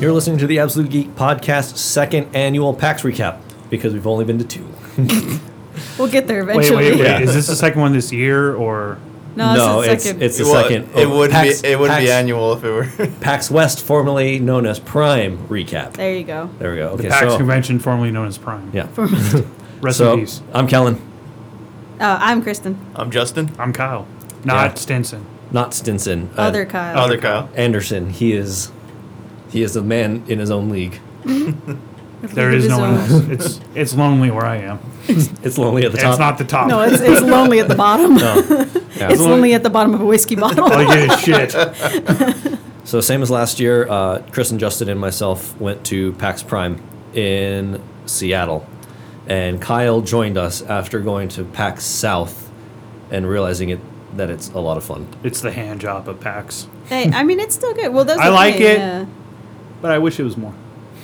You're listening to the Absolute Geek Podcast second annual PAX recap because we've only been to two. We'll get there Wait, eventually. wait, wait. Yeah. Is this the second one this year or? No, it's Oh, it's the second. it's the Well, second. It oh, would PAX be it would PAX be annual if it were. PAX West, formerly known as Prime recap. there you go. There we go. Okay, PAX so convention formerly known as Prime. yeah. Rest so in peace. I'm Kellen, Oh, I'm Kristen. I'm Justin. I'm Kyle, not Yeah. Stinson. not Stinson. uh, Other Kyle. Other Kyle. Anderson. He is he is a man in his own league. There is no one else. It's it's lonely where I am. It's lonely at the top. It's not the top. No, it's, it's lonely at the bottom. Yeah. it's lonely at the bottom of a whiskey All bottle. you get is Oh, shit. So same as last year, uh, Chris and Justin and myself went to PAX Prime in Seattle, and Kyle joined us after going to PAX South and realizing it that it's a lot of fun. It's the hand job of PAX. hey, I mean, it's still good. Well, those I are like great, it. yeah. But I wish it was more.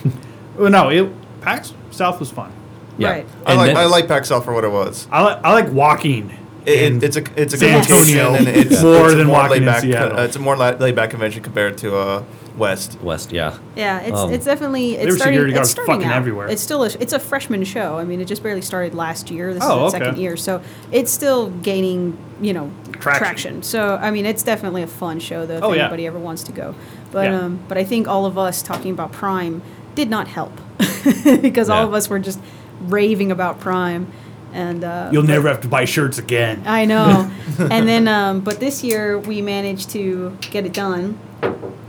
well, no, it PAX South was fun. Right. I And like then- I like Paxel for what it was. I like I like walking. It, in- it, it's a it's a San convention Antonio. and it's More it's a than walking in laid back, Seattle. uh, it's a more la- laid back convention compared to uh, West. West, yeah. Yeah, it's Um, it's definitely it's Their starting. security it's guard's starting fucking out. everywhere. It's still a, it's a freshman show. I mean, it just barely started last year. This Oh, is its okay. second year, so it's still gaining you know Traction. traction. So I mean, it's definitely a fun show though. If Oh, yeah. anybody ever wants to go, but Yeah. um, but I think all of us talking about Prime did not help because all Yeah. of us were just raving about Prime, and uh, You'll never have to buy shirts again. I know. and then, um, but this year we managed to get it done.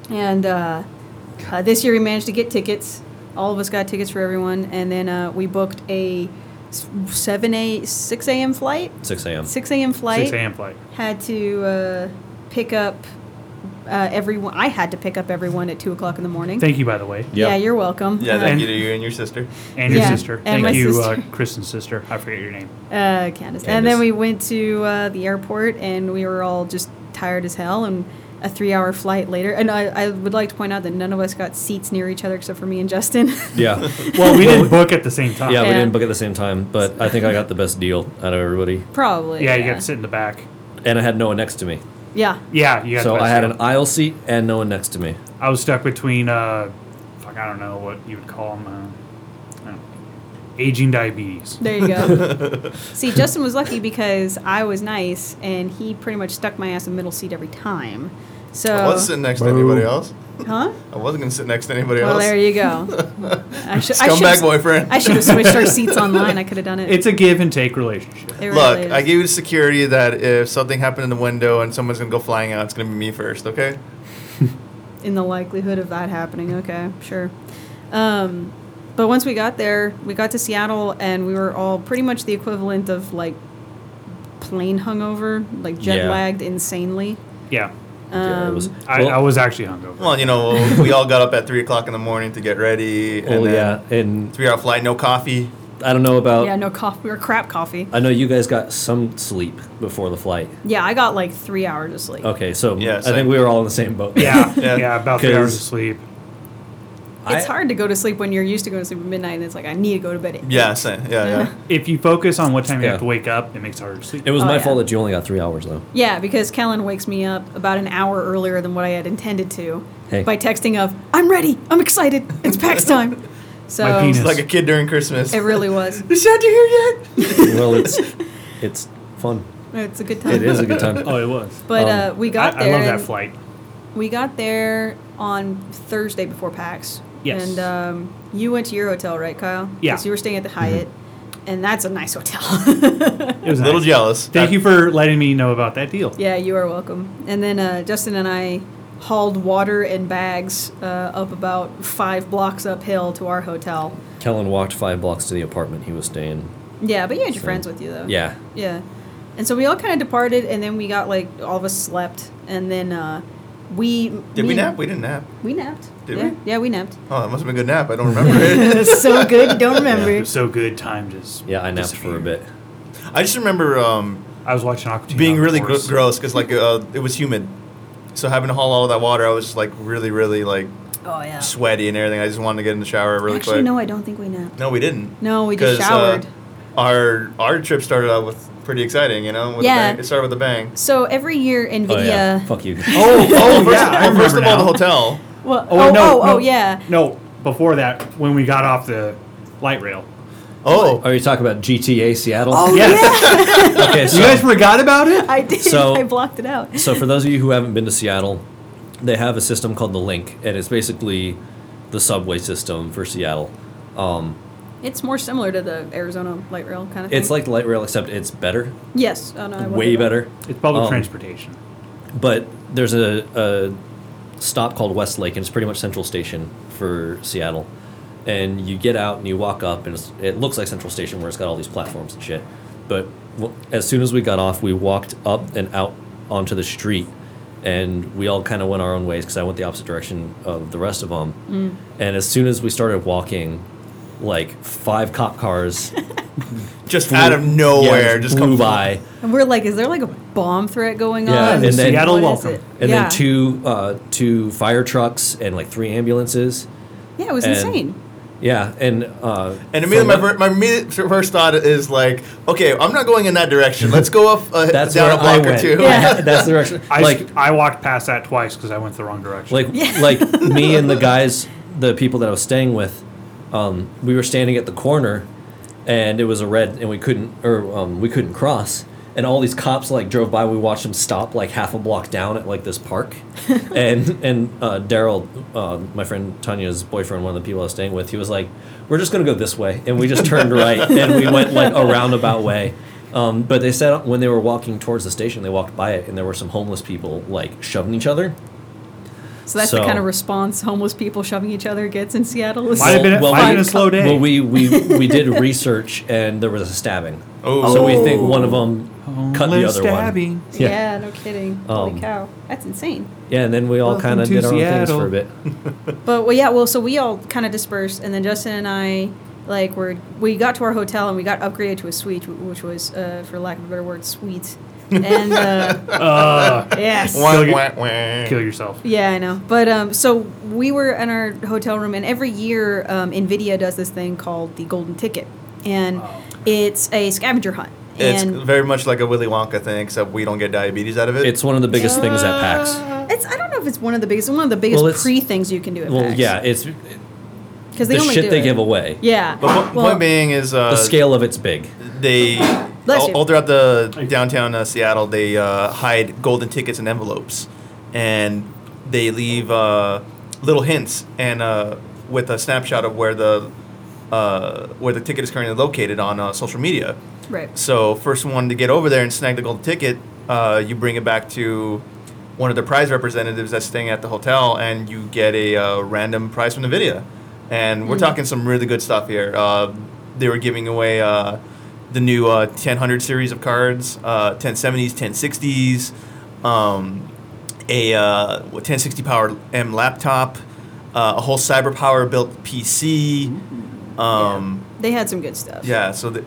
And uh, uh, this year we managed to get tickets. All of us got tickets for everyone. And then uh, we booked a s- 7 a 6 a.m. flight. Six a.m. 6 a.m. flight. Six AM flight. Had to uh, pick up uh, everyone. I had to pick up everyone at 2 o'clock in the morning. Thank you, by the way, Yeah. Yeah, you're welcome. Yeah, Uh, thank And- you to you and your sister. and your Yeah, sister. and my Thank you, sister. Uh, Kristen's sister. I forget your name. Uh, Candace. And Candace. then we went to uh, the airport, and we were all just tired as hell. And a three-hour flight later, and I, I would like to point out that none of us got seats near each other except for me and Justin. Yeah. Well, we didn't book at the same time. yeah, we Yeah. didn't book at the same time, but I think I got the best deal out of everybody. Probably. Yeah, you got to sit in the back. And I had no one next to me. Yeah. Yeah, you got. So the best I had deal. an aisle seat and no one next to me. I was stuck between, uh, fuck, I don't know what you would call them, uh, I don't know, aging diabetes. There you go. See, Justin was lucky because I was nice, and he pretty much stuck my ass in middle seat every time. So. I wasn't sitting next to Boo. anybody else. Huh? I wasn't gonna sit next to anybody Well, else. there you go. I should, I Scumbag should've- boyfriend. I should have switched our seats online. I could have done it. It's a give and take relationship. It really Look, is. I gave you the security that if something happened in the window and someone's gonna go flying out, it's gonna be me first. Okay. in the likelihood of that happening. Okay, sure. Um, but once we got there, we got to Seattle, and we were all pretty much the equivalent of like plane hungover, like jet Yeah. lagged insanely. Yeah. yeah, it was. Um, I, well, I was actually hungover. Well, you know, we all got up at three o'clock in the morning to get ready. well, then Oh, yeah, and Three hour flight, no coffee. I don't know about. yeah, no coffee or crap coffee. I know you guys got some sleep before the flight. Yeah, I got like three hours of sleep. Okay, so Yeah, I think same. we were all in the same boat. yeah, Yeah. yeah, about three hours of 'Cause- sleep. It's I- hard to go to sleep when you're used to going to sleep at midnight, and it's like I need to go to bed. at- Yeah, same. Yeah, Uh-huh. yeah. If you focus on what time you Yeah. have to wake up, it makes it harder to sleep. It was Oh, my yeah. fault that you only got three hours though. Yeah, because Kellen wakes me up about an hour earlier than what I had intended to Hey. by texting of "I'm ready, I'm excited, it's PAX time." So My penis. It's like a kid during Christmas. it really was. Is Santa here yet? well, it's it's fun. It's a good time. It is a good time. oh, it was. But Um, uh, we got I, I there. love that and flight. We got there on Thursday before PAX. Yes. And um, you went to your hotel, right, Kyle? Yeah. 'Cause you were staying Mm-hmm. at the Hyatt, and that's a nice hotel. It was A little nice. jealous. Thank you for letting me know about that deal. yeah, you are welcome. And then uh, Justin and I hauled water and bags uh, up about five blocks uphill to our hotel. Kellen walked five blocks to the apartment he was staying. Yeah, but you had your So- friends with you though. Yeah, Yeah. And so we all kind of departed, and then we got like all of us slept, and then uh, we Did me- we nap? We didn't nap. We napped. Did yeah. we? Yeah, we napped. Oh, that must have been a good nap. I don't remember it. so good, you don't It remember. was so good. Time just. yeah, I napped for a disappeared. bit. I just remember um, I was watching Aquatine. being really gr- gross because like uh, it was humid, so having to haul all that water, I was just like really, really like Oh yeah. sweaty and everything. I just wanted to get in the shower really Actually, quick. no, I don't think we napped. no, we didn't. No, we just 'Cause, showered. Uh, our our trip started out with pretty exciting, you know. With Yeah. a bang. it started with a bang. So every year, Nvidia. uh, Oh yeah, fuck you. Oh, Well, oh first, yeah. I well, first remember of all, the now. hotel. Well, Oh, oh, no, oh, no, oh, yeah. No, before that, when we got off the light rail. Oh, Are you talking about GTA Seattle? Oh, Yeah. yeah. okay. So, You guys forgot about it? I did. So- I blocked it out. so for those of you who haven't been to Seattle, they have a system called the Link, and it's basically the subway system for Seattle. It's more similar to the Arizona light rail kind of thing. It's like light rail, except it's better, yes, oh, no, I way wondered about better. It's public Um, transportation. But there's a, a stop called Westlake, and it's pretty much Central Station for Seattle. And you get out and you walk up, and it's, it looks like Central Station where it's got all these platforms and shit. But w- as soon as we got off, we walked up and out onto the street, and we all kind of went our own ways because I went the opposite direction of the rest of them. And as soon as we started walking, like five cop cars just out of nowhere, yeah, just blew come by. And we're like, is there like a bomb threat going Yeah, on? and then- Seattle What is welcome. it? and yeah. then two uh, two fire trucks and like three ambulances. Yeah, it was and- insane. Yeah, and uh, And immediately, my, from- fir- my immediate first thought is like, okay, I'm not going in that direction. Let's go up uh, that's down where a block I or went. two. Yeah. that's the direction. I, like like, I walked past that twice because I went the wrong direction. like like me and the guys, the people that I was staying with, um, we were standing at the corner, and it was a red, and we couldn't or um, we couldn't cross. And all these cops like drove by. We watched them stop like half a block down at like this park, and and uh, Daryl, uh, my friend Tanya's boyfriend, one of the people I was staying with, he was like, "We're just gonna go this way," and we just turned right and we went like a roundabout way. Um, but they said when they were walking towards the station, they walked by it, and there were some homeless people like shoving each other. So that's the So- kind of response homeless people shoving each other gets in Seattle. It's- Might have been, a- Well, might have we- been a slow day. Well, we, we, we did research and there was a stabbing. Oh. So we think Oh. one of them cut the other one. yeah. Yeah. no kidding. Holy Um, cow, that's insane. Yeah, and then we all Welcome kind of to did our own things Seattle. for a bit. But well, yeah, well, so we all kind of dispersed, and then Justin and I, like, were we got to our hotel and we got upgraded to a suite, wh- which was, uh, for lack of a better word, sweet. And uh, Uh, yes, Wah, Kill your- wah, wah. kill yourself. Yeah, I know. But um, so we were in our hotel room, and every year um, Nvidia does this thing called the Golden Ticket, and Wow. it's a scavenger hunt. It's and very much like a Willy Wonka thing, except we don't get diabetes out of it. It's one of the biggest things at PAX. it's I don't know if it's one of the biggest one of the biggest Well, it's- pre things you can do at Well, PAX. yeah, it's because they the only shit do they it. give away. Yeah, but po- well, point being is uh, The scale of it's big. they Bless all, you. all throughout the downtown uh, Seattle they uh, hide golden tickets in envelopes, and they leave uh, little hints and uh, with a snapshot of where the uh, where the ticket is currently located on uh, social media. right. So first one to get over there and snag the gold ticket, uh, you bring it back to one of the prize representatives that's staying at the hotel, and you get a uh, random prize from Nvidia. And we're talking some really good stuff here. Uh, they were giving away uh, the new uh, 1000 series of cards, uh, 1070s, 1060s, um, a uh, 1060 power M laptop, uh, a whole cyber power built PC. Um, They had some good stuff. yeah, so the,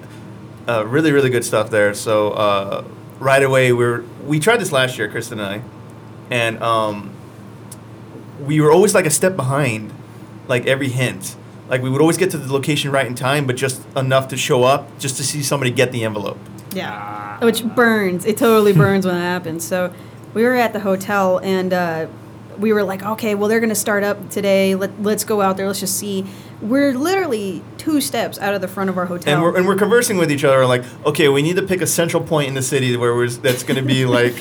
uh, really, really good stuff there. So uh, right away, we are we tried this last year, Kristen and I, and um, we were always like a step behind, like every hint. Like we would always get to the location right in time, but just enough to show up, just to see somebody get the envelope. yeah. Ah. which burns. It totally burns when it happens. So we were at the hotel and uh, we were like, okay, well they're gonna start up today. Let let's go out there. Let's just see. We're literally two steps out of the front of our hotel. And we're, and we're conversing with each other, like, okay, we need to pick a central point in the city where we're, that's going to be like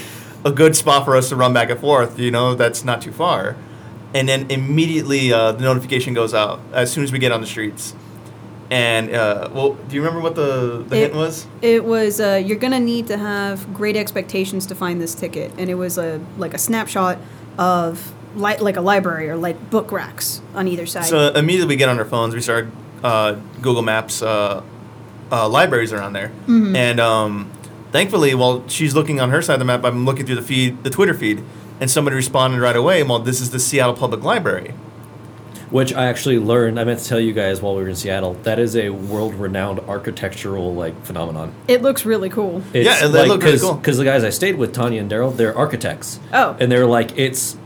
a good spot for us to run back and forth. You know, that's not too far. And then immediately uh, the notification goes out as soon as we get on the streets. And uh, well, do you remember what the, the It- hint was? it was uh, you're gonna need to have great expectations to find this ticket, and it was a like a snapshot of li- like a library or like book racks on either side. So immediately we get on our phones, we start uh, Google Maps uh, uh, libraries around there, Mm-hmm. and um, thankfully, while she's looking on her side of the map, I'm looking through the feed, the Twitter feed, and somebody responded right away. Well, this is the Seattle Public Library. Which I actually learned, I meant to tell you guys while we were in Seattle, that is a world renowned architectural like phenomenon. it looks really cool. Yeah, and they look really cause, cool. 'cause the guys I stayed with, Tanya and Daryl, they're architects. Oh. and they're like it's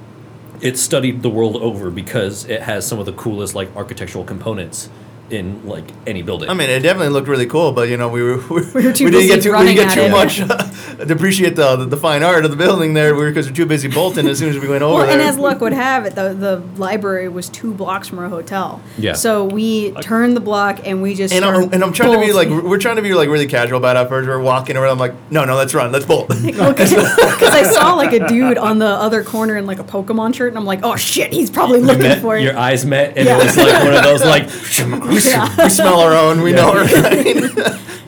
it's studied the world over because it has some of the coolest like architectural components in like any building. I mean, it definitely looked really cool, but you know, we were we, were too didn't busy get too we running didn't get at too it. much depreciate the, the, fine art of the building there because we're too busy bolting as soon as we went over Well, Oh, there. and as luck would have it, the, the library was two blocks from our hotel. Yeah. So we turned the block and we just. and I'm, started and I'm trying to be like, bolting. we're trying to be like really casual about it. First, we're walking around. I'm like, no, no, let's run, let's bolt. because I saw like a dude on the other corner in like a Pokemon shirt, and I'm like, oh shit, he's probably looking Met- for it. your eyes met, and Yeah. it was like one of those like we smell our own. We know our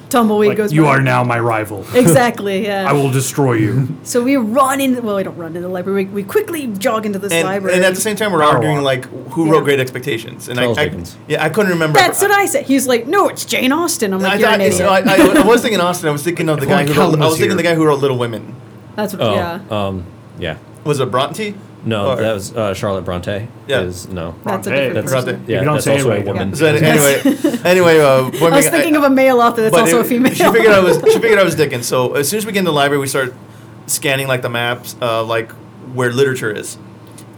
Tumbleweed Like, goes. you by. are now my rival. Exactly. Yeah. I will destroy you. so we run in. Well, we don't run into the library. We, we quickly jog into this and, library. and at the same time, we're Power arguing walk. like who Yeah. wrote Great Expectations, and Charles I, I Dickens. yeah, I couldn't remember. That's what I said. He's like, no, it's Jane Austen. I'm like, I, you're an thought, idiot. so I, I, I was thinking Austin. I was thinking of the If guy only who wrote, Calvin I was was thinking the here. guy who wrote Little Women. That's what. oh yeah. um yeah Was it Bronte? no Or- that was uh, Charlotte Bronte Yeah. is no That's a Hey, different that's Bronte. person. yeah You don't that's say also it a like that. woman So any- anyway, anyway, uh, I was thinking of a male author that's also a female. She figured I was. She figured I was Dickens. So as soon as we get in the library, we start scanning like the maps, uh, like where literature is,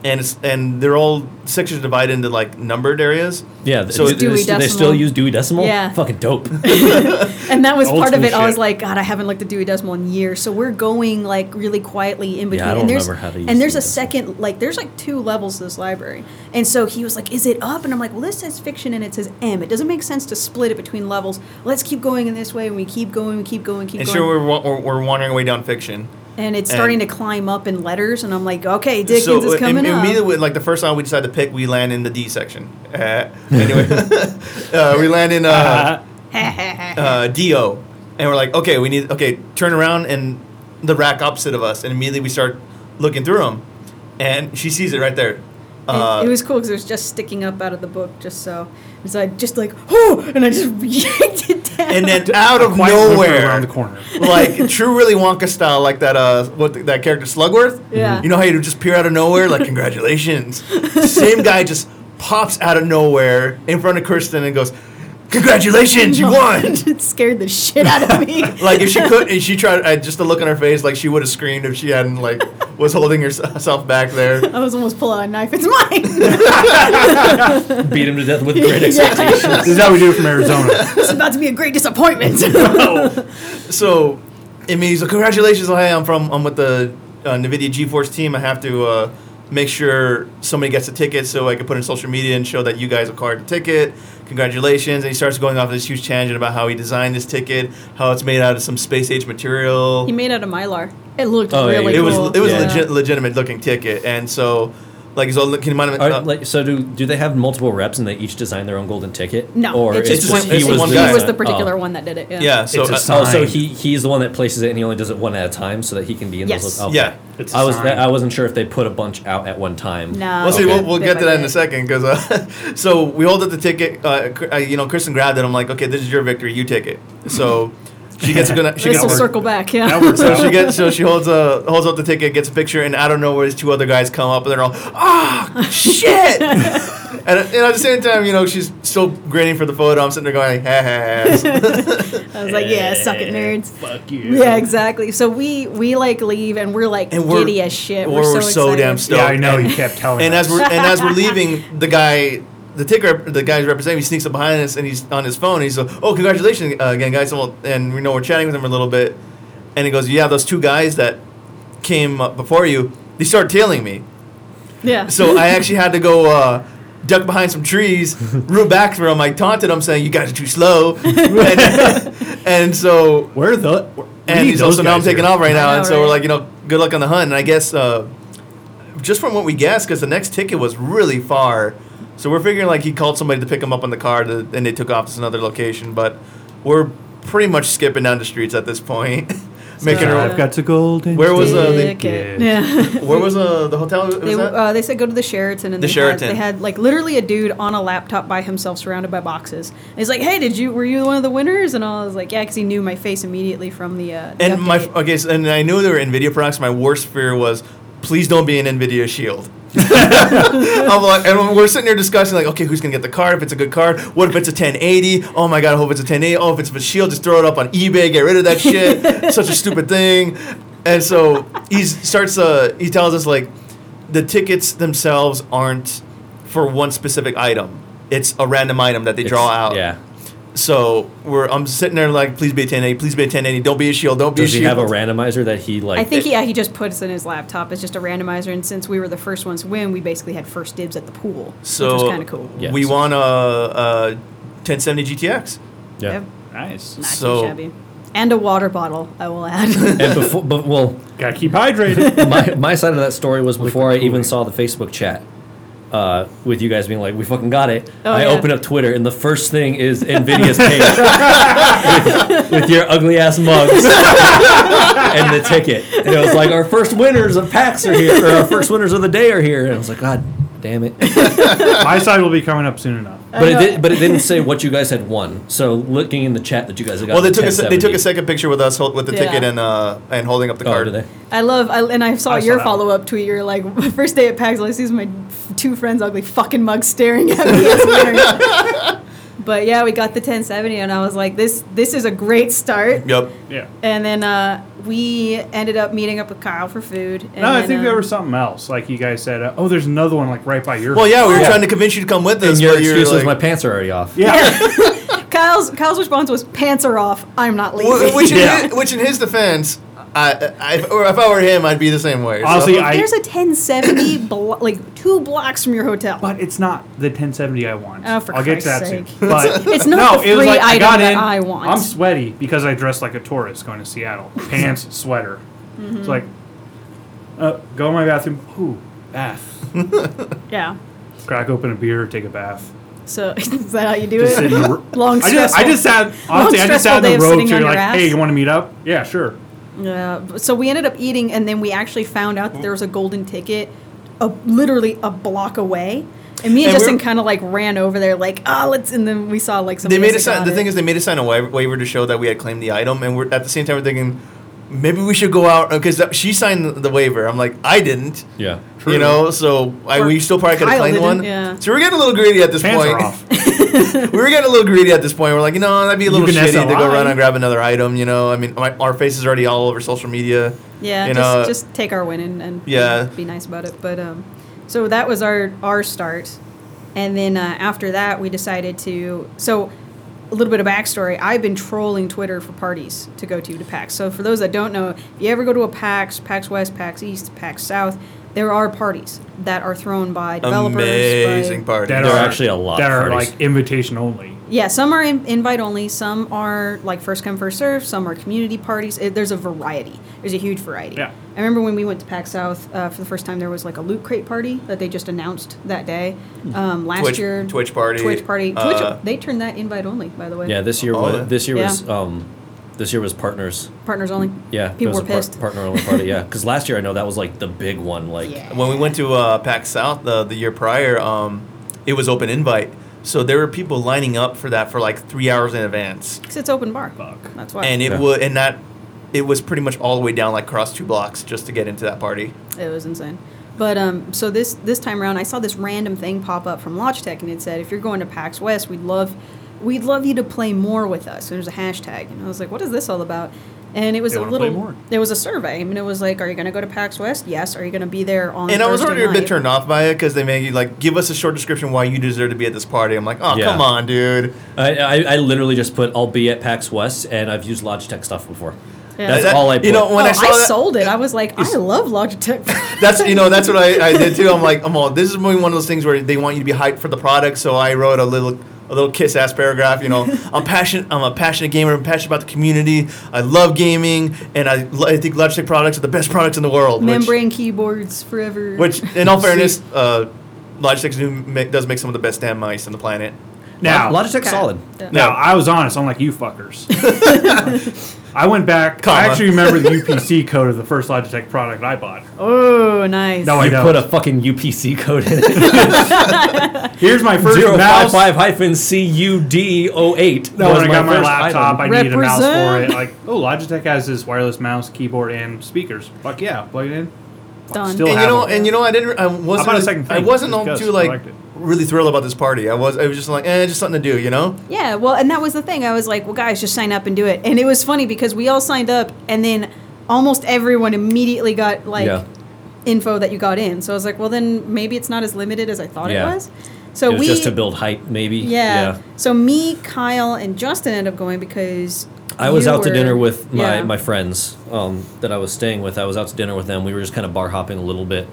and it's, and they're all sections divided into like numbered areas. yeah So so Dewey they, they Decimal. still use Dewey Decimal Yeah. fucking dope and that was Old part of it. school I was shit. like, God, I haven't looked at Dewey Decimal in years. So we're going like really quietly in between. I don't and there's, remember how to use And there's a Dewey Decimal. second, like, there's like two levels to this library. And so he was like, Is it up? And I'm like, Well, this says fiction and it says M. It doesn't make sense to split it between levels. Let's keep going in this way. And we keep going, we keep going, keep And going. sure, we're, wa- we're, we're wandering away down fiction. and it's starting and- to climb up in letters. And I'm like, Okay, Dickens is uh, coming im- up. immediately, with, like the first time we decide to pick, we land in the D section. Uh, anyway, uh, we land in uh, Uh-huh. uh, Do, and we're like, okay, we need okay, turn around and the rack opposite of us, and immediately we start looking through them, and she sees it right there. And Uh, it was cool because it was just sticking up out of the book, just so. And so I just like, oh, and I just yanked it down. and then out of Quiet looker nowhere, around the corner. like true Willy Wonka style, like that uh, what the, that character Slugworth. Yeah. You know how you just peer out of nowhere, like congratulations. Same guy just pops out of nowhere in front of Kirsten and goes, "Congratulations, you won!" it scared the shit out of me. like if she could, if she tried uh, just the look on her face, like she would have screamed if she hadn't like was holding herself back there. I was almost pulling out a knife. It's mine. beat him to death with great expectations Yeah. This is how we do it from Arizona. This is about to be a great disappointment. So, it means congratulations. oh, Hey, I'm from. I'm with the uh, NVIDIA GeForce team. I have to uh, make sure somebody gets a ticket so I can put in social media and show that you guys acquired the ticket. Congratulations! And he starts going off this huge tangent about how he designed this ticket, how it's made out of some space age material. he made out of mylar. It looked Oh, yeah, really yeah. it was cool. it was Yeah. a legit, legitimate looking ticket, and so like he's all look- can you mind? Are, uh, like, so do do they have multiple reps and they each design their own golden ticket? No, or it's it's just just one- he it's was, one the guy. He was design- the particular oh. one that did it. Yeah. yeah, so It's a uh, sign. Oh, so he he's the one that places it and he only does it one at a time so that he can be in Yes. those. Oh, okay. Yeah. It's a I was sign. I wasn't sure if they put a bunch out at one time. No. We'll see. Okay. We'll, we'll Um, They get to might that in be. a second. Because uh, so we hold up the ticket. Uh, Cr- uh, you know, Kristen grabbed it. I'm like, okay, this is your victory. You take it. So she gets gonna. She This gets will work. circle back. Yeah. That works So out. she gets. So she holds a holds up the ticket, gets a picture, and I don't know where these two other guys come up, and they're all, ah, shit. and, and at the same time, you know, she's still grinning for the photo. I'm sitting there going, ha ha. ha. I was like, yeah, suck it, nerds. Fuck you. Yeah, exactly. So we we like leave and we're like And we're- giddy as shit. We're, we're so, so damn excited. stoked. Yeah, I know. You kept telling and us. as we're and as we're leaving, the guy, the ticket, the guy's representative, he sneaks up behind us and he's on his phone. And he's like, "Oh, congratulations uh, again, guys!" And, we'll, and we know we're chatting with him a little bit, and he goes, "Yeah, those two guys that came uh, before you, they started tailing me, Yeah. so I actually had to go." Uh, Duck behind some trees, root back for him. I taunted him, saying, "You guys are too slow," and, and so where the? we and need he's those also now I'm guys taking here. off right now, I know, and so right? we're like, you know, good luck on the hunt. And I guess uh, just from what we guessed, because the next ticket was really far, so we're figuring like he called somebody to pick him up on the car, to, and they took off to another location. But we're pretty much skipping down the streets at this point, making So- her. I've got to golden. Where was, uh, the- Ticket. Yeah. Yeah. Where was uh, the hotel? Was They, that? uh, they said go to the Sheraton and The they, Sheraton. Had, they had like literally a dude on a laptop by himself surrounded by boxes. And he's like, "Hey, did you were you one of the winners?" And I was like, "Yeah," because he knew my face immediately from the. Uh, the and my update. okay, so, and I knew they were Nvidia products. My worst fear was, please don't be an Nvidia Shield. I'm like, and we're sitting there discussing like, okay, who's gonna get the card? If it's a good card, what if it's a 1080? Oh my god, I hope it's a 1080. Oh, if it's a Shield, just throw it up on eBay, get rid of that shit. Such a stupid thing. And so he starts. Uh, he tells us like, the tickets themselves aren't for one specific item. It's a random item that they It's- draw out. Yeah. So we're I'm sitting there like, please be a 1080, please be a 1080, don't be a shield, don't be Does a he shield. have a randomizer that he like? I think yeah, he just puts in his laptop as just a randomizer, and since we were the first ones to win, we basically had first dibs at the pool, so which was kind of cool. Yeah. we Yes. want a, a 1070 GTX. yeah. Yep. Nice. Not So- too shabby. And a water bottle, I will add. And before, but well, Gotta keep hydrated. my, my side of that story was before I even cooling. saw the Facebook chat uh, with you guys being like, "We fucking got it." Oh, I yeah. open up Twitter, and the first thing is Nvidia's page with, with your ugly ass mugs and the ticket. And it was like, "Our first winners of PAX are here, or our first winners of the day are here." And I was like, "God damn it!" My side will be coming up soon enough. But it know. did, but it didn't say what you guys had won. So looking in the chat that you guys had got. well, they took a se- they took 1070. a second picture with us hol- with the Yeah. ticket and uh, and holding up the Oh, card. did they? I love, I, and I saw I saw your that one. follow up tweet. You're like, first day at PAX, all I see is my f- two friends' ugly fucking mugs staring at me. It's hilarious. but yeah, we got the 1070, and I was like, this this is a great start. Yep. Yeah. And then uh, we ended up meeting up with Kyle for food. And no, I then, think um, there was something else. Like you guys said, uh, oh, there's another one like right by your. Well, yeah, we were Yeah. trying to convince you to come with us. And your but you were excuse was like- my pants are already off. Yeah. Kyle's Kyle's response was, "Pants are off. I'm not Wh- leaving." which, in Yeah. his, which in his defense, I, I, or if I were him, I'd be the same way. so- Honestly, I- There's a 1070 blo- like two blocks from your hotel. But it's not the 1070 I want. Oh, for I'll get to that Christ's soon. sake. But It's not no, the it was free like I item got that in. I want. I'm sweaty because I dressed like a tourist going to Seattle. Pants, sweater. Mm-hmm. It's like, uh, go in my bathroom. Ooh, bath. yeah. Crack open a beer, take a bath. So is that how you do Just sit it? in the r- Long I just, I stressful- just sat. Honestly, I just stressful sat day on the of road. sitting till on you're like, your ass. hey, you want to meet up? Yeah, sure. Yeah. b- So we ended up eating, and then we actually found out that there was a golden ticket, a, literally a block away. And me and, And Justin we're- kind of like ran over there, like, ah, let's. And then we saw like some. they made us sign. The thing is, they made us sign a wa- waiver to show that we had claimed the item, and we're at the same time we're thinking maybe we should go out because she signed the- the waiver. I'm like, I didn't. Yeah. You know, so I, Or we still probably could Kyle have claimed didn't, one. yeah. So we're getting a little greedy at this Pants point. are off. we were getting a little greedy at this point. We're like, no, that'd be a You little can shitty to go SLI. run and grab another item. You know, I mean, my, our face is already all over social media. Yeah, you just, know, just take our win and, and uh, Yeah. be nice about it. But um, so that was our our start, and then uh, after that we decided to so a little bit of backstory. I've been trolling Twitter for parties to go to to PAX. So for those that don't know, if you ever go to a PAX, PAX West, PAX East, PAX South, there are parties that are thrown by developers. amazing by, party. That There are are actually a lot That of are parties. like invitation only. Yeah, some are in, invite only, some are like first come first serve, some are community parties. It, there's a variety. There's a huge variety. Yeah. I remember when we went to PAX South uh, for the first time. There was like a loot crate party that they just announced that day. Hmm. Um, last Twitch- year, Twitch party, Twitch party. Twitch. uh, they turned that invite only, by the way. Yeah, this year Oh, yeah. was this year Yeah. was um, this year was partners. partners only. Yeah, there people was were a par- pissed. partner only party. Yeah, because last year I know that was like the big one. Like, Yeah. when we went to uh, PAX South the, the year prior, um, it was open invite. So there were people lining up for that for like three hours in advance, 'Cause it's open bar. Fuck. That's why. and it Yeah. would and that it was pretty much all the way down like across two blocks just to get into that party. It was insane. But um, so this this time around, I saw this random thing pop up from Logitech, and it said, "If you're going to PAX West, we'd love we'd love you to play more with us." And there's a hashtag, and I was like, "What is this all about?" And it was They a wanna play little. more. It was a survey. I mean, it was like, "Are you going to go to PAX West? Yes. Are you going to be there on?" And I was Thursday already a bit night?" turned off by it because they made you like give us a short description why you deserve to be at this party. I'm like, oh Yeah. come on, dude. I, I, I literally just put I'll be at PAX West, and I've used Logitech stuff before. Yeah. That's That- all I. Put. you know when oh, I saw that, sold it. I was like, "I love Logitech." That's you know that's what I, I did too. I'm like I'm all this is really one of those things where they want you to be hyped for the product. So I wrote a little a little kiss ass paragraph. You know I'm passionate. I'm a passionate gamer. I'm passionate about the community. I love gaming, and I, lo- I think Logitech products are the best products in the world. Membrane keyboards forever. Which, which in all fairness, uh, Logitech do make, does make some of the best damn mice on the planet. Now, Logitech solid. Yeah. Now, I was honest. I'm like, you fuckers. I went back. Comma. I actually remember the UPC code of the first Logitech product I bought. Oh, nice. No, I You don't. put a fucking UPC code in it. Here's my first Zero five mouse. five hyphen C U D O eight. No, when I got my first laptop, item. I needed a mouse for it. Represent. Like, oh, Logitech has this wireless mouse, keyboard, and speakers. Fuck yeah, plug it in. Fuck, Done. Still and you have know, them. and you know, I didn't. I wasn't. bought a really- second I thing wasn't all because I too like liked it. really thrilled about this party. I was. I was just like, eh, just something to do. You know. Yeah, well, and that was the thing. I was like, well, guys, just sign up and do it. And it was funny because we all signed up, and then almost everyone immediately got like Yeah. info that you got in. So I was like, well, then maybe it's not as limited as I thought Yeah. it was. So it was we just to build hype, maybe. Yeah. So me, Kyle, and Justin end up going because I was you out to were- dinner with my, yeah. my friends um, that I was staying with. I was out to dinner with them. We were just kind of bar hopping a little bit.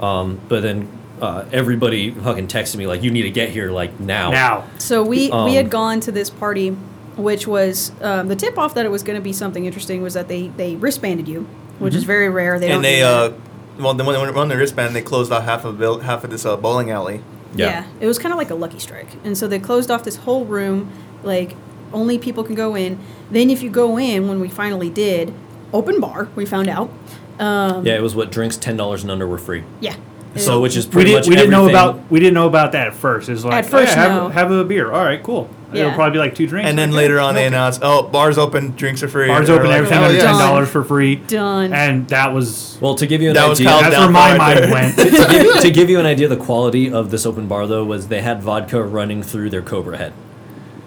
Um, but then uh, everybody fucking texted me, like, you need to get here, like, now. Now, So we we Um, had gone to this party, which was um, the tip off that it was going to be something interesting was that they they wristbanded you, which Mm-hmm. is very rare. They don't and they, do that. uh, well, then when they were on the wristband, they closed off half of buil- half of this uh, bowling alley. Yeah. Yeah. It was kind of like a lucky strike. And so they closed off this whole room, like only people can go in. Then if you go in, when we finally did, open bar, we found out. Um, Yeah, it was what drinks $10 and under were free. yeah. So, which is we, pretty did, much we didn't know everything- about we didn't know about that at first. It's like At first, "Hey, have, no. have a beer. All right, cool. It'll Yeah. probably be like two drinks. And then Okay. later on, they announced, "Oh, bars open, drinks are free." bars They were open, like, everything "Oh, under yeah. ten dollars for free. Done. And that was Well, to give you an That was idea. Kyle's that's where my downfall right mind there. went. to, give, to give you an idea of the quality of this open bar though was they had vodka running through their cobra head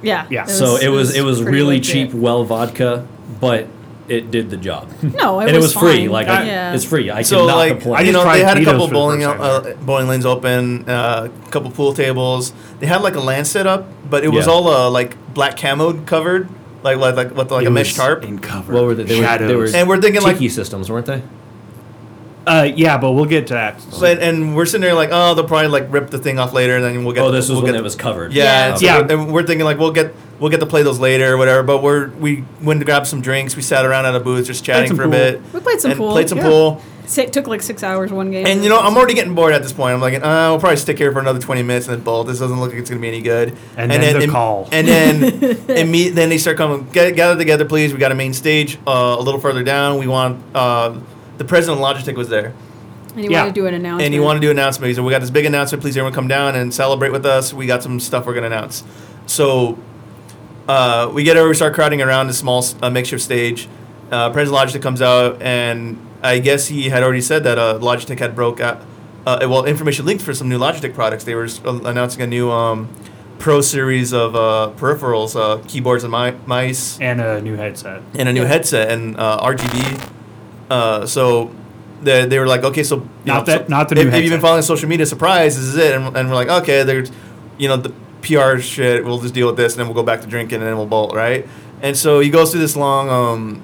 Yeah. Yeah. so it was it was pretty really legit. cheap well vodka but it did the job No, it and it was was free fine. like I, Yeah. it's free i So can knock like a point I you just know, tried they had a Tito's couple for the bowling first out, time. uh, bowling lanes open, uh, a couple pool tables. They had like a land set up, but it was Yeah. all uh, like black camo covered, like like like with like a mesh tarp. in cover. what were they, they, were, they were Shadows. And we're thinking, like- tiki systems weren't they Uh, yeah, but we'll get to that. But, and we're sitting there like, oh, they'll probably like rip the thing off later, and then we'll get. oh the- this was we'll when get it the- was covered Yeah, and so Yeah. we're- and we're thinking like we'll get we'll get to play those later or whatever. But we're we went to grab some drinks. We sat around at a booth just chatting some for a pool. bit. We played some and pool, Played some yeah. pool. So It took like six hours one game. And you know, I'm already getting bored at this point. I'm like, uh, we'll probably stick here for another 20 minutes and then bolt. This doesn't look like it's gonna be any good. And then the im- call. And then imme- then they start coming. Get, gather together, please. We got a main stage uh, a little further down. We want uh, the president of Logitech was there, and you yeah. want to do an announcement. and he wanted to do announcements. He said, we got this big announcement. Please, everyone, come down and celebrate with us. We got some stuff we're gonna announce. So uh, we get over, we start crowding around a small s- uh, makeshift stage. Uh, President Logitech comes out, and I guess he had already said that uh, Logitech had broke out. Uh, well, information leaked for some new Logitech products. They were s- uh, announcing a new um, Pro series of uh, peripherals, uh, keyboards and mi- mice, And a new headset. and a new headset and uh, RGB. Uh, so they, they were like, okay, so you Not know, that- so not the if, new if you've been headset. following social media, surprise, this is it, and, and we're like, okay, there's, you know, the PR shit. We'll just deal with this, and then we'll go back to drinking, and then we'll bolt, right? And so he goes through this long um,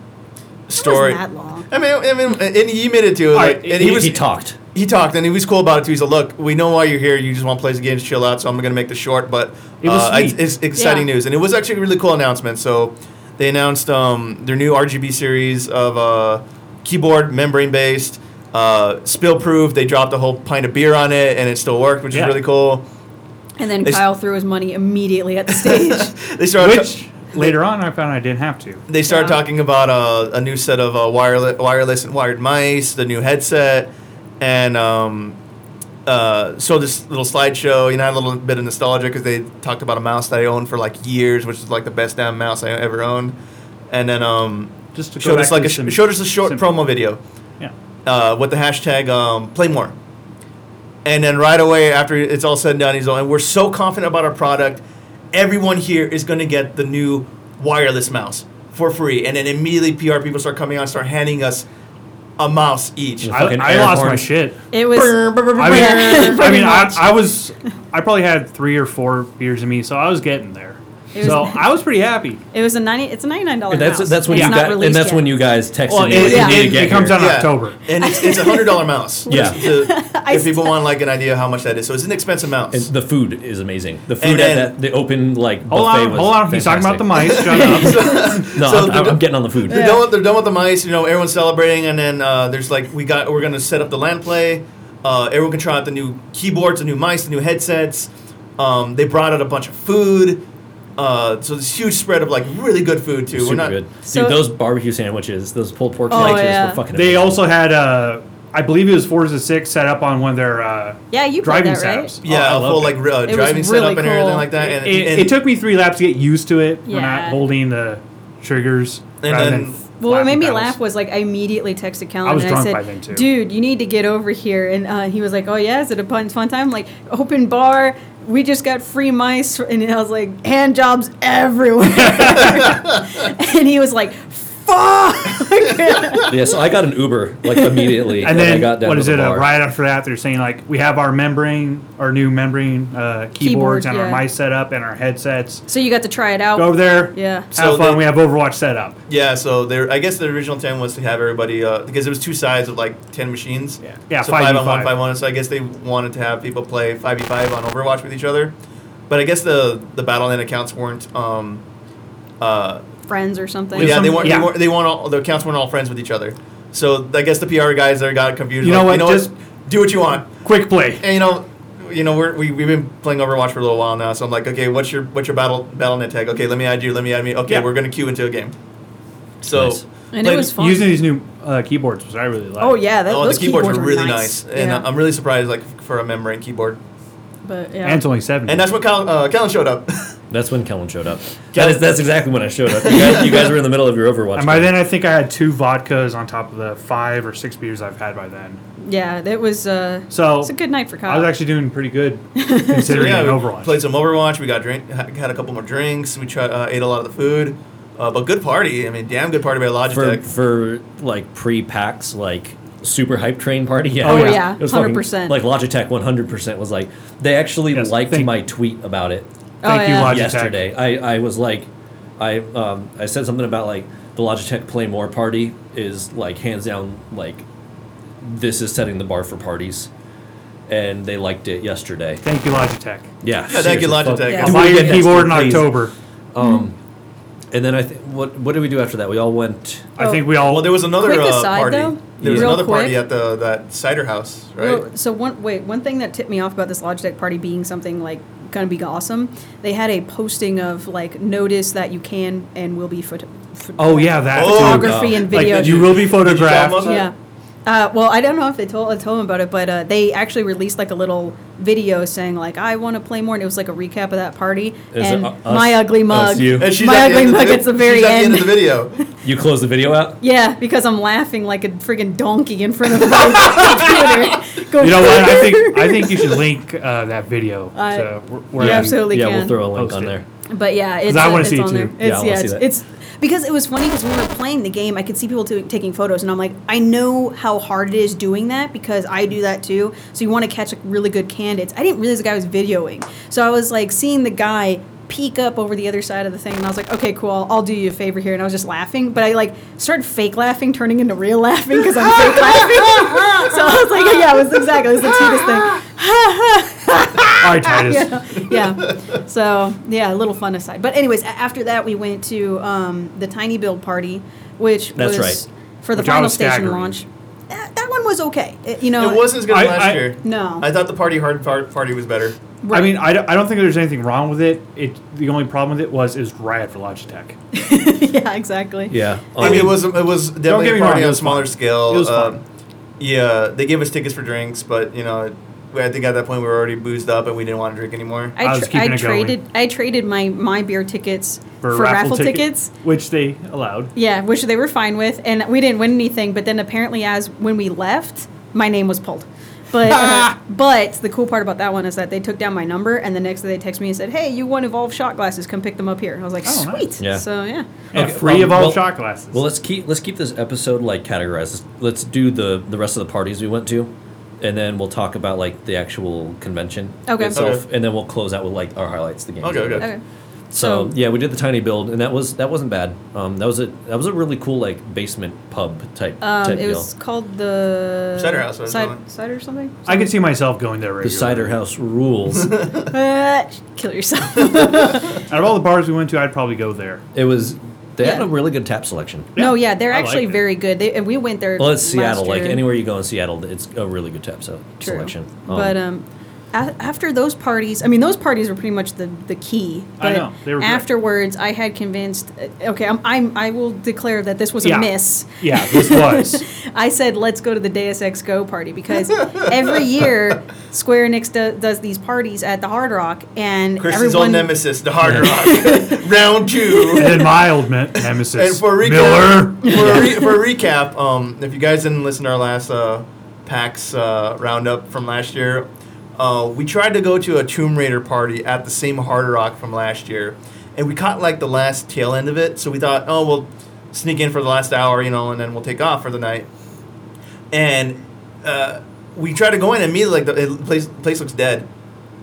story. That long. I mean, I mean, and he admitted to it. right, Like, and he, he, was he talked he talked and he was cool about it too. He said, "Look, we know why you're here. You just want to play the games, chill out. So I'm gonna make this short, but It was uh, it's, sweet. it's exciting Yeah. news, and it was actually a really cool announcement. So they announced um, their new RGB series of uh, keyboard, membrane based, uh, spill proof. They dropped a whole pint of beer on it, and it still worked, which Yeah. is really cool. And then They s- Kyle threw his money immediately at the stage. They started. Which later on, I found I didn't have to. they started Yeah. talking about uh, a new set of uh, wireless, wireless and wired mice, the new headset, and um, uh, so this little slideshow. You know, I had a little bit of nostalgia because they talked about a mouse that I owned for like years, which is like the best damn mouse I ever owned. And then um, Just to go showed us back like to a sh- sim- showed us a short simple. promo video Yeah. uh, with the hashtag um, play more. And then right away after it's all said and done, he's all, and we're so confident about our product, everyone here is going to get the new wireless mouse for free. And then immediately PR people start coming out, start handing us a mouse each. I, Fucking I air lost horn. my shit. It was. I mean, I, Pretty mean I, much. I was, I probably had three or four beers in me, so I was getting there. It so was- I was pretty happy. It was a ninety. It's a ninety nine dollar. that's mouse. that's when It's you not got, and released that's yet. when you guys texted Well, me it- like, it- you need to it get comes here. out- in October. And it's, it's a hundred dollar mouse. Yeah. To- I if people want like an idea how much that is, so it's an expensive mouse. And the food is amazing. The food then- at that, the open like buffet Hold on, was hold on. He's talking about the mice. Shut up. mice. No, So I'm, the- I'm getting on the food. They're done. With, they're done with the mice. You know, everyone's celebrating, and then uh, there's like we got. We're gonna set up the land play. Uh, everyone can try out the new keyboards, the new mice, the new headsets. Um, they brought out a bunch of food. Uh, so this huge spread of like really good food too. Super we're not. good. So- Dude, those barbecue sandwiches, those pulled pork Oh, sandwiches yeah. were fucking They amazing. also had, uh, I believe it was Forza 6 set up on one of their uh, Yeah, you played driving that, right? setups. Yeah, Oh, I a full love like it. r- uh, was driving really setup and everything cool. like that. And, It, and- it took me three laps to get used to it. We're Yeah. not holding the triggers. And rather then- than Well, what flapping made me paddles. laugh was like I immediately texted Callan I was and drunk I said, by then, too. "Dude, you need to get over here." And uh, he was like, "Oh yeah, is it a fun fun time? Like open bar? We just got free mice." And I was like, "Hand jobs everywhere," and he was like, "Fuck!" yeah, so I got an Uber like immediately. And when then I got down what to is the it? Uh, bar. right after that, they're saying like we have our membrane, our new membrane uh, keyboards, Keyboard, and our yeah. mice set up and our headsets. So you got to try it out. Go over there. Yeah. Have So fun. they- we have Overwatch set up. Yeah, so there. I guess the original intent was to have everybody uh, because there was two sides of like ten machines. Yeah. Yeah, So 5v5. five on one, five on one. So I guess they wanted to have people play five v five on Overwatch with each other, but I guess the the Battle.net accounts weren't. Um, uh, Friends or something. yeah, some- they weren't. yeah. They weren't, they weren't all, the accounts weren't all friends with each other. So I guess the PR guys there got confused. You know what, like, You know just- what? Do what you want. Quick play. And you know, you know, we're, we we've been playing Overwatch for a little while now. So I'm like, okay, what's your what's your battle Battle.net tag? Okay, let me add you. Let me add me. Okay, Yeah. we're gonna queue into a game. So. Nice. And it played- was fun. Using these new uh, keyboards was I really like. Oh yeah, that, oh, those the keyboards, were were really nice, and uh, yeah. I'm really surprised, like for a membrane keyboard. but yeah. And it's only seven. And that's what Cal, uh, Callan showed up. That's when Kellen showed up. That is, that's exactly when I showed up. You guys, you guys were in the middle of your Overwatch. and by game. then, I think I had two vodkas on top of the five or six beers I've had by then. yeah, that was uh, So it's a good night for I was Kyle. actually doing pretty good So, considering yeah, we Overwatch. played some Overwatch. We got drink, ha- had a couple more drinks. We tried, uh, ate a lot of the food, uh, but good party. I mean, damn good party by for Logitech. for like pre packs like super hype train party. Yeah, Oh, it was- yeah. it was fucking- 100%. Like Logitech, one hundred percent was like they actually Yes, liked thank- my tweet about it Thank Oh, you, yeah. Logitech. yesterday. I, I was like, I um, I said something about like the Logitech Play More party is like hands down like this is setting the bar for parties, and they liked it yesterday. Thank you, Logitech. Yeah, Yeah, thank seriously, you, fuck- Logitech. Yeah. I'll Do buy it your again next keyboard in year, please. October. Um, and then I think what what did we do after that? We all went. I Oh. think we all. well, there was another Quick uh, aside, party. though, There was real another party quick. at the that cider house, right? Well, so one wait, one thing that tipped me off about this Logitech party being something like gonna be awesome, they had a posting of like notice that you can and will be photo- pho- oh yeah, that Oh, too. photography God. and Like, video. you will be Did you tell them photographed. about yeah. that? Uh, well, I don't know if they told I told them about it, but uh, they actually released like a little video saying like I want to play more, and it was like a recap of that party. Is it and u- us- my ugly mug, us, you? And she's my at the ugly end of mug the, at the very she's end. At the end of the video. You closed the video out. Yeah, because I'm laughing like a friggin' donkey in front of the computer. Go You know what? I think I think you should link uh, that video. I- to wh- where You you- absolutely yeah, can. we'll throw a link Post on it. there. But yeah, it's, I uh, wanna it's see it on too. there. Yeah, I It's, wanna yeah, see it's, that. it's because it was funny because when we were playing the game, I could see people t- taking photos, and I'm like, I know how hard it is doing that because I do that too. So you want to catch like, really good candidates. I didn't realize the guy was videoing, so I was like seeing the guy peek up over the other side of the thing, and I was like, okay, cool, I'll, I'll do you a favor here, and I was just laughing, but I like started fake laughing, turning into real laughing because I'm fake laughing. so I was like, yeah, it was exactly it was the cutest thing. All right, Titus. yeah. So yeah, a little fun aside. But anyways, a- after that we went to um, the Tiny Build party, which That's was right. for the Which I final was station staggering. launch. That, that one was okay. It- you know, It wasn't as good I- as last I- year. No. I thought the party hard part party was better. Right. I mean, I don't, I don't think there's anything wrong with it. It the only problem with it was it was riot for Logitech. yeah, exactly. Yeah, I mean, it um, was it was definitely get me a wrong, party it on a was smaller fun. scale. It was Uh, fun. Yeah, they gave us tickets for drinks, but you know, I think at that point we were already boozed up and we didn't want to drink anymore. I I, was tr- keeping I, it going. traded I traded my my beer tickets for, raffle, ticket- tickets. which they allowed. Yeah, which they were fine with, and we didn't win anything. But then apparently, as when we left, my name was pulled. But uh, but the cool part about that one is that they took down my number, and the next day they texted me and said, "Hey, you won evolved shot glasses. Come pick them up here." And I was like, Oh, nice. "Sweet." Yeah. So yeah. Yeah, Okay, free well, of all well- shot glasses. Well, let's keep let's keep this episode like categorized. Let's, let's do the the rest of the parties we went to, and then we'll talk about like the actual convention Okay. itself, Okay. and then we'll close out with like our highlights. Of the game. Okay, okay. Okay. So Um, yeah, we did the tiny build, and that was that wasn't bad. Um, that was a that was a really cool like basement pub type Um, type it deal. was called the Cider House, I was Cider, telling. cider or something. I could see myself going there The regularly. cider house rules. Uh, kill yourself. Out of all the bars we went to, I'd probably go there. it was they had Yeah. a really good tap selection. no, yeah, they're I actually liked it. very good. They, and we went there. Well, it's last Seattle. Like year. anywhere you go in Seattle, it's a really good tap so, True. selection. but um, a- after those parties, I mean, those parties were pretty much the, the key. I But know, they were great. afterwards, I had convinced. uh, Okay, I'm, I'm I will declare that this was Yeah. a miss. Yeah, this was. I said, let's go to the Deus Ex Go party because every year Square Enix do, does these parties at the Hard Rock, and Kristen's old everyone nemesis, the Hard Rock, round two. and then my old me- nemesis, and for Miller. recap, for, re- for recap, um, if you guys didn't listen to our last uh, PAX uh, roundup from last year, uh, we tried to go to a Tomb Raider party at the same Hard Rock from last year, and we caught like the last tail end of it. So we thought, oh well, sneak in for the last hour, you know, and then we'll take off for the night. And uh, we try to go in and immediately, like the it- place place looks dead.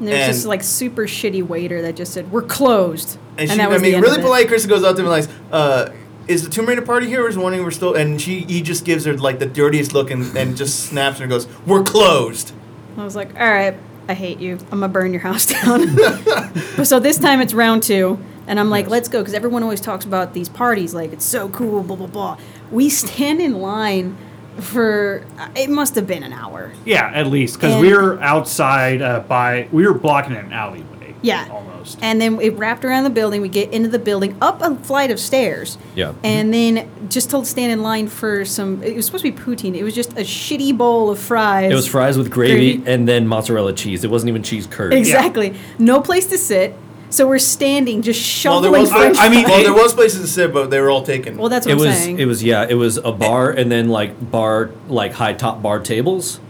And there's And- just like super shitty waiter that just said, "We're closed," And, she, that was I mean, the end really of it. polite. Krista goes up to him and like, uh, "Is the Tomb Raider party here? Or is one we're still?" And she he just gives her like the dirtiest look and, and just snaps and goes, "We're closed." I was like, "All right, I hate you. I'm gonna burn your house down." but so this time it's round two, and I'm like, "Let's go," because everyone always talks about these parties, like it's so cool, blah blah blah. We stand in line for uh, it must have been an hour. Yeah, at least because And- we were outside uh, by we were blocking an alleyway. Yeah. almost. And then it wrapped around the building. We get into the building, up a flight of stairs. Yeah. And then just to stand in line for some. It was supposed to be poutine. It was just a shitty bowl of fries. It was fries with gravy, Gravy. and then mozzarella cheese. It wasn't even cheese curd. Exactly. No place to sit. So we're standing, just Well, shoveling there was french I- I mean- fries. well, there was places to sit, but they were all taken. Well, that's what It I'm was saying. it was yeah, it was a bar and then like bar like high top bar tables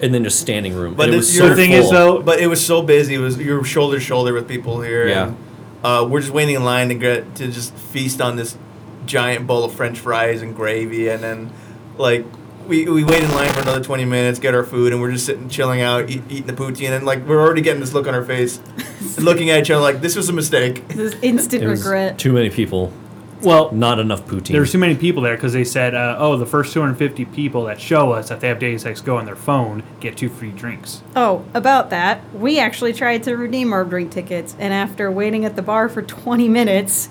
and then just standing room. But and it the- was your so thing is, full. though- but it was so busy. It was you were shoulder to shoulder with people here. Yeah. And, uh, we're just waiting in line to get to just feast on this giant bowl of French fries and gravy, and then like we we wait in line for another twenty minutes, get our food, and we're just sitting chilling out, eat, eating the poutine, and like we're already getting this look on our face, looking at each other like this was a mistake. This instant It was regret. Too many people, Well, not enough poutine. there were too many people there because they said, uh, "Oh, the first 250 people that show us that they have Deus Ex Go on their phone get two free drinks." oh, about that, we actually tried to redeem our drink tickets, and after waiting at the bar for 20 minutes,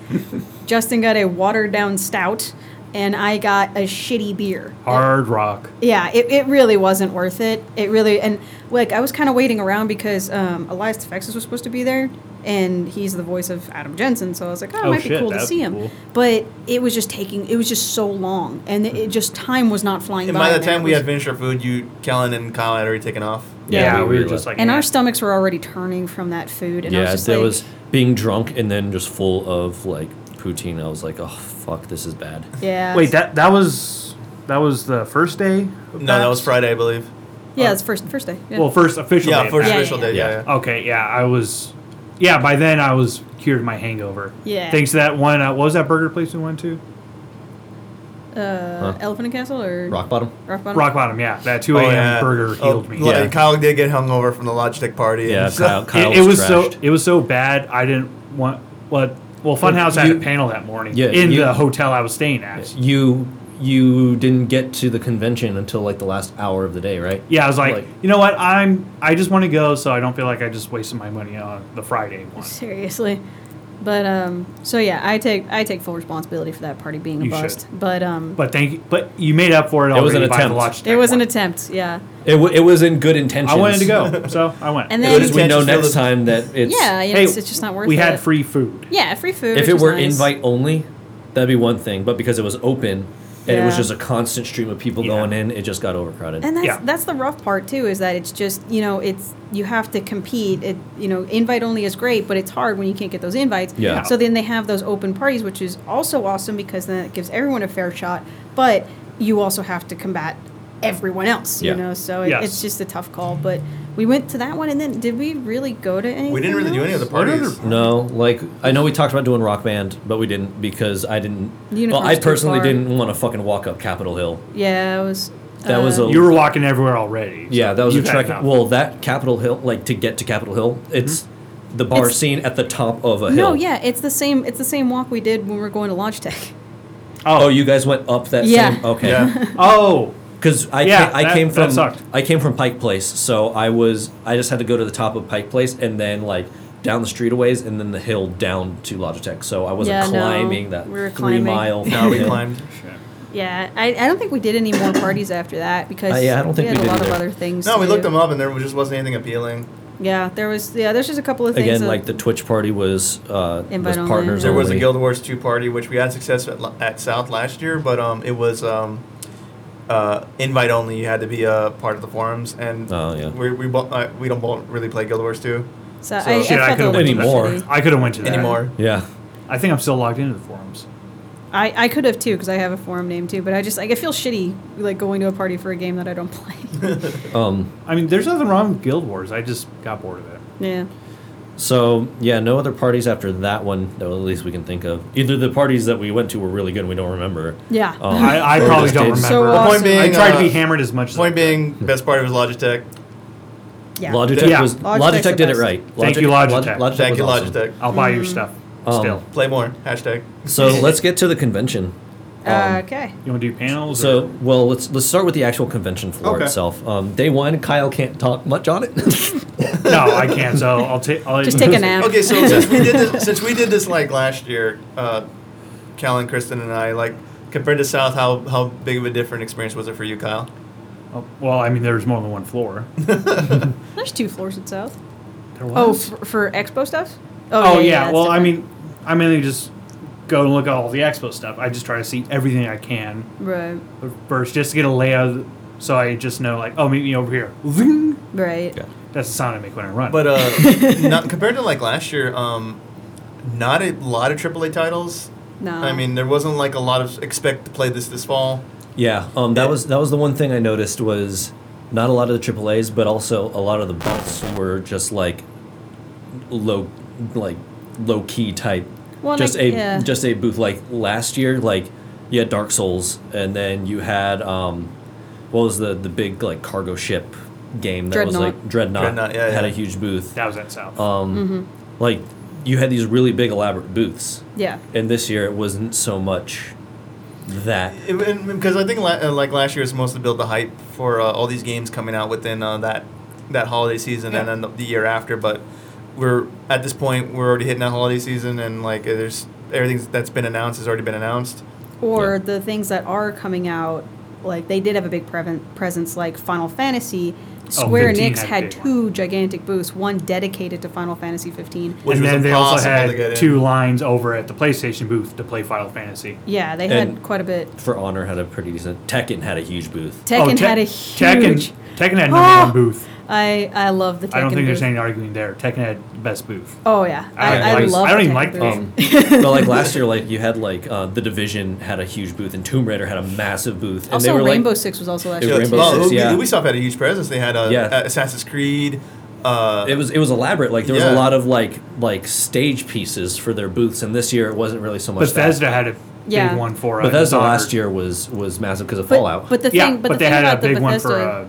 Justin got a watered down stout, and I got a shitty beer. Hard rock. yeah it, it really wasn't worth it it really and like i was kind of waiting around because um, elias Texas was supposed to be there and he's the voice of adam jensen so i was like oh it Oh, might be shit, cool to that'd see be him cool. but it was just taking it was just so long and it, it just time was not flying And by by the in there. time It we was- had finished our food, you, Kellen, and Kyle had already taken off. Yeah, we we, were really just left. like, "Eh." and our "Man." stomachs were already turning from that food and I was yeah, just there like, was being drunk and then just full of like poutine. I was like, oh fuck, this is bad. yeah Wait, that that was that was the first day. of No, that PAX? was Friday, I believe. yeah it's first first day yeah. Well, first official. Yeah, day of first Yeah, official yeah, day. yeah. yeah. yeah. PAX. Okay, yeah, I was. Yeah, by then I was cured of my hangover. Yeah. Thanks to that one. Uh, what was that burger place we went to? uh, Huh? elephant and castle or Rock bottom. rock bottom Rock Bottom, yeah. That 2 Oh, a.m. burger healed me. Oh, Yeah. Yeah. Kyle did get hungover from the Logitech party. Yeah, and Kyle, Kyle It, it was so trashed. it was so bad. I didn't want what. Well, Funhouse had you- a panel that morning Yeah, in you- the hotel I was staying at. Yeah, you you didn't get to the convention until like the last hour of the day, right? I was like, Like- you know what? I'm I just want to go, so I don't feel like I just wasted my money on the Friday one. Seriously. But um so yeah, I take I take full responsibility for that party being a You bust. But um But thank you. But you made up for it. It was an already by the attempt. Logitech it was an one. attempt, yeah. It, w- it was in good intentions. I wanted to go, so I went. And But then as we know Intentions next for the- time that it's yeah, yeah, Hey, it's, it's just not worth we it. had free food. Yeah, free food. if which it was were nice. invite only, that'd be one thing. But because it was open and it was Yeah. just a constant stream of people Yeah. going in, it just got overcrowded. And that's Yeah. that's the rough part too, is that it's just you know it's you have to compete. It you know invite only is great, but it's hard when you can't get those invites. Yeah. So then they have those open parties, which is also awesome because then it gives everyone a fair shot. But you also have to combat everyone else. Yeah. You know, so it, Yes. it's just a tough call. But we went to that one, and then did we really go to any? We didn't really do any of the What parties. other- no, like I know we talked about doing Rock Band, but we didn't because I didn't. well, Unicorn's I too personally far. didn't want to fucking walk up Capitol Hill. Yeah, it was. uh, That was a- You were walking everywhere already. so Yeah, that was you've a had trek. enough. Well, that Capitol Hill, like to get to Capitol Hill, it's the bar Mm-hmm. It's- scene at the top of a hill. No, yeah, it's the same. It's the same walk we did when we were going to Logitech. Oh, you guys went up that Yeah. same. Okay. Yeah. Oh, Because I Yeah, ca- I that- came that from sucked. I came from Pike Place, so I was I just had to go to the top of Pike Place and then like down the street a ways and then the hill down to Logitech. So I wasn't Yeah, no, climbing that we were three climbing. mile. No, we hill. climbed. Yeah, I, I don't think we did any more parties after that because Uh, yeah, I don't think we had we a did lot either. of other things. No, to we looked do. them up, and there just wasn't anything appealing. Yeah, there was. Yeah, there's just a couple of things. Again, that- like the Twitch party was uh, was Invite only, partners. yeah. There was a only. Guild Wars 2 party, which we had success at, la- at South last year, but um, it was um, uh, invite only. You had to be a part of the forums, and Oh, yeah. we we, bo- uh, we don't bo- really play Guild Wars 2 So, so- I, I Shit, I felt could've a went little anymore. shitty. I could have went to that anymore. Yeah. I think I'm still logged into the forums. I, I could have too because I have a forum name too, but I just like I feel shitty like going to a party for a game that I don't play. Um. I mean, there's nothing wrong with Guild Wars. I just got bored of it. yeah. So yeah, no other parties after that one. Though at least we can think of. Either the parties that we went to were really good and we don't remember. Yeah. Um, I, I or probably just don't did- remember. So, uh, Well, point Awesome. being, I tried to be uh, hammered as much. as Point I being, best part of it was Logitech. yeah. Logitech Yeah. was Logitech's Logitech the did it best. right. Thank you, Log- Logitech. Thank was you, awesome. Logitech. could. I'll buy your stuff. Um, still, Play more. Hashtag. So let's get to the convention. Um, Uh, okay. you want to do panels? So, or- well, let's let's start with the actual convention floor Okay. itself. Um, day one, Kyle can't talk much on it. no, I can't. So I'll take. I'll Just take a nap. Okay, so since we did this, since we did this like last year, uh, Cal and Kristen and I like compared to South, how how big of a different experience was it for you, Kyle? Oh, Well, I mean, there's more than one floor. There's two floors at South. There Oh, was. for, for expo stuff? Oh, yeah. that's Well, I different. mean, I mainly just go and look at all the expo stuff. I just try to see everything I can Right. first, just to get a layout, so I just know like, oh, meet me over here. Zing! Right. Yeah. That's the sound I make when I run. But uh, not, compared to like last year, um, not a lot of AAA titles. No. I mean, there wasn't like a lot of expect to play this this fall. yeah, um, that was that was the one thing I noticed was not a lot of the AAA's, but also a lot of the bumps were just like low, like low key type. Well, just like- a yeah. just a booth like last year, like you had Dark Souls, and then you had um, what was the the big like cargo ship game that was Dreadnought. like Dreadnought, Dreadnought, yeah, had yeah. a huge booth. that was at South. uh, Um, Like you had these really big elaborate booths. Yeah. and this year it wasn't so much that. Because I think la- uh, like last year was mostly build the hype for uh, all these games coming out within uh, that that holiday season and Yeah. then the, the year after. But we're at this point we're already hitting that holiday season and like uh, there's everything that's been announced has already been announced. Or Yeah. the things that are coming out, like they did have a big preven presence, like Final Fantasy. Square 15 Enix Oh, had a had big one. two gigantic booths, one dedicated to Final Fantasy 15. Which and was then they also impossible to get had in. two lines over at the PlayStation booth to play Final Fantasy. Yeah, they had And- quite a bit. For Honor had a pretty decent. Tekken had a huge booth. Tekken Oh, Te- had a huge. Tekken, Tekken had number one Oh! booth. I I love the Tekken. I don't think booth. there's any arguing there. Tekken had the best booth. Oh yeah, I, don't I, like- love. I don't the Tekken even like the booth. Um, but like last year, like you had like uh, the Division had a huge booth, and Tomb Raider had a massive booth, and also, Rainbow like, Six was also last It year. was too. Rainbow Well, Six, Ubi- yeah. Ubisoft had a huge presence. They had uh, Yeah. uh, Assassin's Creed. Uh, It was it was elaborate. Like there was Yeah. a lot of like like stage pieces for their booths, and this year it wasn't really Um, so much. Bethesda that. had a Yeah. big one for uh, Bethesda Dishonored. last year was was massive because of But, Fallout, but the yeah, thing, but, the they thing had about a big the one for Bethesda uh,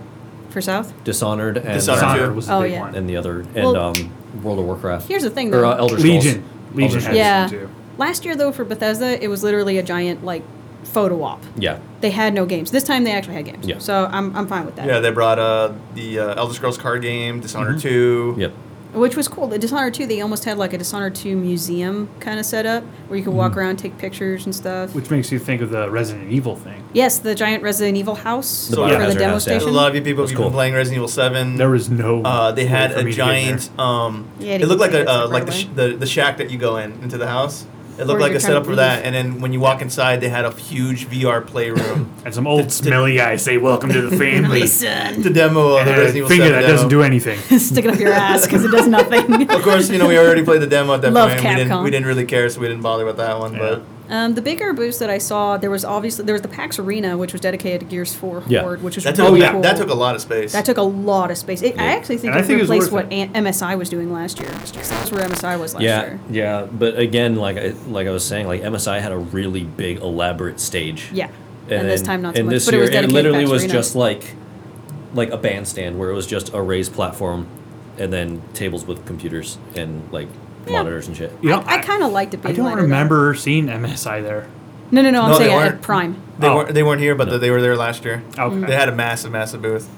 for South. Dishonored and Dishonored uh, Dishonored. Dishonored was the Oh, big yeah. one. and the other and Well- um, World of Warcraft. Here's the thing, or though. uh, Elder Scrolls. Legion. Legion Elder had Scrolls. Yeah. some too. Last year, though, for Bethesda, it was literally a giant like photo op. Yeah, They had no games. This time, they actually had games. Yeah. So I'm, I'm fine with that. yeah, they brought uh, the uh, Elder Scrolls card game, Dishonored Two. Mm-hmm. yep. Which was cool. The Dishonored 2, they almost had like a Dishonored 2 museum kind of setup where you could Mm-hmm. walk around, take pictures and stuff. Which makes you think of the Resident Evil thing. yes, the giant Resident Evil house The for the Biohazard demo house, yeah. A station. lot of you people That's have cool. been playing Resident Evil Seven. There was no. Uh, they way had for a me to get in giant. Um, Yeah, it looked like a it's uh, like like the, right sh- away. the the shack that you go in into the house. It Or looked like you're a setup for trying to that, leave. and then when you walk inside, they had a huge VR playroom there. And some old smelly guy say, "Welcome to the family." Listen, to demo of and the had a Resident Evil finger 7 that demo. doesn't do anything. stick it up your ass because it does nothing. Of course, you know we already played the demo at that Love point. and We didn't Capcom. we didn't really care, so we didn't bother with that one. But Um, the bigger booths that I saw, there was obviously there was the PAX Arena, which was dedicated to Gears Four Yeah. Horde, which was that took really that, cool. that took a lot of space. That took a lot of space. It, I actually think And I it think it was replaced worth what An- MSI was doing last year. 'cause That's where MSI was last yeah, year. yeah. But again, like I, like I was saying, like MSI had a really big, elaborate stage. Yeah. And, this then- time not so and much. this but year, it was dedicated literally to PAX was Arena. just like like a bandstand where it was just a raised platform, and then tables with computers and like Yeah. monitors and shit. You know, I, kind of liked it I being don't lighter, though. remember seeing MSI there. No, no, no. I'm No, they saying at weren't. Prime. they Oh. weren't they weren't here, but they were there last year. Okay. Mm. They had a massive, massive booth.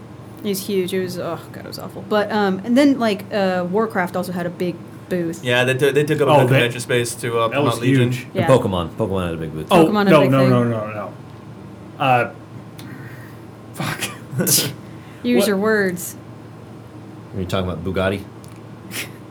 It was huge. It was oh god, it was awful. But um, and then like uh, Warcraft also had a big booth. Yeah, they, took they took up Oh, a that- good convention space to uh, that was Mount Legion. huge. And Yeah. Pokemon, Pokemon had a big booth. Oh Pokemon had a no, big no, thing. no, no, no, no. Uh, fuck. Use What- your words. Are you talking about Bugatti?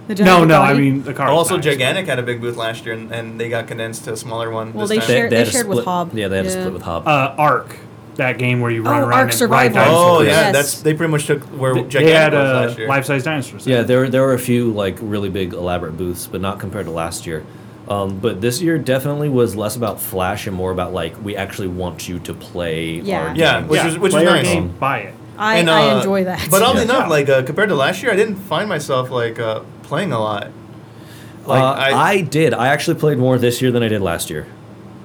The giant no, no. I Bugatti. mean the car. was Also, nice. Gigantic had a big booth last year, and, and they got condensed to a smaller one. Well, this they time. shared- had a shared with split- Hob. Yeah, they had a Yeah. split with Hob. uh, Ark, that game where you run Oh, around Ark and Survival. ride Oh dinosaurs. yeah, Yes. that's they pretty much took where Th- Oh, Gigantic they had was uh, last year. life-size dinosaurs. Yeah, there there were a few like really big elaborate booths, but not compared to last year. Um, but this year definitely was less about flash and more about like we actually want you to play. Yeah. Our Yeah, games. which was- which was play our nice. game, buy it. I, And, I uh, enjoy that. But oddly Yeah. enough, like uh, compared to last year, I didn't find myself like uh, playing a lot. Like, uh, I, I- did. I actually played more this year than I did last year.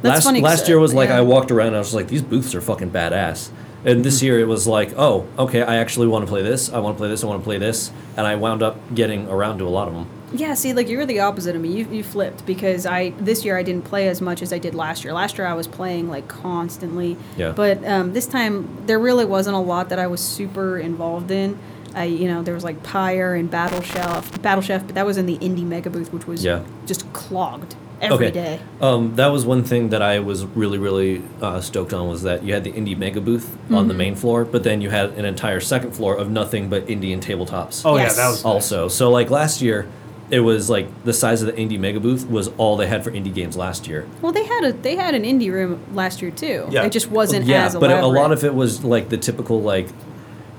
That's last funny 'cause, last year was like yeah. I walked around and I was like, these booths are fucking badass. And Mm-hmm. this year it was like, oh, okay, I actually want to play this. I want to play this. I want to play this. And I wound up getting around to a lot of them. Yeah, see, like you're the opposite of me. You, you flipped because I this year I didn't play as much as I did last year. Last year I was playing like constantly. Yeah. But um, this time there really wasn't a lot that I was super involved in. I you know there was like Pyre and Battle Chef, Battle Chef, but that was in the indie mega booth, which was Yeah. just clogged every day. Um, that was one thing that I was really, really uh, stoked on was that you had the indie mega booth on Mm-hmm. the main floor, but then you had an entire second floor of nothing but Indian tabletops. Oh Yes. yeah, that was also. So like last year, it was like the size of the indie mega booth was all they had for indie games last year. Well, they had a they had an indie room last year too. Yeah. It just wasn't yeah, as but a lot elaborate. of it was like the typical like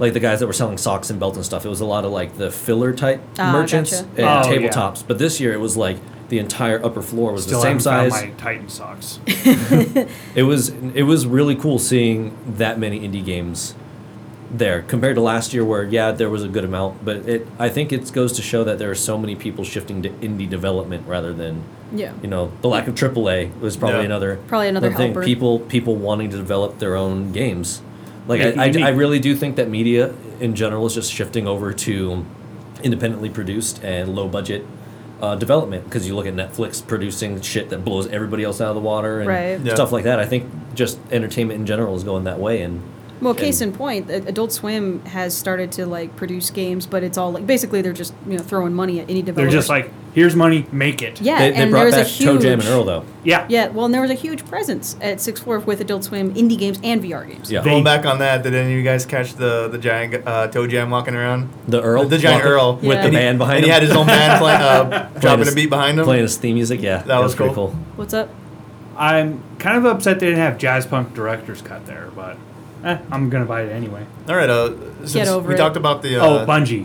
like the guys that were selling socks and belts and stuff. It was a lot of like the filler type Ah, merchants gotcha. and Oh, yeah. tabletops. But this year it was like the entire upper floor was still the same haven't found size. my Titan socks. It was it was really cool seeing that many indie games there compared to last year where yeah there was a good amount but it I think it goes to show that there are so many people shifting to indie development rather than yeah. you know the lack of AAA was probably Yeah. another Probably another one thing helper. people people wanting to develop their own games like Make it I, I, unique. I really do think that media in general is just shifting over to independently produced and low budget uh, development because you look at Netflix producing shit that blows everybody else out of the water and Right. Yeah. stuff like that I think just entertainment in general is going that way and Well, case and- in point, A- Adult Swim has started to like produce games, but it's all like basically they're just you know throwing money at any developer. They're just like, here's money, make it. yeah, they, they and there brought was a back huge Toe Jam and Earl though Yeah. Yeah, well, and there was a huge presence at Six Floor with Adult Swim indie games and VR games. yeah Going They- back on that, did any of you guys catch the the giant uh, toe jam walking around? the Earl the giant walking- Earl with Yeah. the And he- band behind and him he had his own band play, uh, dropping his- a beat behind him. playing his theme music yeah that, was pretty cool. What's up? I'm kind of upset they didn't have jazz punk directors cut there, but eh, I'm gonna buy it anyway. All right, uh, since over we it. talked about the uh, oh, Bungie,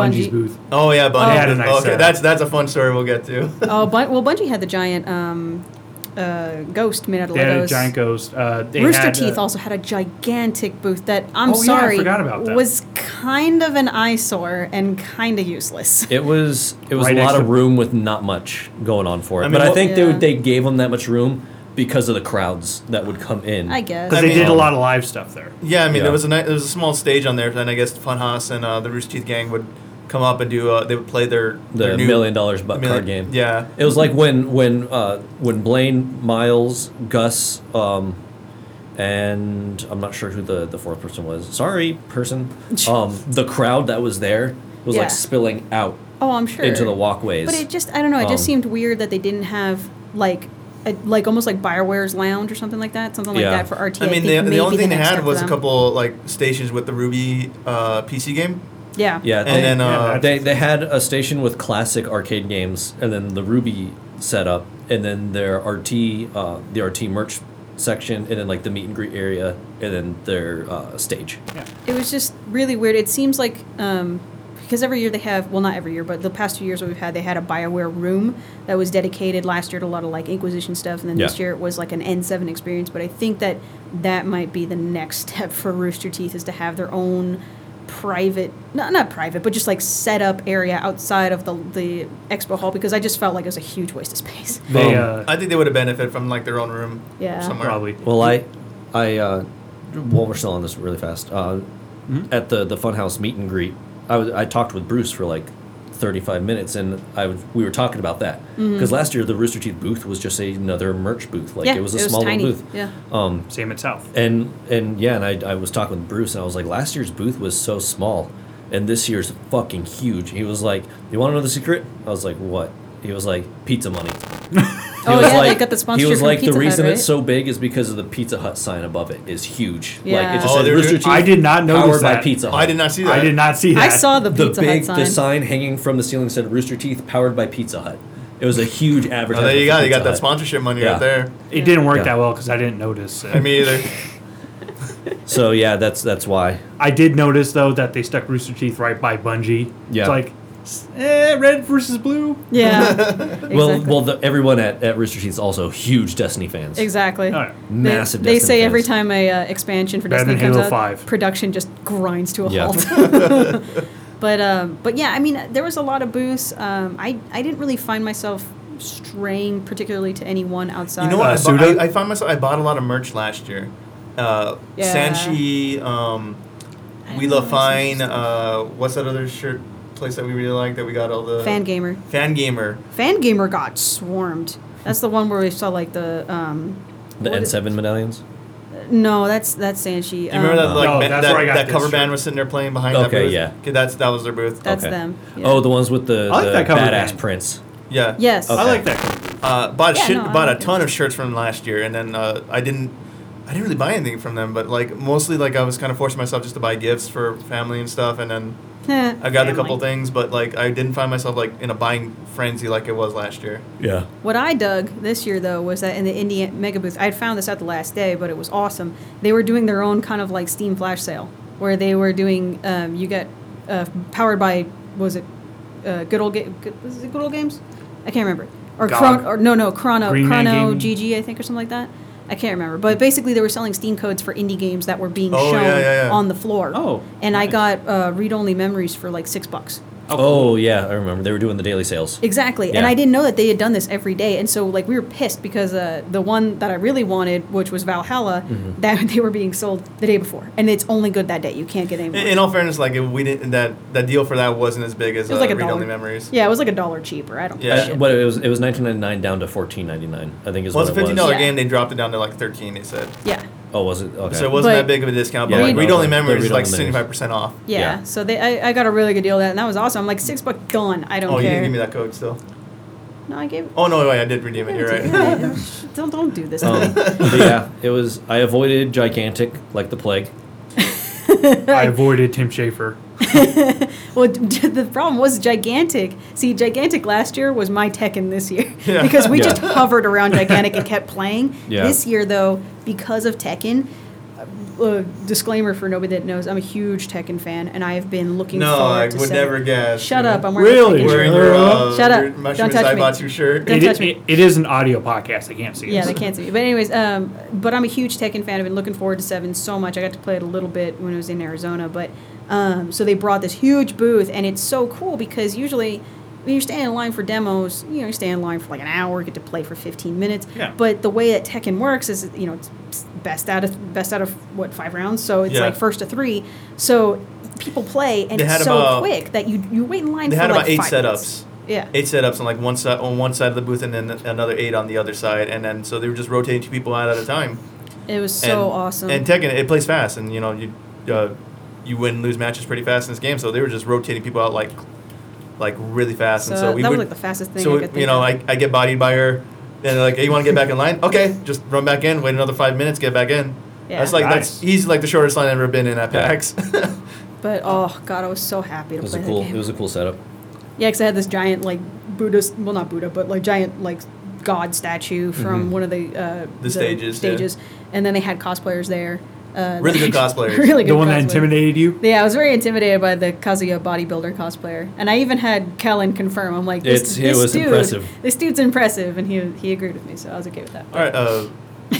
Bungie's Bungie. booth. oh yeah, Bungie. They had a nice okay, setup. that's that's a fun story we'll get to. Oh, Bun- well, Bungie had the giant um, uh, ghost made out of They had a Legos. giant ghost. Uh, they Rooster had, uh, Teeth also had a gigantic booth that I'm Oh, yeah, I sorry forgot about that. was kind of an eyesore and kind of useless. It was it was Right a next lot of to- room with not much going on for it. I mean, but I what- think Yeah. they they gave them that much room because of the crowds that would come in. I guess. Because I they mean- did a lot of live stuff there. Yeah, I mean Yeah. there was a ni- there was a small stage on there, and I guess Funhouse and uh, the Rooster Teeth gang would come up and do uh, they would play their The their new million dollars butt million- card game. Yeah, It was like when when uh, when Blaine, Miles, Gus, um, and I'm not sure who the, the fourth person was. Sorry, person. Um, the crowd that was there was Yeah. like spilling out oh, I'm sure. into the walkways. But it just, I don't know, it just Um, seemed weird that they didn't have like, a, like almost like Bioware's Lounge or something like that, something like Yeah. that for RTA. I mean think the, the maybe only thing they next step had for was a them. couple like stations with the Ruby uh, PC game, Yeah. yeah, and they- then yeah, uh, that's- They, they had a station with classic arcade games, and then the Ruby setup, and then their RT, uh, the RT merch section, and then like the meet and greet area, and then their uh, stage. It was just really weird. It seems like um, because every year they have, well, not every year, but the past two years that we've had, they had a Bioware room that was dedicated last year to a lot of like Inquisition stuff, and then this Yeah. year it was like an N7 experience. But I think that that might be the next step for Rooster Teeth is to have their own private, not not private, but just like set up area outside of the the expo hall because I just felt like it was a huge waste of space. They Um, uh, I think they would have benefited from like their own room. Yeah. somewhere. probably. Well, I, I, uh, while we're still on this really fast, uh, at the the Funhouse meet and greet, I was I talked with Bruce for like. 35 minutes and I was, we were talking about that because last year the Rooster Teeth booth was just another merch booth like yeah, it was a small little tiny. booth Yeah. um Same at South. And and yeah, and I, I was talking with Bruce, and I was like, last year's booth was so small, and this year's fucking huge. He was like, you want to know the secret? I was like, what? He was like, pizza money. He Oh, was yeah, they got the sponsor He was from like, Pizza the Hut, reason right?" it's so big is because of the Pizza Hut sign above it is huge. Like it Yeah. just Oh, said they're Rooster doing- Teeth. I did not notice powered by that. Pizza Hut. I did not see that. I did not see that. I saw the The Pizza big Hut the sign. sign hanging from the ceiling said Rooster Teeth powered by Pizza Hut. It was a huge Oh, advertisement. there you for go. You got Pizza that Hut. sponsorship money Yeah. right there. It didn't work Yeah. that well because I didn't notice. It. I mean, either. So yeah, that's that's why. I did notice though that they stuck Rooster Teeth right by Bungie. Yeah. It's like, s- eh, red versus blue. Yeah. Well, Exactly. well, the, everyone at, at Rooster Teeth is also huge Destiny fans. Exactly. Oh, yeah. They- Massive. They, Destiny say every fans. time a uh, expansion for Better Destiny than comes Halo out, 5. production just grinds to a Yeah. halt. But um, but yeah, I mean, there was a lot of booths. Um, I I didn't really find myself straying particularly to anyone outside. You know what? Uh, I, bought, Suda? I, I found myself. I bought a lot of merch last year. Uh, Yeah. Sanchi, um, I We know, Love I Fine. see. Uh, what's that other shirt place that we really like that we got all the Fan gamer. Fan gamer. Fan gamer got swarmed. That's the one where we saw like the um, The what- N7 medallions? No, that's that's Sanchi. You remember that Um, like No, ba- that's where I that, got that this cover shirt. band was sitting there playing behind that Okay, booth? yeah. Okay, that's that was their booth. That's them, yeah. Oh, the ones with the, I like the that cover badass band. prints. yeah. Yes. Okay. I like that. kind of booth. Uh, bought a Yeah, shit, no, I bought a like it. ton of shirts from last year, and then uh, I didn't, I didn't really buy anything from them. But like mostly, like I was kind of forcing myself just to buy gifts for family and stuff, and then Heh, I got a family. couple things. But like I didn't find myself like in a buying frenzy like it was last year. Yeah. What I dug this year though was that in the indie mega booth, I had found this out the last day, but it was awesome. They were doing their own kind of like Steam flash sale, where they were doing um, you get uh, powered by was it uh, good old game was it good old games? I can't remember. Or GOG. Chron- or no no Chrono Green Man Chrono Gaming. GG I think or something like that. I can't remember, but basically they were selling Steam codes for indie games that were being Oh, shown yeah, yeah, yeah. on the floor. Oh, and I nice. got uh, read only memories for like six bucks. Oh, yeah, I remember. They were doing the daily sales. Exactly. And Yeah. I didn't know that they had done this every day. And so, like, we were pissed because uh, the one that I really wanted, which was Valhalla, Mm-hmm. that they were being sold the day before. And it's only good that day. You can't get any In, more. in all fairness, like if we didn't that that deal for that wasn't as big as It was uh, like a read dollar. only memories. yeah, it was like a dollar cheaper. I don't give a Yeah. Uh, shit. what it was it was 19.99 down to 14.99. I think is Well, it's what a it fifteen was. dollar Yeah. game. They dropped it down to like thirteen. They said Yeah. Oh, was it? Okay. so it wasn't But- that big of a discount. But Yeah, like no, read only the- the memories is read-only like memories. seventy five percent off. Yeah. Yeah. So they, I, I got a really good deal that, and that was awesome. I'm like six bucks done. I don't Oh, you care. didn't give me that code still. No, I gave. Oh no, wait, I did redeem it. You're right. Yeah, don't don't do this. to Um, me. but yeah, it was. I avoided gigantic like the plague. I avoided Tim Schafer. Well, d- the problem was gigantic. See, gigantic last year was my Tekken this year Yeah. because we Yeah. just hovered around gigantic and kept playing. Yeah. This year, though, because of Tekken. uh, Uh, disclaimer for nobody that knows, I'm a huge Tekken fan, and I have been looking No, forward I to would seven- never guess. Shut up! I'm wearing Really? a Tekken shirt. Wearing your uh, Shut up. your mushroom Don't touch me. Saibatsu shirt. Don't It, touch is- me. it, it is an audio podcast. I can't see it. Yeah, they can't see me. But anyways, um, but I'm a huge Tekken fan. I've been looking forward to Seven so much. I got to play it a little bit when I was in Arizona, but um, so they brought this huge booth, and it's so cool because usually when you're standing in line for demos, you know, you stay in line for like an hour, get to play for 15 minutes. Yeah. But the way that Tekken works is, you know, it's best out of best out of what five rounds, so it's Yeah. like first to three. So people play, and They had it's so about- quick that you you wait in line. They for had like about eight five minutes. setups. Yeah. Eight setups on like one side on one side of the booth, and then another eight on the other side, and then so they were just rotating two people out at a time. It was And- so awesome. And Tekken, it plays fast, and you know you uh, you win and lose matches pretty fast in this game. So they were just rotating people out like like really fast, so, and so we that would. was like the fastest thing I so could think you know, of. I, I get bodied by her, and they're like, "Hey, you want to get back in line? Okay, just run back in, wait another five minutes, get back in." Yeah. That's like that's Nice. he's like the shortest line I've ever been in at PAX. But oh god, I was so happy It to was play a that cool. game. It was a cool setup. yeah, because I had this giant like Buddhist, well not Buddha, but like giant like god statue from one of the uh, The stages, yeah. stages, and then they had cosplayers there. Uh, Really good cosplayers. really good. The one that cosplayers. intimidated you? Yeah, I was very intimidated by the Kazuya bodybuilder cosplayer, and I even had Kellen confirm. I'm like, this, It's- it this was dude, impressive. This dude's impressive, and he he agreed with me, so I was okay with that. All right. Uh,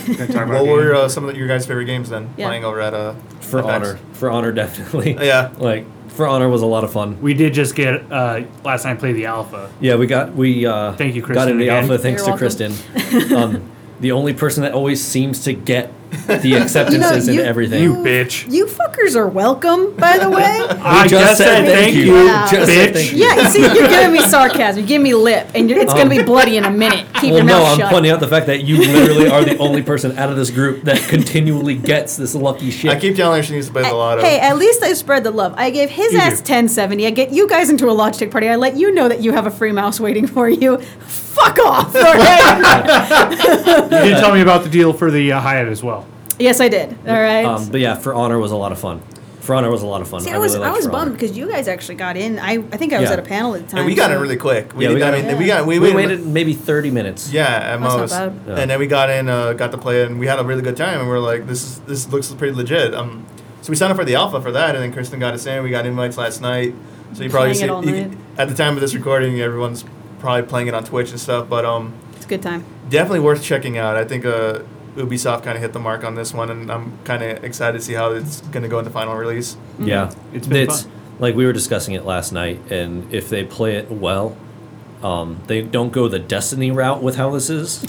Gonna talk about what were games. uh, some of your guys' favorite games then? Yeah. Playing over at uh, For at PAX? honor. For honor, definitely. Yeah. Like for honor was a lot of fun. We did just get uh, last time play the alpha. Yeah, we got we. Uh, Thank you, Got Kristen, into the again. alpha thanks You're to Kristen. um, the only person that always seems to get the acceptances you- and everything. You bitch. You fuckers are welcome, by the way. I just just said said thank thank you. you, Yeah. Just said bitch. thank Yeah, see, you're giving me sarcasm. You give me lip, and you're, it's going to be bloody in a minute. Keep well, your no, mouth I'm shut. pointing out the fact that you literally are the only person out of this group that continually gets this lucky shit. I keep telling her she needs to play the lotto. Hey, at least I spread the love. I gave his You ass do. 1070. I get you guys into a Logitech party. I let you know that you have a free mouse waiting for you. Fuck off. all right? You did tell me about the deal for the uh, Hyatt as well. yes, I did. All right. Um, but yeah, For Honor was a lot of fun. For Honor was a lot of fun. see, I, really was I liked was For Honor. bummed because you guys actually got in. I, I think I was Yeah. at a panel at the time. and we got so- in really quick. We Yeah, we did, got I mean, in- we got we, we, waited. waited maybe 30 minutes. Yeah, at That's not most. bad. Yeah. And then we got in, uh, got to play, and we had a really good time. And we were like, this is this looks pretty legit. Um, so we signed up for the alpha for that, and then Kristen got us in. We got invites last night. So you Playing probably see it all you- night. at the time of this recording, everyone's probably playing it on Twitch and stuff. But um, It's a good time. definitely worth checking out. I think uh, Ubisoft kind of hit the mark on this one, and I'm kind of excited to see how it's going to go in the final release. Yeah, Mm-hmm. It's been fun. like we were discussing it last night, and if they play it well, um, they don't go the Destiny route with how this is.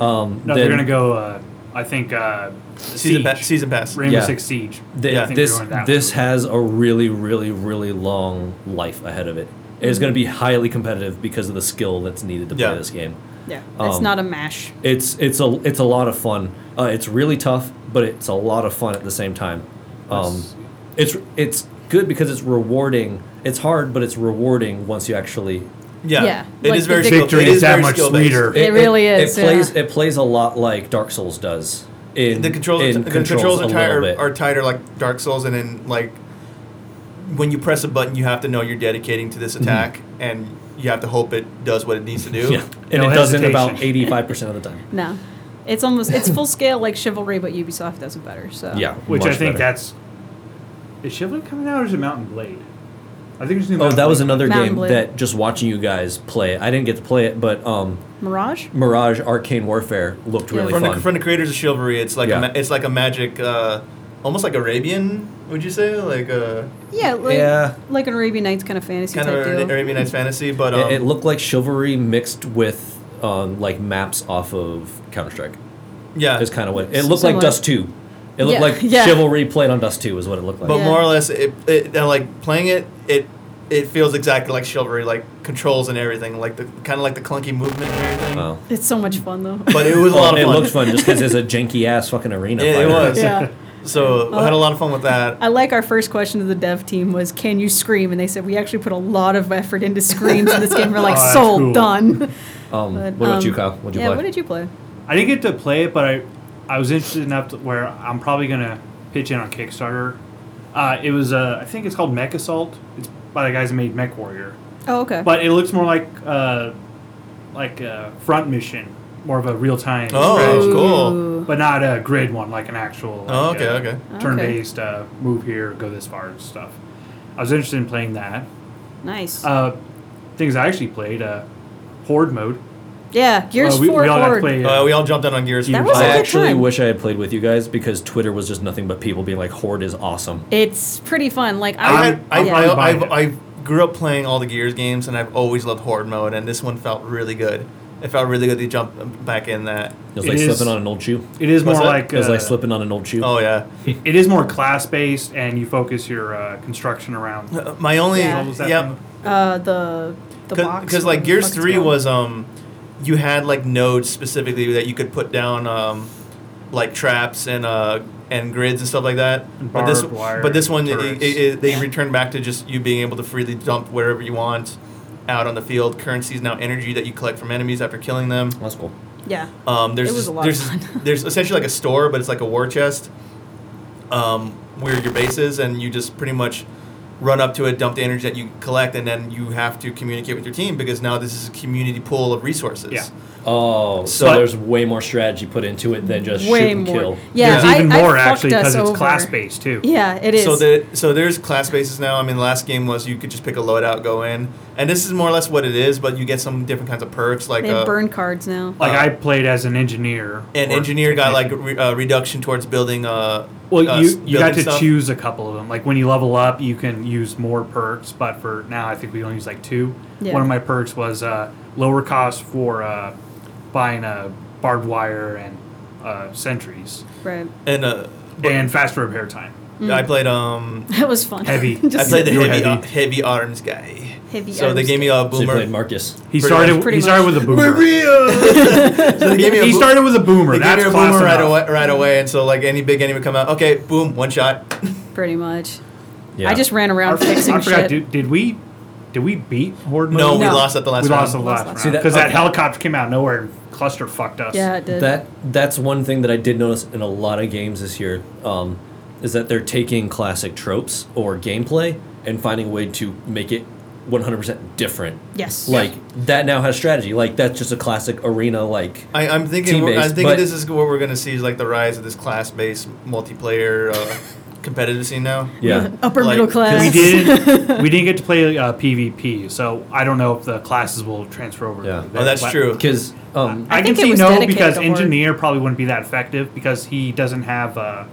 Um, No, then they're gonna go. Uh, I think uh, Season, Siege. pa- season pass. Rainbow Yeah. Six Siege. th- I think they're this going that this way. has a really, really, really long life ahead of it. It's Mm-hmm. going to be highly competitive because of the skill that's needed to Yeah. play this game. Yeah, it's Um, not a mash. It's it's a it's a lot of fun. Uh, it's really tough, but it's a lot of fun at the same time. Um, Yes. it's it's good because it's rewarding. It's hard, but it's rewarding once you actually. Yeah, Yeah. It Like is the very big- skill- Victory it is is that very much skill-based. sweeter. It really is, It plays yeah. it plays a lot like Dark Souls does. In the controls, in the controls, controls a are, little tighter, bit. are tighter like Dark Souls, and then like when you press a button, you have to know you're dedicating to this attack, and you have to hope it does what it needs to do. Mm-hmm. yeah, and No it doesn't about hesitation. eighty five percent of the time. No, it's almost it's full scale like Chivalry, but Ubisoft does it better. So Yeah, which I much think better. that's. Is Chivalry coming out or is it Mountain Blade? I think it's new. Oh, Mountain that was Blade. another Mountain game Blade. that just watching you guys play. it- I didn't get to play it, but um, Mirage. Mirage Arcane Warfare looked Yeah. really From fun. the, from the creators of Chivalry, it's like Yeah. a ma- it's like a magic, uh, almost like Arabian. Would you say like uh, a Yeah, like, Yeah. like an Arabian Nights kind of fantasy kind type of deal. an Arabian Nights fantasy? But um, It, it looked like chivalry mixed with um, like maps off of Counter Strike. yeah, Is kind of what it looked like. Similar. Dust Two. It looked Yeah, like yeah. chivalry played on Dust Two is what it looked like. But Yeah. more or less, it, it and like playing it, it it feels exactly like Chivalry, like controls and everything, like the kind of like the clunky movement and everything. Wow. It's so much fun though. But it was a lot of Oh, it fun. looked fun just because it's a janky ass fucking arena. Yeah, it fighter. was. yeah. So I had a lot of fun with that. I like our first question to the dev team was, "Can you scream?" And they said we actually put a lot of effort into screams in this game. We're like, Oh, that's "Sold, cool. done." Um, But, what about um, you, Kyle? What'd you yeah, play? what did you play? I didn't get to play it, but I, I was interested enough to where I'm probably gonna pitch in on Kickstarter. Uh, it was uh, I think it's called Mech Assault. It's by the guys that made Mech Warrior, Oh, okay. but it looks more like uh, like a front mission, more of a real time. Oh, cool. Ooh. But not a grid one, like an actual. Like, Oh, okay, uh, okay. Turn-based, uh, move here, go this far, and stuff. I was interested in playing that. nice. Uh, things I actually played, uh, Horde mode. yeah, Gears Uh, we, Four we all got to Horde. play. Uh, Uh, we all jumped in on Gears. That was a I good actually time. wish I had played with you guys because Twitter was just nothing but people being like, "Horde is awesome." It's pretty fun. Like Um, I, I had, I, yeah. I, probably I, buying it. I, grew up playing all the Gears games, and I've always loved Horde mode, and this one felt really good. It felt really good to jump back in that. It was It like is- slipping on an old shoe. it is more what's that? like It was like uh, slipping on an old shoe. Oh yeah. It is more class based, and you focus your uh, construction around. Uh, My only Yeah. What yeah. was that thing? uh, the the box. because like what the Gears fuck it's Three called. was um, you had like nodes specifically that you could put down um, like traps and uh and grids and stuff like that. And But this barbed wire but this one it, it, turrets. it- they returned back to just you being able to freely dump wherever you want out on the field. Currency is now energy that you collect from enemies after killing them. That's cool. yeah. Um, there's It was a lot of there's fun. there's essentially like a store, but it's like a war chest. Um, where your base is, and you just pretty much run up to it, dump the energy that you collect, and then you have to communicate with your team because now this is a community pool of resources. Yeah. Oh, so But- there's way more strategy put into it than just Way shoot and more. kill. Yeah, There's I- even I more fucked actually us because it's over. class based too. Yeah, it is. So the so there's class bases now. I mean, last game was you could just pick a loadout, go in, and this is more or less what it is, but you get some different kinds of perks like they have uh, burn cards now. Like Uh, I played as an engineer. an or engineer got like technician. re, uh, reduction towards building. Uh, Well, uh, s- you you got building to stuff. choose a couple of them. Like when you level up, you can use more perks, but for now, I think we only use like two. Yeah. One of my perks was uh, lower cost for uh, buying uh, barbed wire and uh, sentries, right. and uh, but and faster repair time. Mm. I played um That was fun. Heavy. I Just played the You're heavy, heavy. heavy arms guy. heavy So they arms gave me game. a So you boomer. played Marcus. He Pretty started. much. Pretty he started with a boomer. so they gave me a he boo- started with a boomer. They gave That's me a class boomer right enough. away, right away, and so like any big enemy would come out, okay, boom, one shot. Pretty much. Yeah. I just ran I, around forgot- fixing I forgot. shit. Did, did we? Did we beat Horde? No, mode? we No. lost at the last we round. lost the last Lost round last round. because See, that, that- helicopter came out of nowhere and cluster fucked us. Yeah, it did. That that's one thing that I did notice in a lot of games this year, um, is that they're taking classic tropes or gameplay and finding a way to make it 100% different. yes. Like that now has strategy. Like that's just a classic arena. Like I, I'm thinking. Team we're- I'm based, thinking but- this is what we're gonna see is like the rise of this class-based multiplayer uh, competitive scene now. yeah, upper like, middle class. We didn't. we didn't get to play uh, PvP, so I don't know if the classes will transfer over. Yeah. to Oh, that's But true. because um, I, I can think it see was no dedicated because to Horde. engineer probably wouldn't be that effective because he doesn't have uh,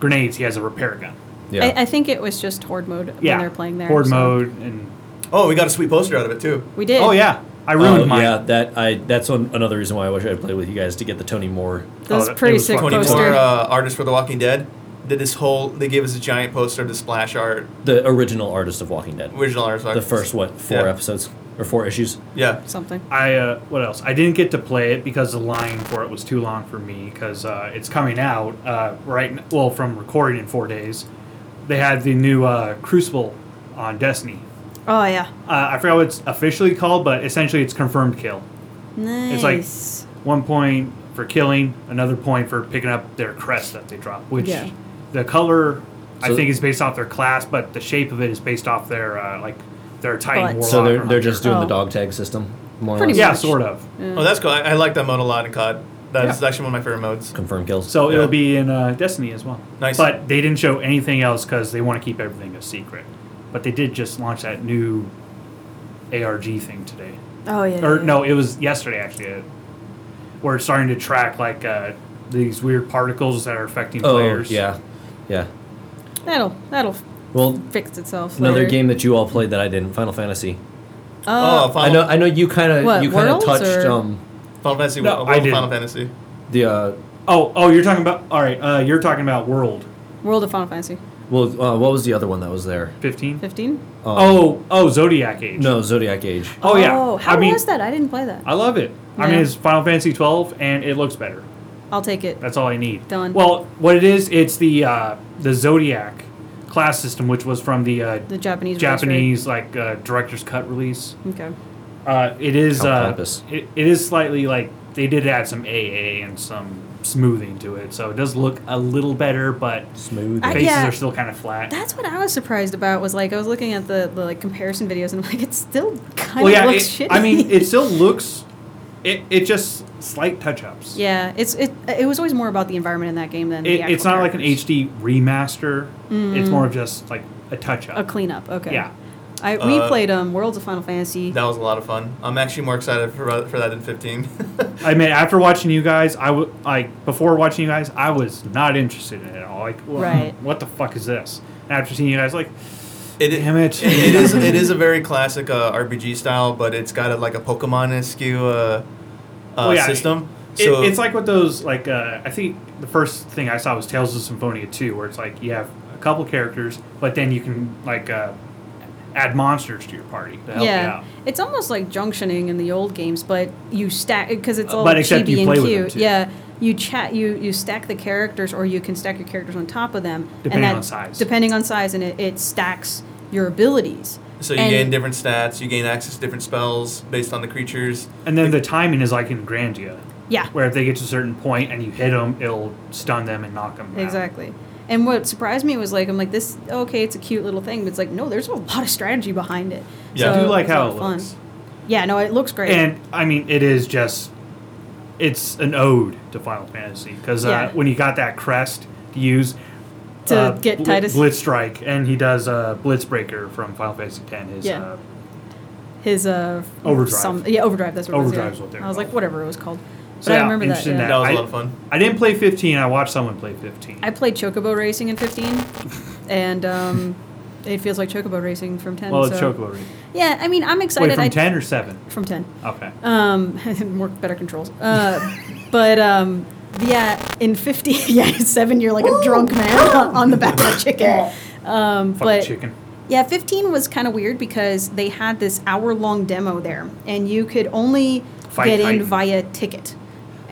grenades. He has a repair gun. Yeah. I, I think it was just horde mode Yeah, when they're playing there. horde so- mode and Oh, we got a sweet poster out of it too. We did. oh yeah, I ruined Oh, mine. Yeah, that I. That's one, another reason why I wish I had played with you guys to get the Tony Moore. That was Oh, that- it pretty was sick fun. 24 poster. uh, artists for The Walking Dead did this whole. They gave us a giant poster of the splash art, the original artist of Walking Dead. original artist. The first what four Yeah. episodes or four issues? Yeah. Something. I uh, what else? I didn't get to play it because the line for it was too long for me because uh, it's coming out uh, right. n- Well, from recording in four days, they had the new uh, Crucible on Destiny. Oh yeah. Uh, I forgot what it's officially called, but essentially it's confirmed kill. Nice. like- One point for killing, another point for picking up their crest that they drop. Which Yeah. the color I So- think is based off their class, but the shape of it is based off their uh, like their Titan Butts. warlock. So or they're hunter. they're just doing the Oh. dog tag system. More or Pretty less. yeah, much. sort of. Oh, that's cool. I, I like that mode a lot in COD. That's Yeah. actually one of my favorite modes. Confirm kills. So Yeah. it'll be in uh, Destiny as well. Nice. But they didn't show anything else because they want to keep everything a secret. But they did just launch that new ARG thing today, oh yeah. or yeah. no, it was yesterday actually, uh, where it's starting to track like uh, these weird particles that are affecting oh players. yeah, yeah. That'll that'll Well, fix itself. another later. game that you all played that I didn't. Final Fantasy. Oh. oh, I Final, know. I know you kind of What, you kind of Worlds, touched or- um Final Fantasy. No, World I of didn't. Final Fantasy. the uh, Oh, oh, you're talking about all right. Uh, you're talking about World World of Final Fantasy. well uh, what was the other one that was there? Um, 15. Fifteen. oh, oh, Zodiac Age. No, Zodiac Age. Oh yeah. Oh, how I mean, was that? I didn't play that. I love it. I Yeah. mean, it's Final Fantasy 12, and it looks better. I'll take it. That's all I need. Done. Well, what it is, it's the uh, the Zodiac class system, which was from the, uh, The Japanese. release, right? Japanese like uh, director's cut release. Okay. Uh, it is How uh, pompous. it, it is slightly like they did add some AA and some smoothing to it, so it does look a little better, but Smooth. I- faces yeah. are still kind of flat. That's what I was surprised about. Was like I was looking at the, the like comparison videos and I'm like, it still kind of well, yeah, looks it- shitty. I mean, it still looks. It it just slight touch ups. yeah, it's it. It was always more about the environment in that game than the It, actual it's not like an characters. HD remaster. It's more of just like a touch A up. cleanup. Okay. Yeah. I we Uh, played um Worlds of Final Fantasy. That was a lot of fun. I'm actually more excited for, for that than 15. I mean, after watching you guys, I w- like before watching you guys, I was not interested in it at all. Like, well, Right. what the fuck is this? And after seeing you guys, like, it, Damn it. It is. It is a very classic uh, RPG style, but it's got a, like a Pokemon esque uh, uh, Oh, yeah. system. it, So it's like with those, like, uh, I think the first thing I saw was Tales of Symphonia 2, where it's like you have a couple characters, but then you can, like, uh, add monsters to your party to help you yeah, out. it's almost like junctioning in the old games, but you stack because it's Uh, all but except chibi you and play with cute. them, too. Yeah, you chat, you you stack the characters, or you can stack your characters on top of them, and Depending that, on size. Depending on size, and it, it stacks your abilities. so you and- gain different stats. You gain access to different spells based on the creatures. And then the timing is like in Grandia, Yeah, where if they get to a certain point and you hit them, it'll stun them and knock them exactly. And what surprised me was like I'm like this okay, it's a cute little thing, but it's like no, there's a lot of strategy behind it. Yeah. I So do like it's a how lot it of fun. looks. Yeah, no, it looks great. And I mean, it is just it's an ode to Final Fantasy because Yeah. uh, when you got that crest to use To uh, get Bl- Titus- Blitz Strike, and he does uh, Blitzbreaker from Final Fantasy X. His Yeah. uh, His uh Overdrive. some- yeah, overdrive. That's what it was. Overdrive's Yeah. what they're I was like, called. whatever it was called. But So, I yeah, remember that. interested in yeah. that. That was I- a lot of fun. I didn't play 15. I watched someone play 15. I played Chocobo Racing in 15, and um, it feels like Chocobo Racing from 10. well, so. it's Chocobo Ring. Yeah, I mean, I'm Wait, excited. from I, 10 or 7? From 10. Okay. Um, more better controls. Uh, but um, yeah, in 50, yeah, in 7, you're like a drunk man on, on the back of a chicken. Um, Fuck but chicken. yeah, 15 was kind of weird because they had this hour long demo there, and you could only Fight get Titan. in via ticket.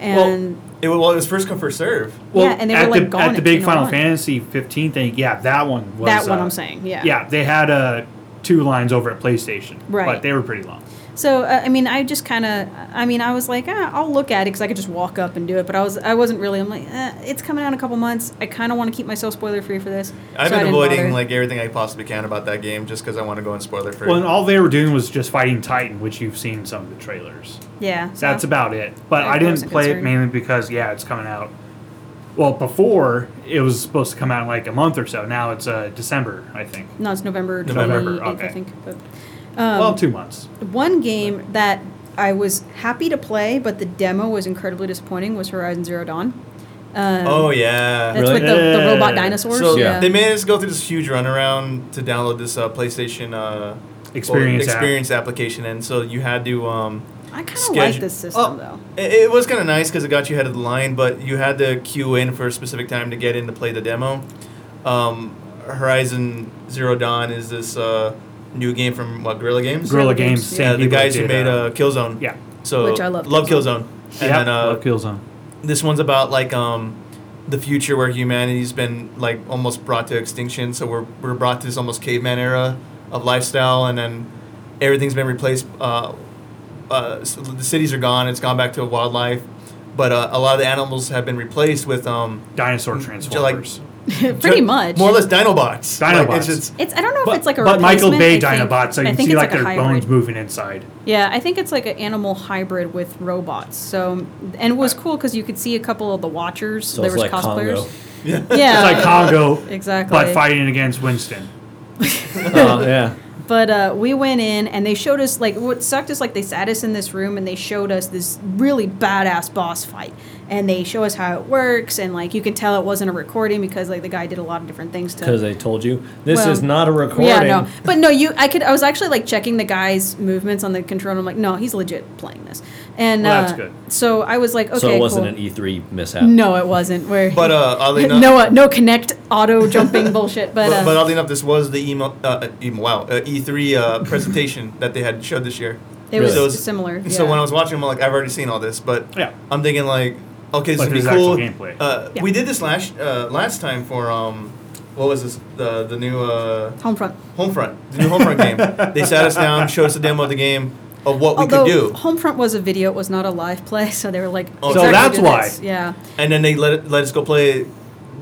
Well, And It, wa- well, it was first come first serve. Yeah, and they were, at like, the, gone at the at big 10 Final oh one. Fantasy 15 thing. Yeah, that one was that one uh, I'm saying, yeah. Yeah, they had uh, two lines over at PlayStation, Right. But they were pretty long. So uh, I mean, I just kind of, I mean, I was like, ah, I'll look at it because I could just walk up and do it. But I was, I wasn't really. I'm like, eh, it's coming out in a couple months. I kind of want to keep myself spoiler free for this. I've so I been didn't avoiding bother. like everything I possibly can about that game just because I want to go in spoiler free. Well, and all they were doing was just fighting Titan, which you've seen some of the trailers. yeah. so- That's about it. But I I didn't wasn't play it concerned. mainly because yeah, it's coming out. Well, before it was supposed to come out in like a month or so. Now it's uh, December, I think. No, it's November November, 28th, I okay. think. But um, well, two months. one game that I was happy to play, but the demo was incredibly disappointing was Horizon Zero Dawn. Um, oh yeah. That's Really? with the, the Yeah. robot dinosaurs. So Yeah. they made us go through this huge runaround to download this uh, PlayStation uh, Experience app. experience application, and so you had to. Um, I kind of schedule- like this system Oh, though. It, it was kind of nice because it got you ahead of the line, but you had to queue in for a specific time to get in to play the demo. Um, Horizon Zero Dawn is this uh, new game from what Guerrilla Games. Guerrilla Gorilla Games, Games, same yeah, the people guys that who did, made uh, Killzone. yeah. So Which I love Love Killzone. Killzone. And then uh, Love Killzone. this one's about like um, the future where humanity's been like almost brought to extinction. So we're we're brought to this almost caveman era of lifestyle, and then everything's been replaced. Uh, uh, s- the cities are gone. It's gone back to wildlife, but uh, a lot of the animals have been replaced with um, Dinosaur j- like Transformers. Pretty much. more or less Dinobots. Like, it's Dinobots. just- It's I don't know but if it's like a but Michael Bay replacement. I think- Dinobots, so you I can think see it's like, a their hybrid. bones moving inside. Yeah, I think it's like an animal hybrid with robots. So and it was cool because you could see a couple of the Watchers. So there it's was like cosplayers. Congo. yeah. Yeah, It's like Congo, Uh, exactly. but fighting against Winston. Oh, yeah. But uh, we went in and they showed us like what sucked is like they sat us in this room and they showed us this really badass boss fight and they show us how it works and like you can tell it wasn't a recording because like the guy did a lot of different things to Because they told you this Well, is not a recording. Yeah, no. But no, you I could I was actually like checking the guy's movements on the controller. and I'm like, no, he's legit playing this. And Well, that's uh, good. so I was like, okay, so it wasn't cool. an e- E3 mishap. No, it wasn't. Where But uh, oddly enough, no uh, no connect auto jumping bullshit, but, But, uh, but oddly enough, this was the emo, uh, emo wow uh, E3 uh, presentation that they had showed this year. it was Really? similar. So yeah. when I was watching, I'm like, I've already seen all this, but Yeah. I'm thinking like, okay, this But would be there's actual cool. gameplay. Uh, Yeah. We did this last uh, last time for um, what was this the the new uh, Homefront. Homefront the new Homefront game. They sat us down, showed us a demo of the game of what Although we could do, Homefront was a video, it was not a live play, so they were like, Oh, "Let's so actually that's do this." why. Yeah, and then they let it, let us go play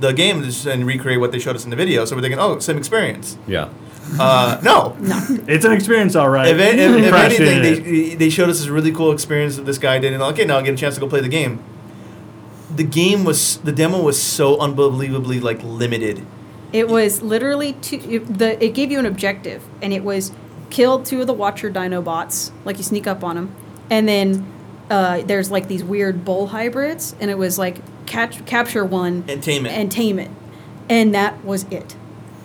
the game just- and recreate what they showed us in the video. So we're thinking, oh, same experience. Yeah. Uh, no, It's an experience, all right. If, a- if, if Crashed in anything, it. they, they showed us this really cool experience that this guy did, and okay, now I'll get a chance to go play the game. The game was the demo was so unbelievably like limited. it was literally two. It, the it gave you an objective, and it was kill two of the Watcher Dinobots. Like you sneak up on them, and then uh, there's like these weird bull hybrids, and it was like catch capture one And tame it. and tame it, and that was it.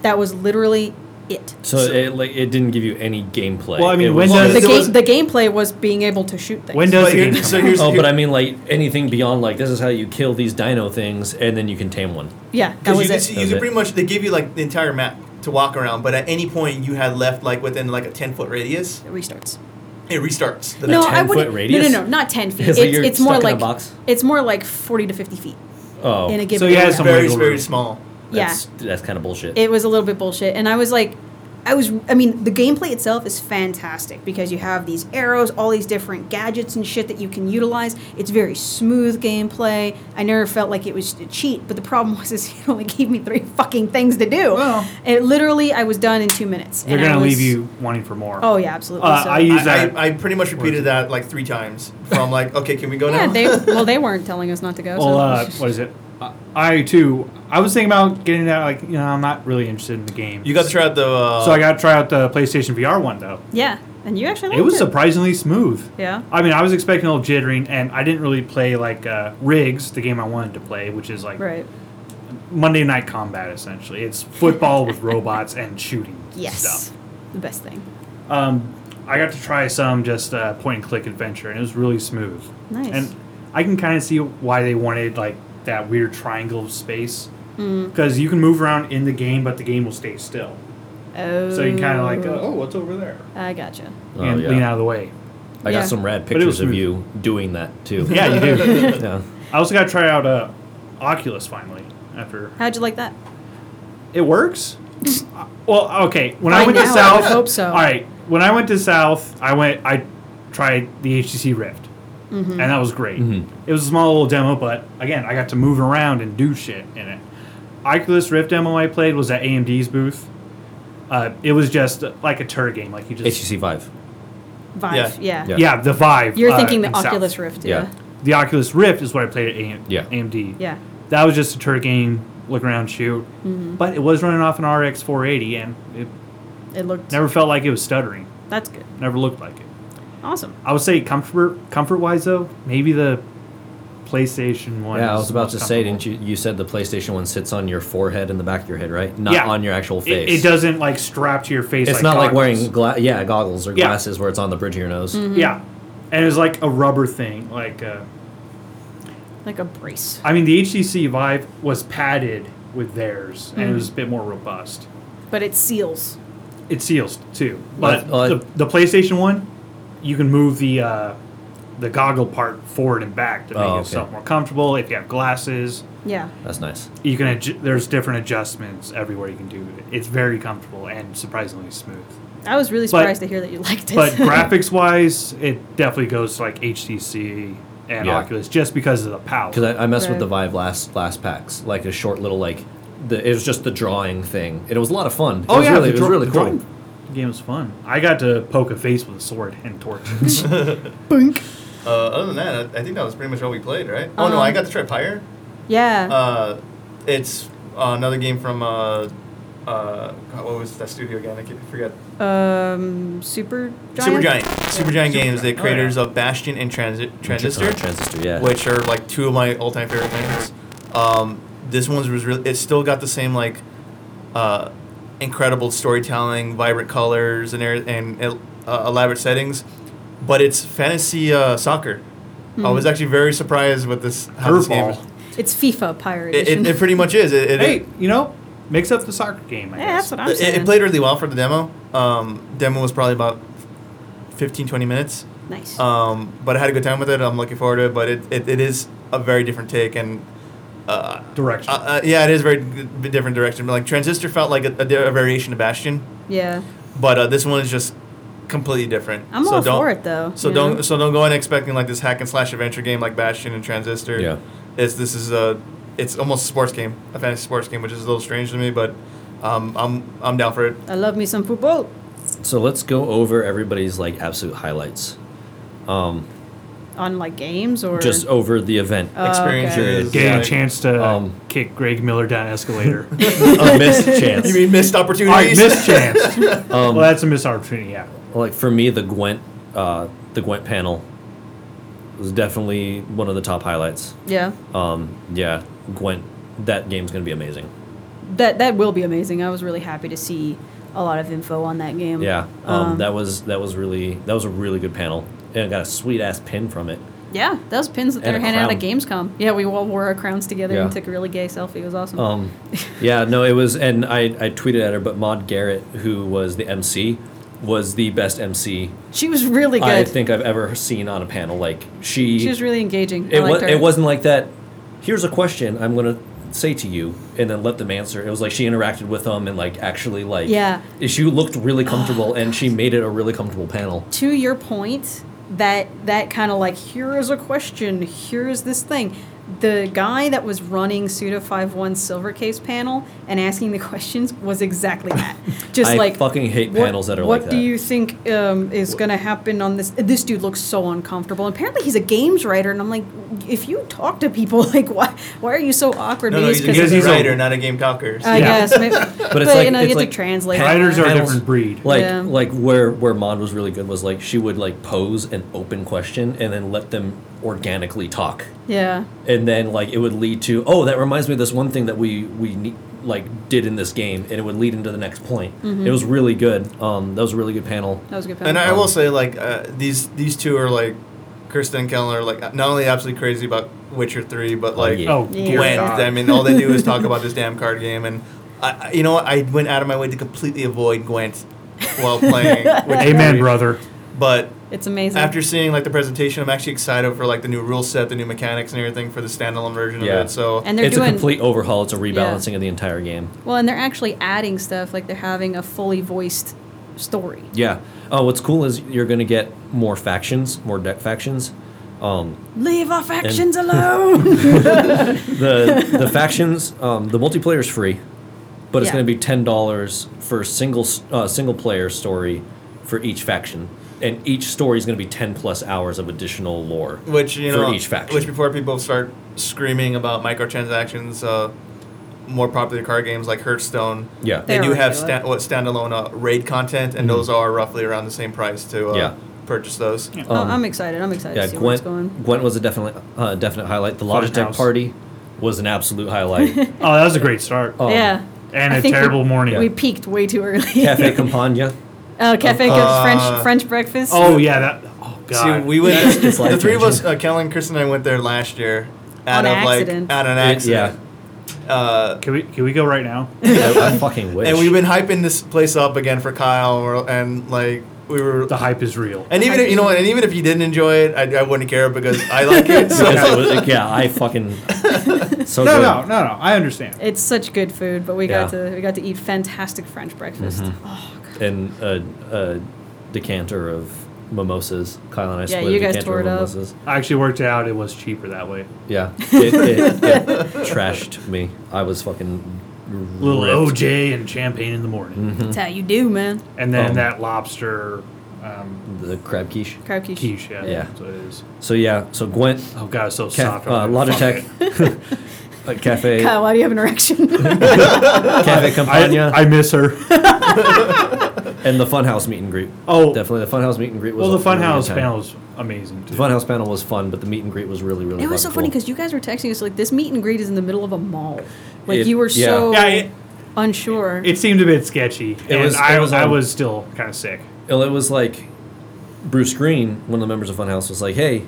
That was literally it. So, So- it like it didn't give you any gameplay. Well, I mean, It was when just- does- The, There ga- was- the gameplay was being able to shoot things. When does But the here- game so come out? here's Oh, here- but I mean, like anything beyond like this is how you kill these dino things, and then you can tame one. yeah, that 'cause was you, it. could That see- you was could it. pretty much they give you like the entire map to walk around, but at any point you had left like within like a ten foot radius, it restarts. it restarts. The No, next- I- 10 foot wouldn't- radius? No, no, no, not ten feet. It's It's, like it's, you're more stuck in a like box? it's more like forty to fifty feet Oh, in a given. So you had area. some- very wiggle very room. small. yeah, that's, that's kind of bullshit. it was a little bit bullshit, and I was like, I was, I mean, the gameplay itself is fantastic because you have these arrows, all these different gadgets and shit that you can utilize. It's very smooth gameplay. I never felt like it was a cheat, but the problem was is it only gave me three fucking things to do. Well- it literally, I was done in two minutes. They're and I gonna leave was- you wanting for more. Oh yeah, absolutely. Uh, so. I use- Is I, that- I, I pretty much repeated that like three times. From like, okay, can we go yeah, now? they well, they weren't telling us not to go. Well, so uh, what is it? Uh, I too. I was thinking about getting that. Like, you know, I'm not really interested in the game. you got to try out the. Uh, So I got to try out the PlayStation VR one though. Yeah, and you actually liked It was surprisingly smooth. Yeah. I mean, I was expecting a little jittering, and I didn't really play like uh, Rigs, the game I wanted to play, which is like right. Monday Night Combat essentially. It's football with robots and shooting Yes, stuff. the best thing. Um, I got to try some just uh, point and click adventure, and it was really smooth. Nice. And I can kind of see why they wanted like that weird triangle of space because you can move around in the game, but the game will stay still. Oh, So you can kind of like, uh, oh, what's over there? I gotcha. Oh, and yeah. lean out of the way. I yeah. got some rad But it was pictures of smooth. you doing that too. Yeah, you do. yeah. I also got to try out uh, Oculus finally after How'd you like that? it works. Uh, well, okay. When By I went to now, I South, would hope so. All right, when I went to South, I went. I tried the HTC Rift, Mm-hmm. and that was great. It was a small little demo, but again, I got to move around and do shit in it. Oculus Rift demo I played was at AMD's booth. Uh, it was just like a turd game, like you just HTC Vive. Vive. Yeah. Yeah. yeah the vibe. You're uh, thinking the in South. Oculus Rift. Yeah. The Oculus Rift is what I played at AM, Yeah. AMD. Yeah. that was just a turd game, look around, shoot. Mm-hmm. But it was running off an RX 480, and it It looked. never felt like it was stuttering. That's good. Never looked like it. Awesome. I would say comfort comfort wise though, maybe the PlayStation One. Yeah, I is was about most to say, comfortable. didn't you? You said the PlayStation One sits on your forehead and the back of your head, right? Not Yeah. on your actual face. It, it doesn't like strap to your face. It's not like goggles. wearing gla- yeah goggles or Yeah. glasses where it's on the bridge of your nose. Mm. Yeah, and it's like a rubber thing. Like, uh, like a brace. I mean, the HTC Vive was padded with theirs, and it was a bit more robust. But it seals. It seals too, but Well, I- the, the PlayStation One, you can move the uh, the goggle part forward and back to make Oh, okay. yourself more comfortable. If you have glasses, Yeah. That's nice. you can adj- there's different adjustments everywhere you can do it. It's very comfortable and surprisingly smooth. I was really But- surprised to hear that you liked it. But graphics wise, it definitely goes to like HTC and Yeah. Oculus just because of the power. Because I, I messed with Right. the Vive last last packs, like a short little like, the, it was just the drawing thing. And it was a lot of fun. It Oh was yeah, really, the it was dra- really the cool. drawing game was fun. I got to poke a face with a sword and torch. Uh, other than that, I, I think that was pretty much all we played, right? Oh no, I got to try Pyre. yeah. Uh, it's uh, another game from uh, uh, God, what was that studio again? I can't- I forget. um, super Super Giant. Super Giant Games, the creators of Bastion and Transi- Transistor, Uh, transistor, yeah. which are like two of my all-time favorite games. Um, this one's was really. It still got the same like uh, incredible storytelling, vibrant colors, and er- and el- uh, elaborate settings, but it's fantasy uh, soccer. I was actually very surprised with this how this game. Curveball. It's FIFA Pirate It, Edition. it, it pretty much is. It, it, hey, you know, mix up the soccer game. I yeah, guess. that's what I'm it, saying. it played really well for the demo. Um, demo was probably about 15, 20 minutes. nice. Um, but I had a good time with it. I'm looking forward to it. But it, it, it is a very different take and uh, Direction. uh, uh, yeah, it is very d- different direction. But like Transistor felt like a, a, di- a variation of Bastion, yeah. but uh, this one is just completely different. I'm all for it, though, So you don't know? so don't go in expecting like this hack and slash adventure game like Bastion and Transistor. Yeah. It's this is a it's almost a sports game, a fantasy sports game, which is a little strange to me, but um, I'm I'm down for it. I love me some football. So let's go over everybody's like absolute highlights, On like games or just over the event. Oh, okay. Experiences. Getting a like- chance to Um, kick Greg Miller down an escalator. a missed chance. You mean missed All right, opportunities? missed chance. Um, well, that's a missed opportunity. Yeah. like for me the gwent uh, the gwent panel was definitely one of the top highlights yeah. um, yeah gwent that game's gonna be amazing That that will be amazing. I was really happy to see a lot of info on that game. yeah um, that was that was really that was a really good panel and i got a sweet ass pin from it Yeah, those pins that And they're a handing out at crown. Gamescom. Yeah, we all wore our crowns together and Yeah. took a really gay selfie. It was awesome. um, yeah no it was and I, I tweeted at her but maud garrett who was the mc was the best mc she was really good. i think i've ever seen on a panel like she she was really engaging. I it, liked was, her. it wasn't like that here's a question i'm going to say to you and then let them answer it was like she interacted with them and like actually like Yeah. she looked really comfortable and she made it a really comfortable panel to your point that that kind of like here is a question here is this thing the guy that was running pseudo 51 silver case panel and asking the questions was exactly that just I like fucking hate what- panels that are what like do that." you think um, is going to happen on this this dude looks so uncomfortable apparently he's a games writer and i'm like if you talk to people like why why are you so awkward No, no, Maybe it's he's a 'cause game because he's of the- Oh, a- writer, not a game talker. so- I Yeah. guess, maybe- but it's like you know it's you have like to translate pan- Writers are a panels- different breed. Like Yeah. like where where Maud was really good was like she would like pose an open question and then let them organically talk. yeah and then like it would lead to oh that reminds me of this one thing that we we ne- like did in this game and it would lead into the next point Mm-hmm. it was really good um that was a really good panel that was a good panel And I Um, will say, like uh, these these two are like Kirsten and Kellen are like not only absolutely crazy about Witcher Three, but like yeah. Oh, Yeah. dear when God. I mean, all they do is talk about this damn card game, and I, I- you know what? I went out of my way to completely avoid Gwent while playing. Witcher Amen, 3. brother. But it's amazing after seeing like the presentation, I'm actually excited for like the new rule set, the new mechanics, and everything for the standalone version Yeah. of it. So And they're it's doing- a complete overhaul it's a rebalancing of the entire game Well, and they're actually adding stuff like they're having a fully voiced story. yeah oh what's cool is you're gonna get more factions more deck factions Leave our factions alone. the the factions um the multiplayer is free but it's Yeah. gonna be ten dollars for single s- uh, single player story for each faction and each story is going to be 10 plus hours of additional lore which you for know, each faction which before people start screaming about microtransactions, uh, more popular card games like Hearthstone, yeah they They're do have already sta- what standalone uh, raid content, and those are roughly around the same price to uh, Mm-hmm. Yeah. purchase those. Yeah. Oh, Um, I'm excited. I'm excited yeah, to see where it's Gwent, going. Gwent was a definite, uh, definite highlight. The Logitech Funhouse. party was an absolute highlight. Oh, that was a great start. um, yeah. and I a think we- terrible morning. We peaked way too early. Cafe Campagna. Oh, Cafe Cook's Uh, French French breakfast. oh yeah, that. Oh god. See, we went. Yeah, it's the three of us, life-changing. uh, Kellen, Chris, and I went there last year. Out On of like accident. out of an It- yeah, accident. Uh, can we can we go right now? I, I fucking wish. and we've been hyping this place up again for Kyle, or- and like we were. The hype is real. And even if you know, what, and even if you didn't enjoy it, I, I wouldn't care because I like it. So. Because it was- like, yeah, I fucking so No, good. no, no, no. I understand. It's such good food, but we got Yeah. to we got to eat fantastic French breakfast. Mm-hmm. Oh, God. and a, a decanter of mimosas. Kyle and I Yeah, split you a guys decanter tore of it up. mimosas. I actually worked it out. It was cheaper that way. Yeah, it, it, it trashed me. I was fucking Little ripped. OJ and champagne in the morning, Mm-hmm. That's how you do, man. and then Um, that lobster um, the crab quiche. Crab quiche. quiche. Yeah, Yeah. that's what it is. So yeah, so Gwent, Oh god, it's so ca- soft. uh, I'm like, fuck Logitech, it. uh, cafe, Kyle, why do you have an erection? cafe Campagna, I, I miss her. and the Funhouse meet and greet. Oh. definitely the Funhouse meet and greet was. well, the a really good Funhouse time. panel was amazing too. The Funhouse panel was fun, but the meet and greet was really really. it was so fucking funny cool. because you guys were texting us like this meet and greet is in the middle of a mall. Like It- you were yeah. so Yeah, it, unsure. it seemed a bit sketchy. and was- it I, was, I um, was still kind of sick. Well, it was like Bruce Green, one of the members of Funhouse, was like, "Hey."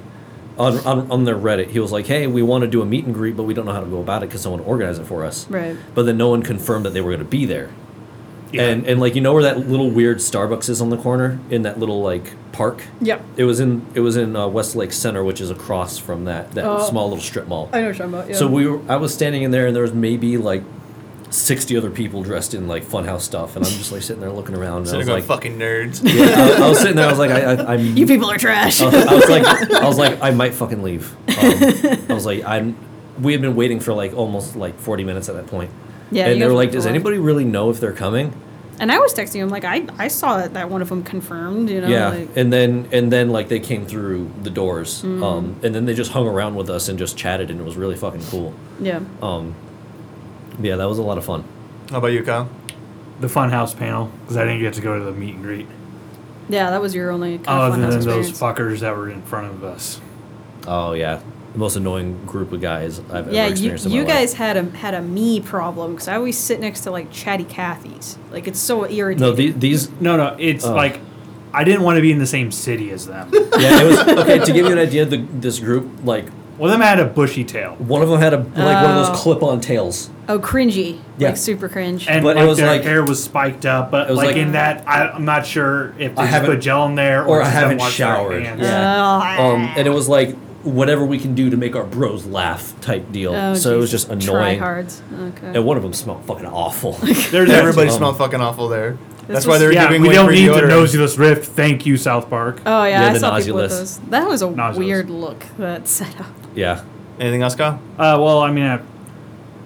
On, on, on their Reddit, he was like, "Hey, we want to do a meet and greet, but we don't know how to go about it because someone organized it for us." Right. But then no one confirmed that they were going to be there. Yeah. And and like you know where that little weird Starbucks is on the corner in that little like park. Yep. It was in it was in uh, Westlake Center, which is across from that that Oh. small little strip mall. I know what you're talking about. Yeah. So we were, I was standing in there, and there was maybe like sixty other people dressed in like funhouse stuff, and I'm just like sitting there looking around. And I Instead of was going, like, fucking nerds. I, I was sitting there, I was like, I, I, I'm. you people are trash. I was, I was like, I was like, I might fucking leave. Um, I was like, I'm. We had been waiting for like almost like forty minutes at that point. Yeah, you and they guys were were like, "Does gone." anybody really know if they're coming?" and I was texting him like I I saw that one of them confirmed. You know. yeah, Like, Mm. and then and then like they came through the doors, um, and then they just hung around with us and just chatted, and it was really fucking cool. yeah. Um, yeah, that was a lot of fun. How about you, Kyle? the Funhouse panel because I didn't get to go to the meet and greet. Yeah, that was your only kind of Other funhouse than those experience. fuckers that were in front of us. Oh yeah, the most annoying group of guys I've yeah, ever you, experienced. in my you life. guys had a had a me problem because I always sit next to like chatty Cathy's. Like it's so irritating. No, the, these. No, no, it's Oh. like I didn't want to be in the same city as them. Yeah, it was okay. To give you an idea, the, this group, like well, them had a bushy tail, one of them had a like one of Oh. those clip-on tails. oh, cringy. Yeah. Like super cringe. and But it like, was their like- hair was spiked up. But It was like, like- in that, I, I'm not sure if I they just haven't- put gel in there or I just them haven't wash their showered. hands. Yeah. Oh, Um, and it was like whatever we can do to make our bros laugh type deal. oh, so it was Jesus. just annoying. Tryhards. Okay. And one of them smelled fucking awful. There's Everybody um, smelled fucking awful there. That's why was- they're Yeah, giving we away don't free need the deodorant. noseless rift. Thank you, South Park. oh yeah, Yeah, I the saw people with Nauseous. those. That was a Nauseous. weird look that setup. yeah. Anything else, Kyle? Uh, well, I mean, I,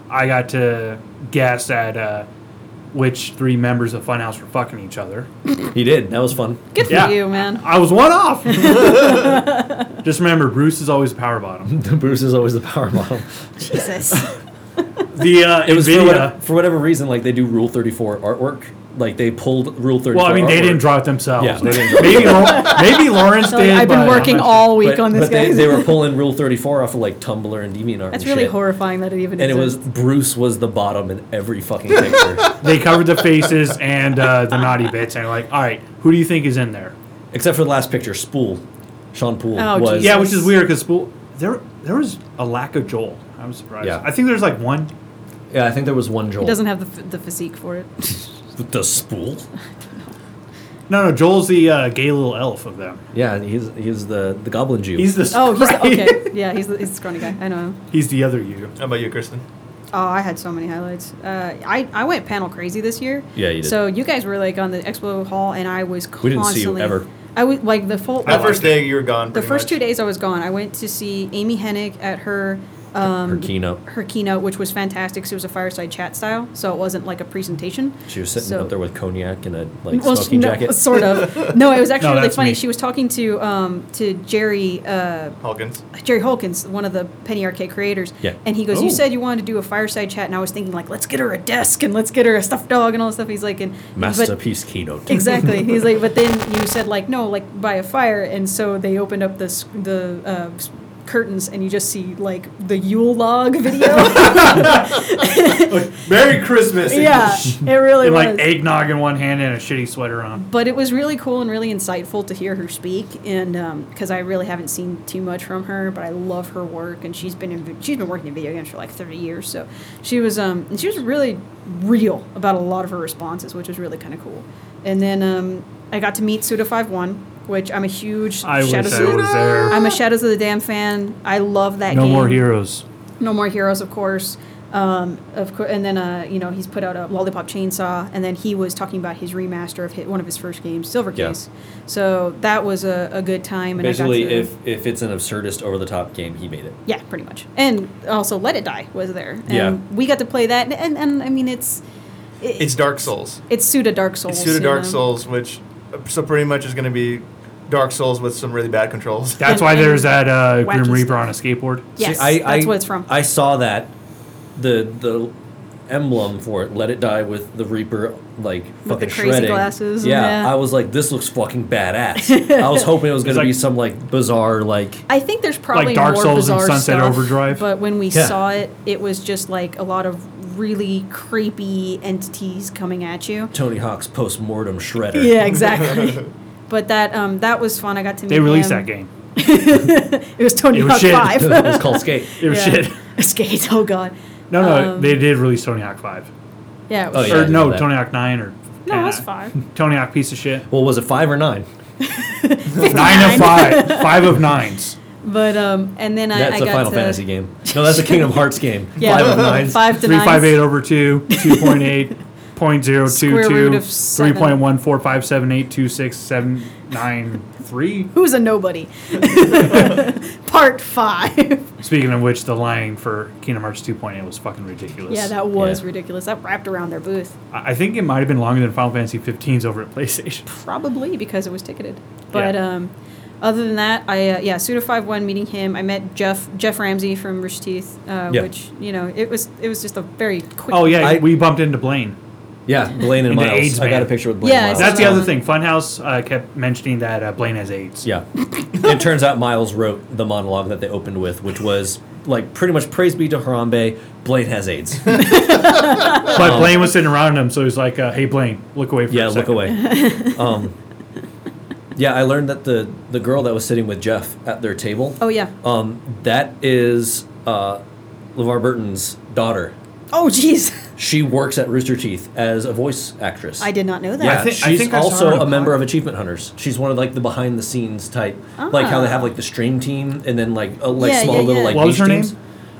I got to guess at uh, which three members of Funhouse were fucking each other. He did. That was fun. Good for Yeah. you, man. I was one off. Just remember, Bruce is always a power bottom. Bruce is always the power model. Jesus. The uh, It was for, Nvidia. what, for whatever reason, like they do Rule 34 artwork. Like they pulled Rule 34. Well, I mean, they artwork, didn't draw it themselves. Yeah, they didn't maybe, Lau- maybe Lawrence Like, did. I've been but- uh, working all week but, on this but they, guy. they were pulling Rule 34 off of like Tumblr and DeviantArt. That's and really shit. horrifying that it even And it was exists. Bruce was the bottom in every fucking picture, They covered the faces and uh, the naughty bits, and like, all right, who do you think is in there? except for the last picture. Spool, Sean Poole Oh, was. Jesus. Yeah, which is weird because there there was a lack of Joel. I was surprised. Yeah. I think there's like one. Yeah, I think there was one Joel. He doesn't have the, f- the physique for it. the Spool. No, no, Joel's the uh, gay little elf of them. Yeah, he's he's the the Goblin Jew. He's the Oh, he's sprite. okay. Yeah, he's the, he's the scrawny guy. I know him. He's the other you. How about you, Kristen? Oh, I had so many highlights. Uh, I, I went panel crazy this year. Yeah, you did. So you guys were like on the expo hall, and I was constantly. We didn't see you ever. I was like the full. That first day, you were gone. the pretty first much. two days I was gone. I went to see Amy Hennig at her um, her keynote. her keynote, which was fantastic. 'cause it was a fireside chat style, so it wasn't like a presentation. She was sitting so- up there with cognac and a like Well, smoking no, jacket. sort of. No, it was actually No, really that's funny. me. She was talking to um, to Jerry uh, Hawkins. Jerry Holkins, one of the Penny Arcade creators. Yeah. And he goes, You Ooh. said you wanted to do a fireside chat, and I was thinking like, let's get her a desk and let's get her a stuffed dog and all this stuff. He's like, and But, Masterpiece keynote. exactly. He's like, but then you said like, no, like by a fire, and so they opened up the s- the. Uh, s- curtains and you just see like the Yule log video. Merry Christmas. yeah, it really and was. like eggnog in one hand and a shitty sweater on. but it was really cool and really insightful to hear her speak and because i really haven't seen too much from her but i love her work and she's been in she's been working in video games for like 30 years so she was um and she was really real about a lot of her responses which was really kind of cool and then um i got to meet suda 51 which i'm a huge I wish shadows I of the- was there. i'm a shadows of the dam fan i love that no game more heroes. no More Heroes, of course. Um, of course, and then uh, you know he's put out a Lollipop Chainsaw, and then he was talking about his remaster of hit, one of his first games, Silver Yeah. Case. So that was a, a good time. And I Basically, got to, if if it's an absurdist over the top game, he made it. yeah, pretty much, and also Let It Die was there, and Yeah. we got to play that, and, and, and I mean it's it, It's Dark Souls. it's Suda Dark Souls, It's pseudo you Dark know. Souls, which uh, so pretty much is going to be Dark Souls with some really bad controls. That's And- why and there's that uh, wacky Grim Reaper stuff. on a skateboard. Yes, See, I, that's I- what it's from. I saw that the the emblem for it, "Let It Die" with the Reaper like fucking the crazy shredding. glasses and Yeah, yeah. I was like, this looks fucking badass. I was hoping it was gonna like- be some like bizarre like. I think there's probably Dark more Souls and bizarre Sunset stuff, Overdrive? But when we Yeah. saw it, it was just like a lot of really creepy entities coming at you. Tony Hawk's post-mortem shredder. Yeah, exactly. but that um, that was fun. I got to meet They released him. that game. It was Tony It was Hawk shit. Five. it was called Skate. It was Yeah. shit. Skate. Oh god. No, no, Um, they did release Tony Hawk Five Yeah. It Oh, was yeah. I or didn't know no that. Tony Hawk Nine or No, it uh, was five. Tony Hawk piece of shit. Well, was it five or nine? Nine of five, five of nines. But um, and then I, I That's a got Final to, Fantasy game. No, that's a Kingdom Hearts game. Yeah. Five of nines. Five to Three five nines. eight over two, two point eight, point zero two Square root two, of three seven. point one four five seven eight two six seven nine three. Who's a nobody? Part five. Speaking of which, the line for Kingdom Hearts two point eight was fucking ridiculous. yeah, that was Yeah. ridiculous. That wrapped around their booth, I I think it might have been longer than Final Fantasy 15's over at PlayStation. probably because it was ticketed. But Yeah. um, other than that, I uh, yeah, Suda Five One meeting him. I met Jeff Jeff Ramsey from Rooster Teeth, uh, Yeah. which you know it was it was just a very quick. Oh yeah, I- we bumped into Blaine. Yeah, Blaine and And the Miles. AIDS I got man. a picture with Blaine Yeah, I and Miles. saw That's the Um, other thing. Funhouse uh, kept mentioning that uh, Blaine has AIDS. Yeah. it turns out Miles wrote the monologue that they opened with, which was like pretty much praise be to Harambe, Blaine has AIDS. But Blaine was sitting around him, so he's like, uh, "Hey Blaine, look away." For Um, yeah, a look second." away. Um, yeah, I learned that the the girl that was sitting with Jeff at their table, Oh yeah. um, that is uh, LeVar Burton's daughter. Oh jeez. She works at Rooster Teeth as a voice actress. I did not know that. Yeah, I thi- I she's think I saw her also on a a member pod- of Achievement Hunters. She's one of like the behind the scenes type, like how they have like the stream team and then like uh, like Ah. Yeah, small yeah, little yeah. like. What was niche her name? teams.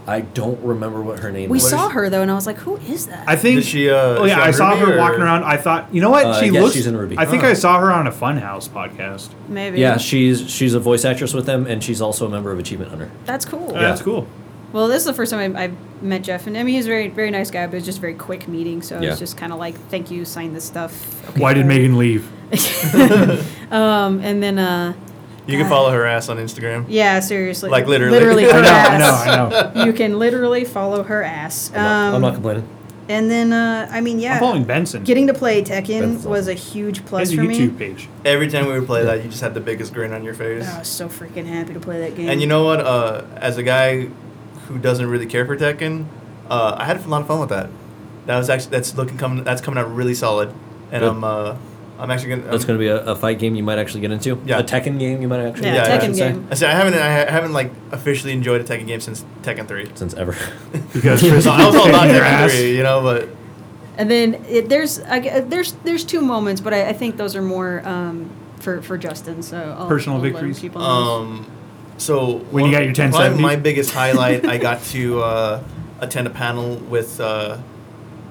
I don't remember what her name We was. saw is- her though, and I was like, "Who is that?" I think Did she, uh, oh is yeah, she I on saw Ruby, her or- walking around. I thought, you know what? Uh, she yes, looks. she's in Ruby. I think Huh. I saw her on a Funhouse podcast. Uh, Maybe. Yeah, she's she's a voice actress with them, and she's also a member of Achievement Hunter. That's cool. Uh, That's cool. Well, this is the first time I, I've met Jeff, and I mean, he's a very, very nice guy, but it's just a very quick meeting, so Yeah. it's just kind of like, "Thank you, sign this stuff." Okay, Why did cool. Megan leave? Um, and then, uh, You can follow her ass on Instagram. yeah, seriously, Like, literally. literally I her I know, I ass. know, I know. You can literally follow her ass. Um, I'm, not, I'm not complaining. and then, uh, I mean, yeah, I'm following Benson. getting to play Tekken That's was awesome. a huge He plus has a for YouTube me. page. Every time we would play that, you just had the biggest grin on your face. Oh, I was so freaking happy to play that game. And you know what? Uh, as a guy who doesn't really care for Tekken, uh, I had a lot of fun with that. That was actually that's looking coming that's coming out really solid, and Good. I'm uh, I'm actually gonna. That's going to be a, a fight game you might actually get into. Yeah. A Tekken game you might actually. Yeah, get Tekken game. I said I haven't I haven't like officially enjoyed a Tekken game since Tekken Three. Since ever. Because Chris I was all about your Tekken ass. Three, you know, but And then it, there's I, gue- there's there's two moments, but I, I think those are more um, for for Justin. So I'll, Personal I'll let him victories? keep on those. Um, so When you got your probably 1070? my biggest highlight, I got to uh, attend a panel with uh,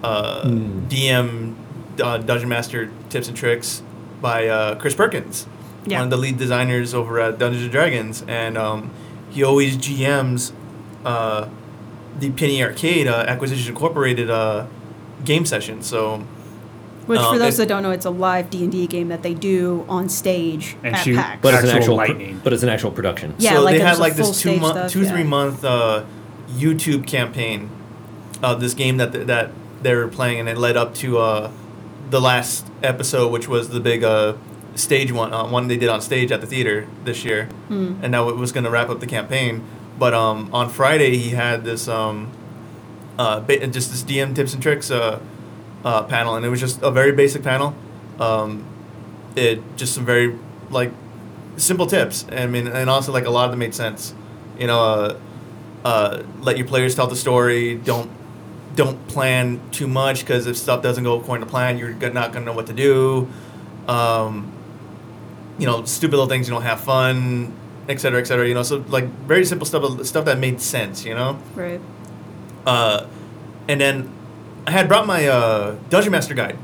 uh, Hmm. DM uh, Dungeon Master Tips and Tricks by uh, Chris Perkins, Yeah. one of the lead designers over at Dungeons and Dragons, and um, he always GMs uh, the Penny Arcade uh, Acquisition Incorporated uh, game session. So Which, Um, for those it- that don't know, it's a live D and D game that they do on stage And at shoot. PAX. but it's an Actual actual, pro- lightning. but it's an actual production. Yeah, so like they it had was a like full this two stage month, stuff, two yeah. three month uh, YouTube campaign of this game that th- that they were playing, and it led up to uh, the last episode, which was the big uh, stage one uh, one they did on stage at the theater this year, Hmm. and now it was going to wrap up the campaign. But um, on Friday he had this um, uh, ba- just this DM tips and tricks uh, uh, panel, and it was just a very basic panel. Um, it just some very like simple tips. I mean, and also like a lot of them made sense. You know, uh, uh, let your players tell the story. Don't don't plan too much because if stuff doesn't go according to plan, you're go- not gonna know what to do. Um, you know, stupid little things. You don't have fun, et cetera, et cetera. You know, so like very simple stuff, stuff that made sense. You know. Right. Uh, and then I had brought my uh, Dungeon Master guide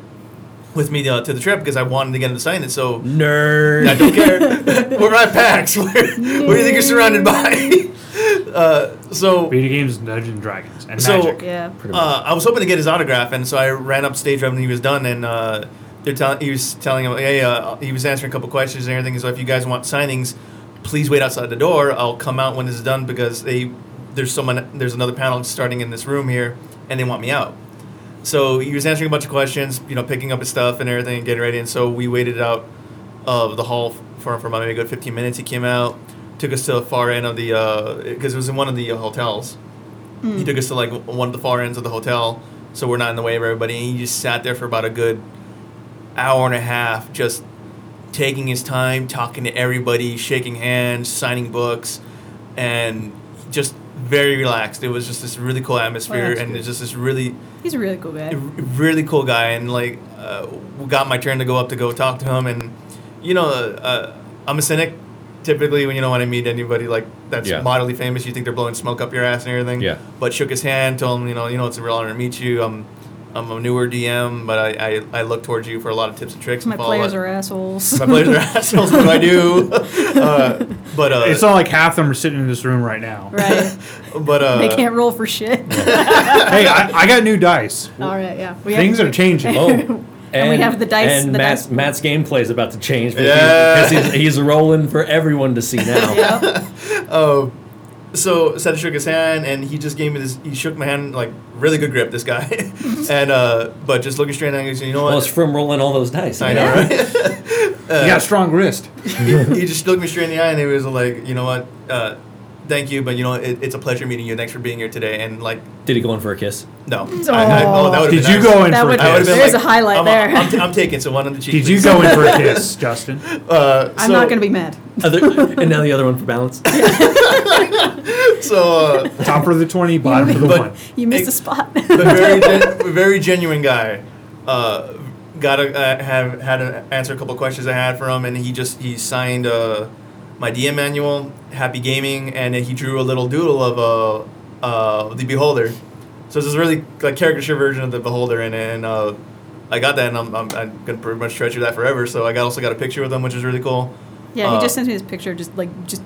with me uh, to the trip because I wanted to get him to sign it. So Nerd. I don't care. We're at PAX. Where, where do you think you're surrounded by? uh, so Video games, Dungeons and Dragons, and So- Magic. Yeah. Pretty much. uh, I was hoping to get his autograph, and so I ran up stage right when he was done, and uh, they're telling he was telling him, hey, uh, he was answering a couple questions and everything. So if you guys want signings, please wait outside the door. I'll come out when this is done because they there's someone there's another panel starting in this room here, and they want me out. So he was answering a bunch of questions, you know, picking up his stuff and everything, and getting ready. And so we waited out of the hall for for about maybe a good 15 minutes. He came out, took us to the far end of the because it was in one of the uh, hotels. He took us to like w- one of the far ends of the hotel, so we're not in the way of everybody. And he just sat there for about a good hour and a half, just taking his time, talking to everybody, shaking hands, signing books, and just very relaxed. It was just this really cool atmosphere, that's and good. it's just this really He's a really cool guy. a r- really cool guy and like uh, got my turn to go up to go talk to him and you know uh, i'm a cynic typically when you know when i meet anybody like that's Yeah. moderately famous you think they're blowing smoke up your ass and everything Yeah. but shook his hand told him you know you know it's a real honor to meet you i'm i'm a newer dm but i i, I look towards you for a lot of tips and tricks My and follow players up. are assholes. my players are assholes what do i do uh, but uh It's not like half of them are sitting in this room right now. right. but uh They can't roll for shit. hey, I, I got new dice. All right. Yeah. We Things have- are changing. Oh, And we have the dice- And the Matt's, dice- Matt's gameplay is about to change because, Yeah. he's, because he's, he's rolling for everyone to see now. Yeah. Uh, so Seth shook his hand, and he just gave me this. He shook my hand like really good grip. This guy, and uh, but just looking straight at me, he said, "You know Well, it's what? from rolling all those dice. I know, right?" you got a strong wrist. he, he just looked me straight in the eye, and he was like, "You know what? Uh, thank you, but you know, it, it's a pleasure meeting you. Thanks for being here today." And like, Did he go in for a kiss? no, I, I, oh, that would Did you go in That for a would- I would have kiss? been There's like, a highlight I'm, there." I'm, I'm taking so one on the cheek. Did you please." go in for a kiss, Justin? Uh, I'm not gonna be mad. Other, and now the other one for balance. be so. Uh, Top for the twenty, bottom for the But- one. You missed Ex- a spot. but very, gen- very genuine guy. Uh, got a, uh, have had to answer a couple questions I had for him, and he just he signed uh, my DM manual, Happy Gaming, and he drew a little doodle of uh, uh, the Beholder. So this is really like caricature version of the Beholder, and and uh, I got that, and I'm, I'm, I'm gonna pretty much treasure that forever. So I got also got a picture with him, which is really cool. Yeah. Uh, he just sent me this picture, of just like just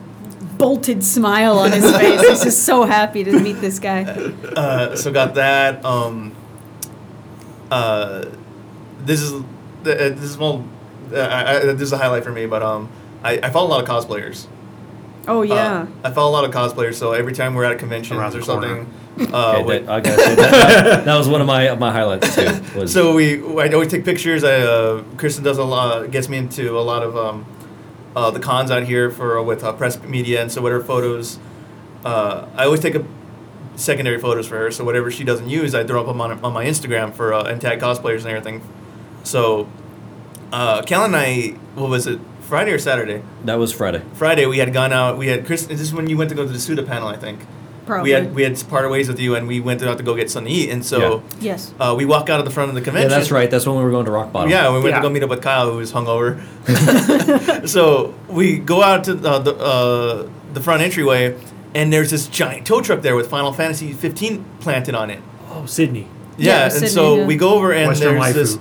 bolted smile on his face. He's just so happy to meet this guy. uh, so got that. Um, uh, this is the- uh, this is well, uh, I, I, this is a highlight for me. But um, I, I follow a lot of cosplayers. Oh Uh, yeah. I follow a lot of cosplayers. So every time we're at conventions Around the or corner. something, uh, Okay, we- that, I gotta say, that, that was one of my my highlights too. Was, so we I always take pictures. I, uh, Kristen does a lot, gets me into a lot of um, uh, the cons out here for with uh, press media, and so whatever photos. Uh, I always take a secondary photos for her. So whatever she doesn't use, I throw up on, on my Instagram for uh, and tag cosplayers and everything. So, uh, Cal and I, what was it, Friday or Saturday? that was Friday. Friday we had gone out. We had Chris. This is when you went to go to the Suda panel, I think. Probably. We had we had parted ways with you, and we went out to go get something to eat. And so yes. uh, we walk out of the front of the Yeah, convention. that's right. That's when we were going to rock bottom. Yeah, we went Yeah. to go meet up with Kyle, who was hungover. so we go out to uh, the uh, the front entryway, and there's this giant tow truck there with Final Fantasy 15 planted on it. Oh, Sydney. Yeah, Yeah, it and was Sydney, so yeah. we go over, and Western there's Waifu. this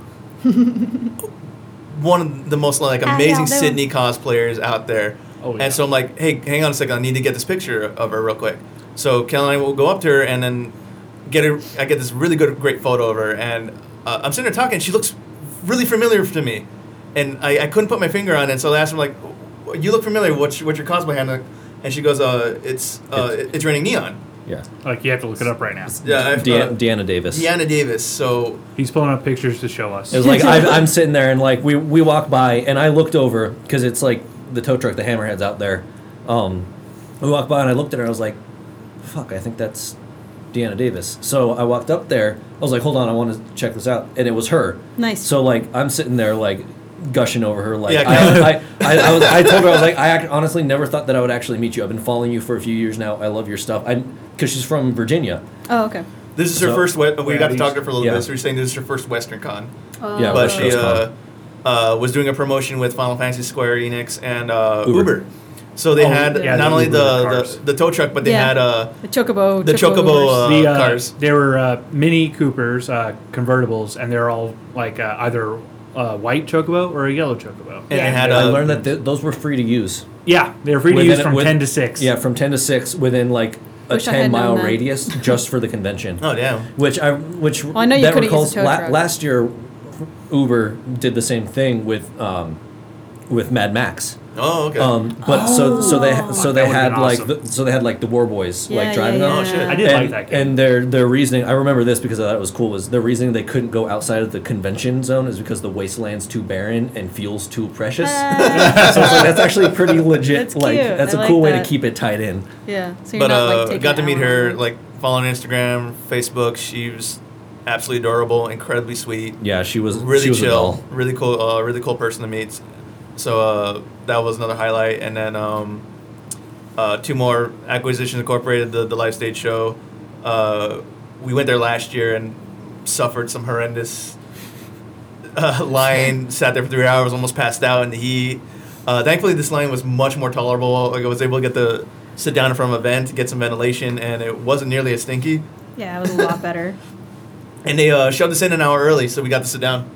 one of the most like Ah, amazing yeah, they Sydney cosplayers out there. Oh, yeah. And so I'm like, hey, hang on a second, I need to get this picture of her real quick. So Kel and I will go up to her and then get her. I get this really good, great photo of her, and uh, I'm sitting there talking. She looks really familiar to me, and I, I couldn't put my finger on it. So I asked her like, "W- "You look familiar. What's what's your cosplay handle?" And she goes, "Uh, it's uh, it's, raining neon." Yeah. Like you have to look it up right now. Yeah, I've, De- uh, Deanna Davis. Deanna Davis. So He's pulling up pictures to show us. It was like I, I'm sitting there and like we we walk by and I looked over because it's like the tow truck, the hammerheads out there. Um, we walked by and I looked at her. and I was like, "Fuck, I think that's Deanna Davis." So I walked up there. I was like, "Hold on, I want to check this out," and it was her. Nice. So like I'm sitting there like gushing over her like Yeah, I, I, I, I, was, I told her I was like I act- honestly never thought that I would actually meet you. I've been following you for a few years now. I love your stuff. I because she's from Virginia. Oh, okay. this is her So- first. We- we Yeah, got to talk these- to her for a little yeah. bit. So we're saying this is her first Western Con. Oh, Yeah, but West she Coast uh, uh, was doing a promotion with Final Fantasy, Square Enix, and uh, Uber. Uber. So they Oh, had yeah, not the only Uber the, cars. the, the tow truck, but they Yeah. had uh, the chocobo. the chocobo, Ubers. uh, the uh, cars. They were uh, Mini Coopers, uh, convertibles, and they're all like uh, either uh, white chocobo or a yellow chocobo. and Yeah. they had I uh, learned that th- those were free to use. Yeah, they're free to Within use it- from with- ten to six. Yeah, from ten to six within like a Wish I had ten mile known that. radius just for the convention. oh damn. Which I which I know you that couldn't use recalls the tow la- truck. last year, Uber did the same thing with um, with Mad Max. Oh okay. Um, but so so they so Fuck, they that would've had been like awesome. the, so they had like the War Boys Oh. Yeah, like driving yeah, them. Oh, shit. yeah. I did like And, that game. and their their reasoning, I remember this because I thought it was cool. Was their reasoning they couldn't go outside of the convention zone is because the wasteland's too barren and fuel's too precious. Ah, so it's like, that's actually pretty legit. That's like cute. that's a I cool like way that. to keep it tied in. yeah. So you're but not, like, uh, taking got to an meet hour her long. like follow on Instagram, Facebook. She was absolutely adorable, incredibly sweet, Yeah, she was really she was a chill, doll. really cool, uh, really cool person to meet. So uh, that was another highlight, and then um, uh, two more acquisitions incorporated the the live stage show. Uh, we went there last year and suffered some horrendous uh, line. Sat there for three hours, almost passed out in the heat. Uh, thankfully, this line was much more tolerable. Like I was able to get the sit down in front of a vent, get some ventilation, and it wasn't nearly as stinky. Yeah, it was a lot better. And they uh, shoved us in an hour early, so we got to sit down.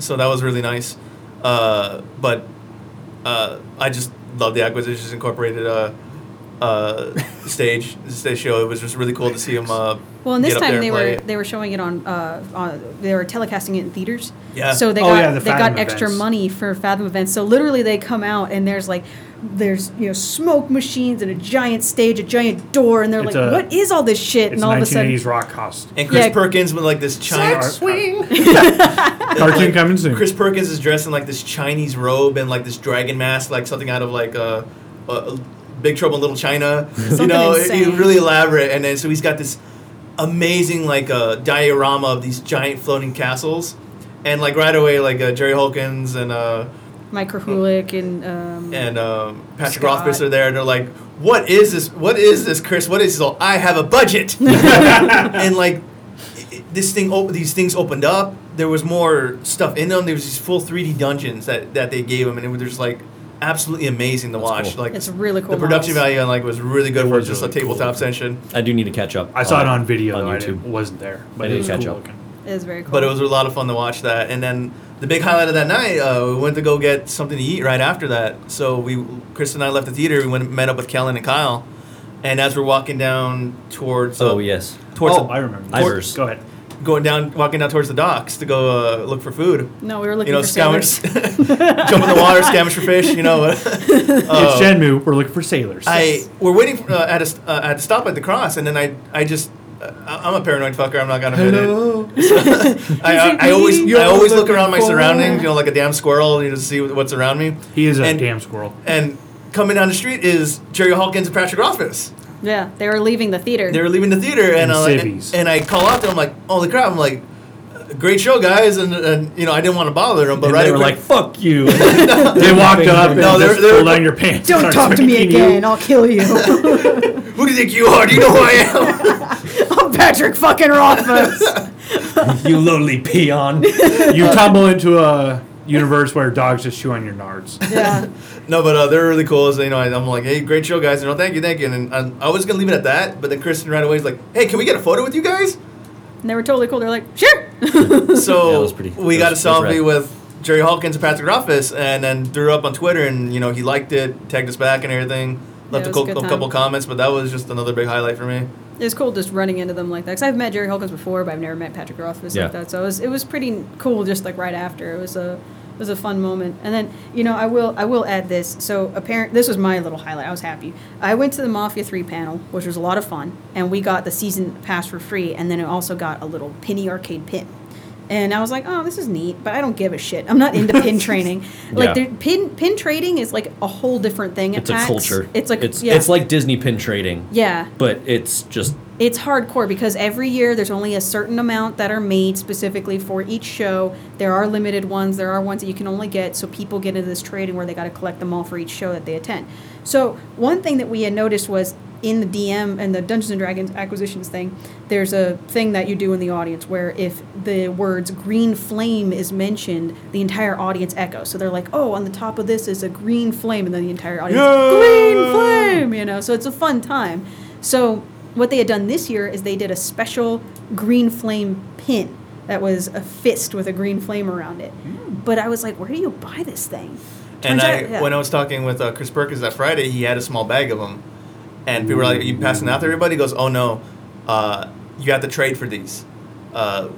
So that was really nice. Uh, but uh, I just love the Acquisitions Incorporated uh, uh, stage stage show. It was just really cool to see them. Uh, Well, and this get up time there they and were play. they were showing it on uh on they were telecasting it in theaters. Yeah. So they Oh, got yeah, the they Fathom got extra events. money for Fathom events. So literally they come out and there's like there's you know smoke machines and a giant stage, a giant door, and they're It's like, a- what is all this shit? it's And all of a nineteen sudden, eighties rock costume. and Chris Yeah. Perkins with like this Car- Chinese car- Cartoon coming soon. Chris Perkins is dressed in like this Chinese robe and like this dragon mask, like something out of like a. Uh, uh, Big Trouble in Little China, you know, it, insane. really elaborate, and then so he's got this amazing like uh, diorama of these giant floating castles, and like right away like uh, Jerry Hawkins and uh, Mike Krahulik and um, and um, Patrick Scott. Rothfuss are there, and they're like, "What is this? What is this, Chris? What is this? all? I have a budget." and like, i- i- this thing, op- these things opened up. There was more stuff in them. There was these full 3D dungeons that that they gave them, and it was just like absolutely amazing to watch. cool. Like, It's really cool The production models. value on like was really good for was just really a cool. tabletop session, I do need to catch up. I saw it on video on though, I YouTube. didn't- wasn't there, I but didn't it was catch cool up. looking. it was very cool. but it was a lot of fun to watch that. And then. The big highlight of that night, uh, we went to go get something to eat right after that. So we, Chris and I left the theater. We went and met up with Kellen and Kyle, and as we're walking down towards, uh, oh yes. towards oh, the- I remember. Ivers. Go ahead. going down, walking down towards the docks to go uh, look for food. no, we were looking You know, for scammers, sailors. jump in the water, scammers for fish. You know, Oh. it's Shenmue. We're looking for sailors. I we're waiting for, uh, at a st- uh, at a stop at the cross, and then I I just uh, I- I'm a paranoid fucker. I'm not gonna admit it. I, I, I always I You're always look looking around my for- surroundings. You know, like a damn squirrel. You know, to see what's around me. He is a and, damn squirrel. And coming down the street is Jerry Hawkins and Patrick Rothfuss. yeah, they were leaving the theater. they were leaving the theater, and And I, and, civvies. I call out to them like, "Holy crap!" I'm like, "Great show, guys!" And, and you know, I didn't want to bother them, but and right they were away- like, "Fuck you." They walked up and No, they're- just they're- pulled down your pants. Don't and talk started to me spanking again. You. I'll kill you. "Who do you think you are? Do you know who I am?" I'm Patrick fucking Rothfuss. you lowly peon. You tumble into a universe where dogs just chew on your nards. yeah. no, but uh, they're really cool. So you know, I, I'm like, "Hey, great show, guys!" You know, thank you, thank you. And, then uh, I, I was gonna leave it at that, but then Kristen right away is like, "Hey, can we get a photo with you guys?" And they were totally cool. They're like, sure. So Yeah, that was pretty- we that got was- a that was selfie rad. with Jerry Hawkins and Patrick Rothfuss, and then threw it up on Twitter, and you know, he liked it, tagged us back, and everything. left it was a, a cou- good a time. couple comments, but that was just another big highlight for me. It was cool just running into them like that. Because I've met Jerry Holkins before, but I've never met Patrick Rothfuss Yeah. like that. So it was it was pretty cool just like right after. It was a it was a fun moment. And then you know I will I will add this. So apparent this was my little highlight. I was happy. I went to the Mafia Three panel, which was a lot of fun, and we got the season pass for free, and then it also got a little penny arcade pin. And I was like, oh, this is neat, but I don't give a shit. I'm not into pin training. Like, Yeah. there pin pin trading is like a whole different thing. at It's a PAX. culture. It's like it's yeah. it's like Disney pin trading. yeah But it's just it's hardcore because every year there's only a certain amount that are made specifically for each show. There are limited ones, there are ones that you can only get, so people get into this trading where they got to collect them all for each show that they attend. So, one thing that we had noticed was in the DM and the Dungeons and Dragons acquisitions thing, there's a thing that you do in the audience where if the words green flame is mentioned, the entire audience echoes. So they're like, "Oh, on the top of this is a green flame," and then the entire audience, "Green flame!" time, you know. So it's a fun time. So what they had done this year is they did a special green flame pin that was a fist with a green flame around it. Hmm. But I was like, where do you buy this thing? And Turns I, out- yeah. when I was talking with uh, Chris Perkins that Friday, he had a small bag of them, and people were like, "Are you passing out to everybody?" He goes, "Oh no, uh, you have to trade for these. Uh,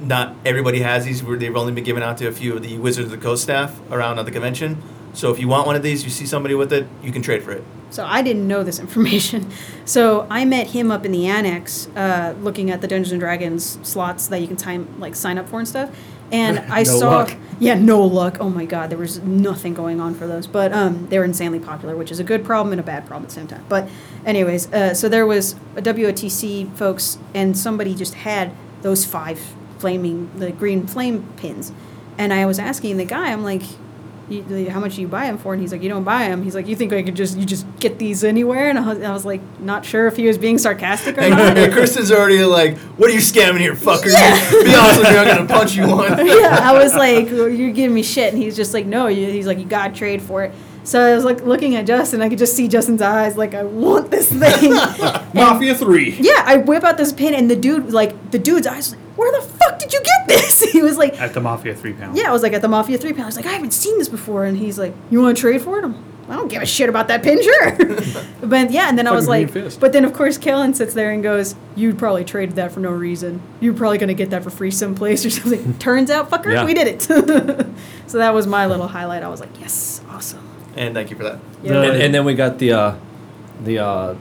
not everybody has these. We're- They've only been given out to a few of the Wizards of the Coast staff around at the convention. So if you want one of these, you see somebody with it, you can trade for it. So I didn't know this information. So I met him up in the annex, uh, looking at the Dungeons and Dragons slots that you can time like sign up for and stuff. And I No saw, luck. yeah, no luck. Oh my God, there was nothing going on for those. But um, they were insanely popular, which is a good problem and a bad problem at the same time. But, anyways, uh, so there was a WOTC folks, and somebody just had those five flaming the green flame pins, and I was asking the guy, I'm like, you, the- how much do you buy them for? And he's like, you don't buy them. He's like, you think I could just you just get these anywhere? And I was, I was like, not sure if he was being sarcastic or And, not. and Kristen's already like, "What are you scamming here, fucker? Be honest with me, I'm gonna punch you one." yeah, I was like, "Well, you're giving me shit, and he's just like, no, you, he's like, you got to trade for it. So I was like looking at Justin, I could just see Justin's eyes, like I want this thing. Mafia Three. yeah, I whip out this pin, and the dude, like the dude's eyes, like, where the fuck did you get this? he was like, At the Mafia Three panel. yeah, I was like at the Mafia Three Pound. I was like, I haven't seen this before, and he's like, you want to trade for it? I'm, I don't give a shit about that pin, sure. but yeah, and then I was Fucking like, green fist. but then of course Kellen sits there and goes, you'd probably traded that for no reason. You're probably gonna get that for free someplace or something. Turns out, fucker, Yeah. we did it. so that was my little highlight. I was like, yes, awesome. And thank you for that. Yeah. and, and then we got the uh, the uh,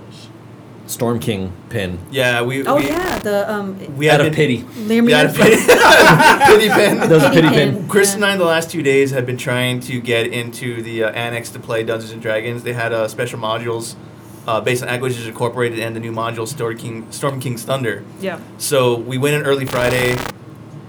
Storm King pin. Yeah, we. oh we, yeah, the um, We had out been- of pity. We had a Lamia pity. pity pin. That was a pity pin. Chris and I, the last two days, have been trying to get into the uh, annex to play Dungeons and Dragons. They had uh, special modules uh, based on Acquisitions Incorporated and the new module Storm, King, Storm King's Thunder. Yeah. So we went in early Friday,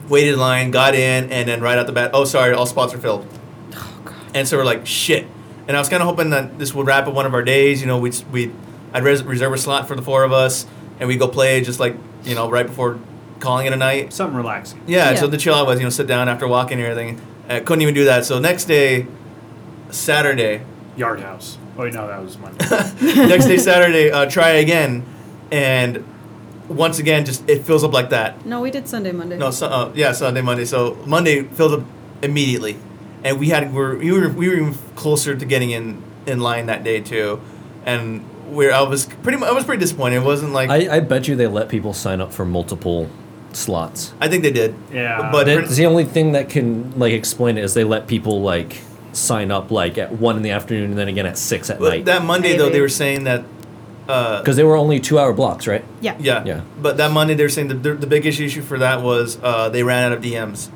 waited in line, got in, and then right out the bat, oh sorry, all spots are filled. Oh, And so we're like, shit. And I was kind of hoping that this would wrap up one of our days. You know, we'd, we'd I'd res- reserve a slot for the four of us, and we'd go play just like you know right before calling it a night. Something relaxing. Yeah, so Yeah. the chill out was, you know, sit down after walking and everything. I couldn't even do that. So next day, Saturday, Yard House. Oh wait, no, that was Monday. next day, Saturday, uh, try again. And once again, just it fills up like that. No, we did Sunday, Monday. No, so, uh, yeah, Sunday, Monday. So Monday filled up immediately. And we had, we're, we were, we were even closer to getting in, in line that day too. And where I was pretty, mu- I was pretty disappointed. It wasn't like, I, I, I bet you they let people sign up for multiple slots. think they did. Yeah. But That's the only thing that can like explain it is they let people like sign up like at one in the afternoon and then again at six at but night that Monday though, Maybe. they were saying that, uh, because they were only two hour blocks, right? Yeah. Yeah. Yeah. But that Monday, they were saying the, the, the biggest issue for that was uh, they ran out of DMs.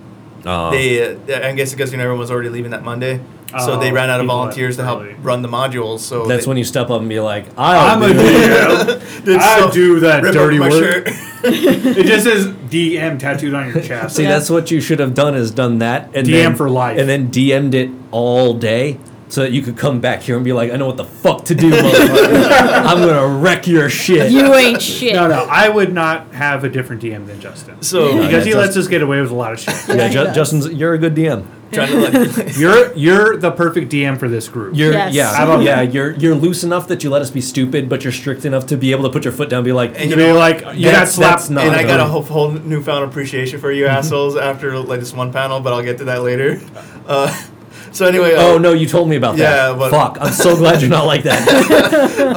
Uh, They, uh, I guess, because you know everyone's already leaving that Monday, so they Oh, ran out of people that volunteers to help early. run the modules. So that's they, when you step up and be like, I'll I'm a do it. DM. Did I so- do that Rip dirty open work. my shirt. It just says DM tattooed on your chest. See, Yeah. that's what you should have done is done that and DM then, for life. and then DM'd it all day so that you could come back here and be like, I know what the fuck to do. motherfucker. I'm gonna wreck your shit. You ain't shit. No, no, I would not have a different DM than Justin. So Yeah. because he Justin- lets us get away with a lot of shit. yeah, he Ju- does. Justin's. You're a good DM. trying to like, You're you're the perfect DM for this group. You're Yes. yeah, I love yeah. that. You're you're loose enough that you let us be stupid, but you're strict enough to be able to put your foot down, and be like, And you you be know, like you got that's- slapped. that's not- and I got a no. Mm-hmm. whole, whole newfound appreciation for you assholes after like this one panel, but I'll get to that later. Uh, So anyway, uh, Oh no, you told me about that. Yeah, but- Fuck, I'm so glad you're not like that.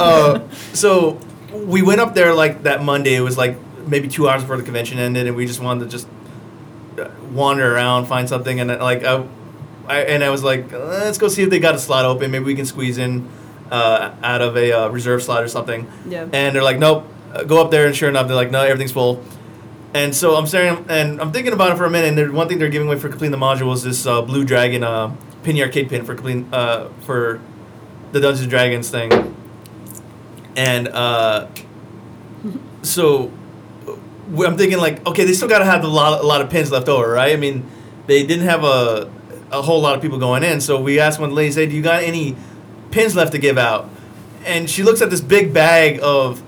so we went up there like that Monday. It was like maybe two hours before the convention ended, and we just wanted to just uh, wander around, find something, and uh, like I, I and I was like, "Uh, let's go see if they got a slot open. Maybe we can squeeze in uh, out of a uh, reserve slot or something. Yeah. And they're like, nope. Uh, Go up there, and sure enough, they're like, no, everything's full. And so I'm staring, and I'm thinking about it for a minute. And there, one thing they're giving away for completing the module is this uh, blue dragon uh, penny arcade pin for completing uh, for the Dungeons and Dragons thing. And uh, so we- I'm thinking like, okay, they still gotta have a lot, a lot of pins left over, right? I mean, they didn't have a a whole lot of people going in, so we asked one lady, say, do you got any pins left to give out? And she looks at this big bag of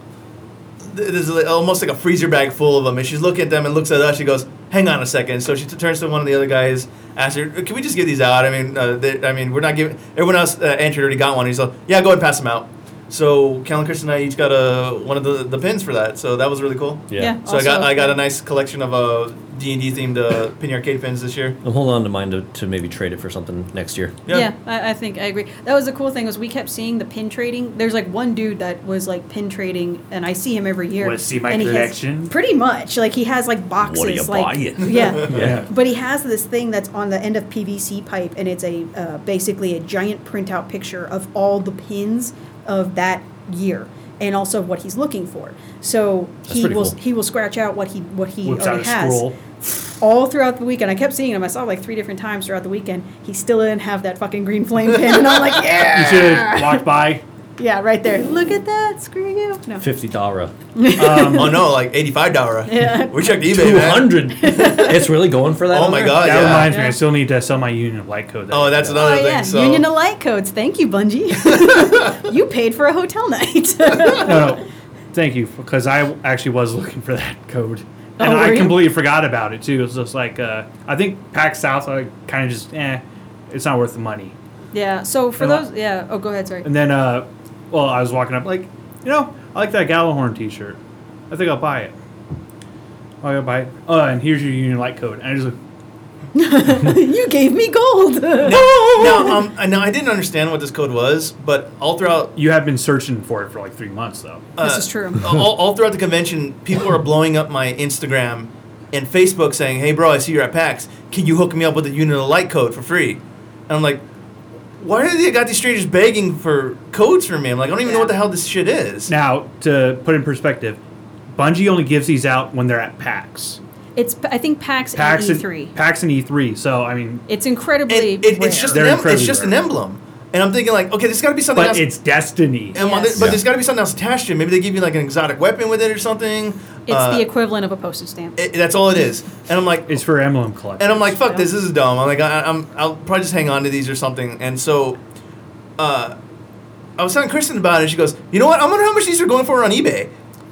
th- there's like, almost like a freezer bag full of them, and she's looking at them and looks at us. She goes, "Hang on a second. So she t- turns to one of the other guys, asks her, "Can we just give these out? I mean, uh, they, I mean, we're not giving everyone else uh, entered already got one." He's like, "Yeah, go ahead, and pass them out." So Cal and Chris and I each got a, one of the, the pins for that. So that was really cool. Yeah. Yeah. So I got Also- I got a nice collection of uh, D and D themed uh, penny arcade pins this year. I'm holding on to mine to, to maybe trade it for something next year. Yeah. Yeah, I, I think I agree. That was the cool thing was we kept seeing the pin trading. There's like one dude that was like pin trading, and I see him every year. Wanna see my and he has- collection? pretty much, like he has like boxes. What are you like, buying? Yeah. Yeah. But he has this thing that's on the end of PVC pipe, and it's a uh, basically a giant printout picture of all the pins of that year, and also what he's looking for. So he pretty will cool. he will scratch out what he what he Whips out already a has scroll. all throughout the weekend. I kept seeing him. I saw him like three different times throughout the weekend. He still didn't have that fucking green flame pin, and I'm like, Ah. You should yeah, have walked by. yeah, right there. Look at that. Screw you. No. Fifty dollar, oh no, like eighty five dollar. Yeah. We checked eBay. two man. hundred. It's really going for that. Oh on my there? god. That yeah. reminds me, I Yeah. still need to sell my Union Light Code. that Oh, I that's got. another Oh thing. yeah, so Union of Light codes. Thank you, Bungie. you paid for a hotel night. no, no. Thank you, because I actually was looking for that code, and Oh, were I you? completely forgot about it too. It was just like uh, I think Pack South, I kind of just eh, it's not worth the money. yeah. So for And I- those, yeah. Oh, go ahead. Sorry. And then, uh, well, I was walking up like, you know, I like that Gallahorn T-shirt. I think I'll buy it. I'll go buy it. Oh, and here's your Union Light Code. And I just like, you gave me gold. now, um, I- now I didn't understand what this code was, but all throughout you have been searching for it for like three months though. This uh, is true. all, all throughout the convention, people are blowing up my Instagram and Facebook saying, "Hey, bro, I see you're at PAX. Can you hook me up with a unit of light code for free?" And I'm like, "Why do they got these strangers begging for codes from me?" I'm like, "I don't even know what the hell this shit is." Now, to put in perspective, Bungie only gives these out when they're at PAX. It's I think PAX, PAX and and E3. PAX and E3. So I mean, it's incredibly. And it, rare. it's just They're an em- it's incredibly just an rare. emblem, and I'm thinking like, "Okay, there's got to be something but else." it's Destiny. and Yes. But Yeah. there's got to be something else attached to it. Maybe they give you like an exotic weapon with it or something. it's Uh, the equivalent of a postage stamp. it- that's all it is. And I'm like, It's for emblem collectors. And I'm like, fuck this, this is dumb. I'm like, I, I'm, I'll probably just hang on to these or something. And so, uh, I was telling Kristen about it. And she goes, you know what? I wonder how much these are going for on eBay.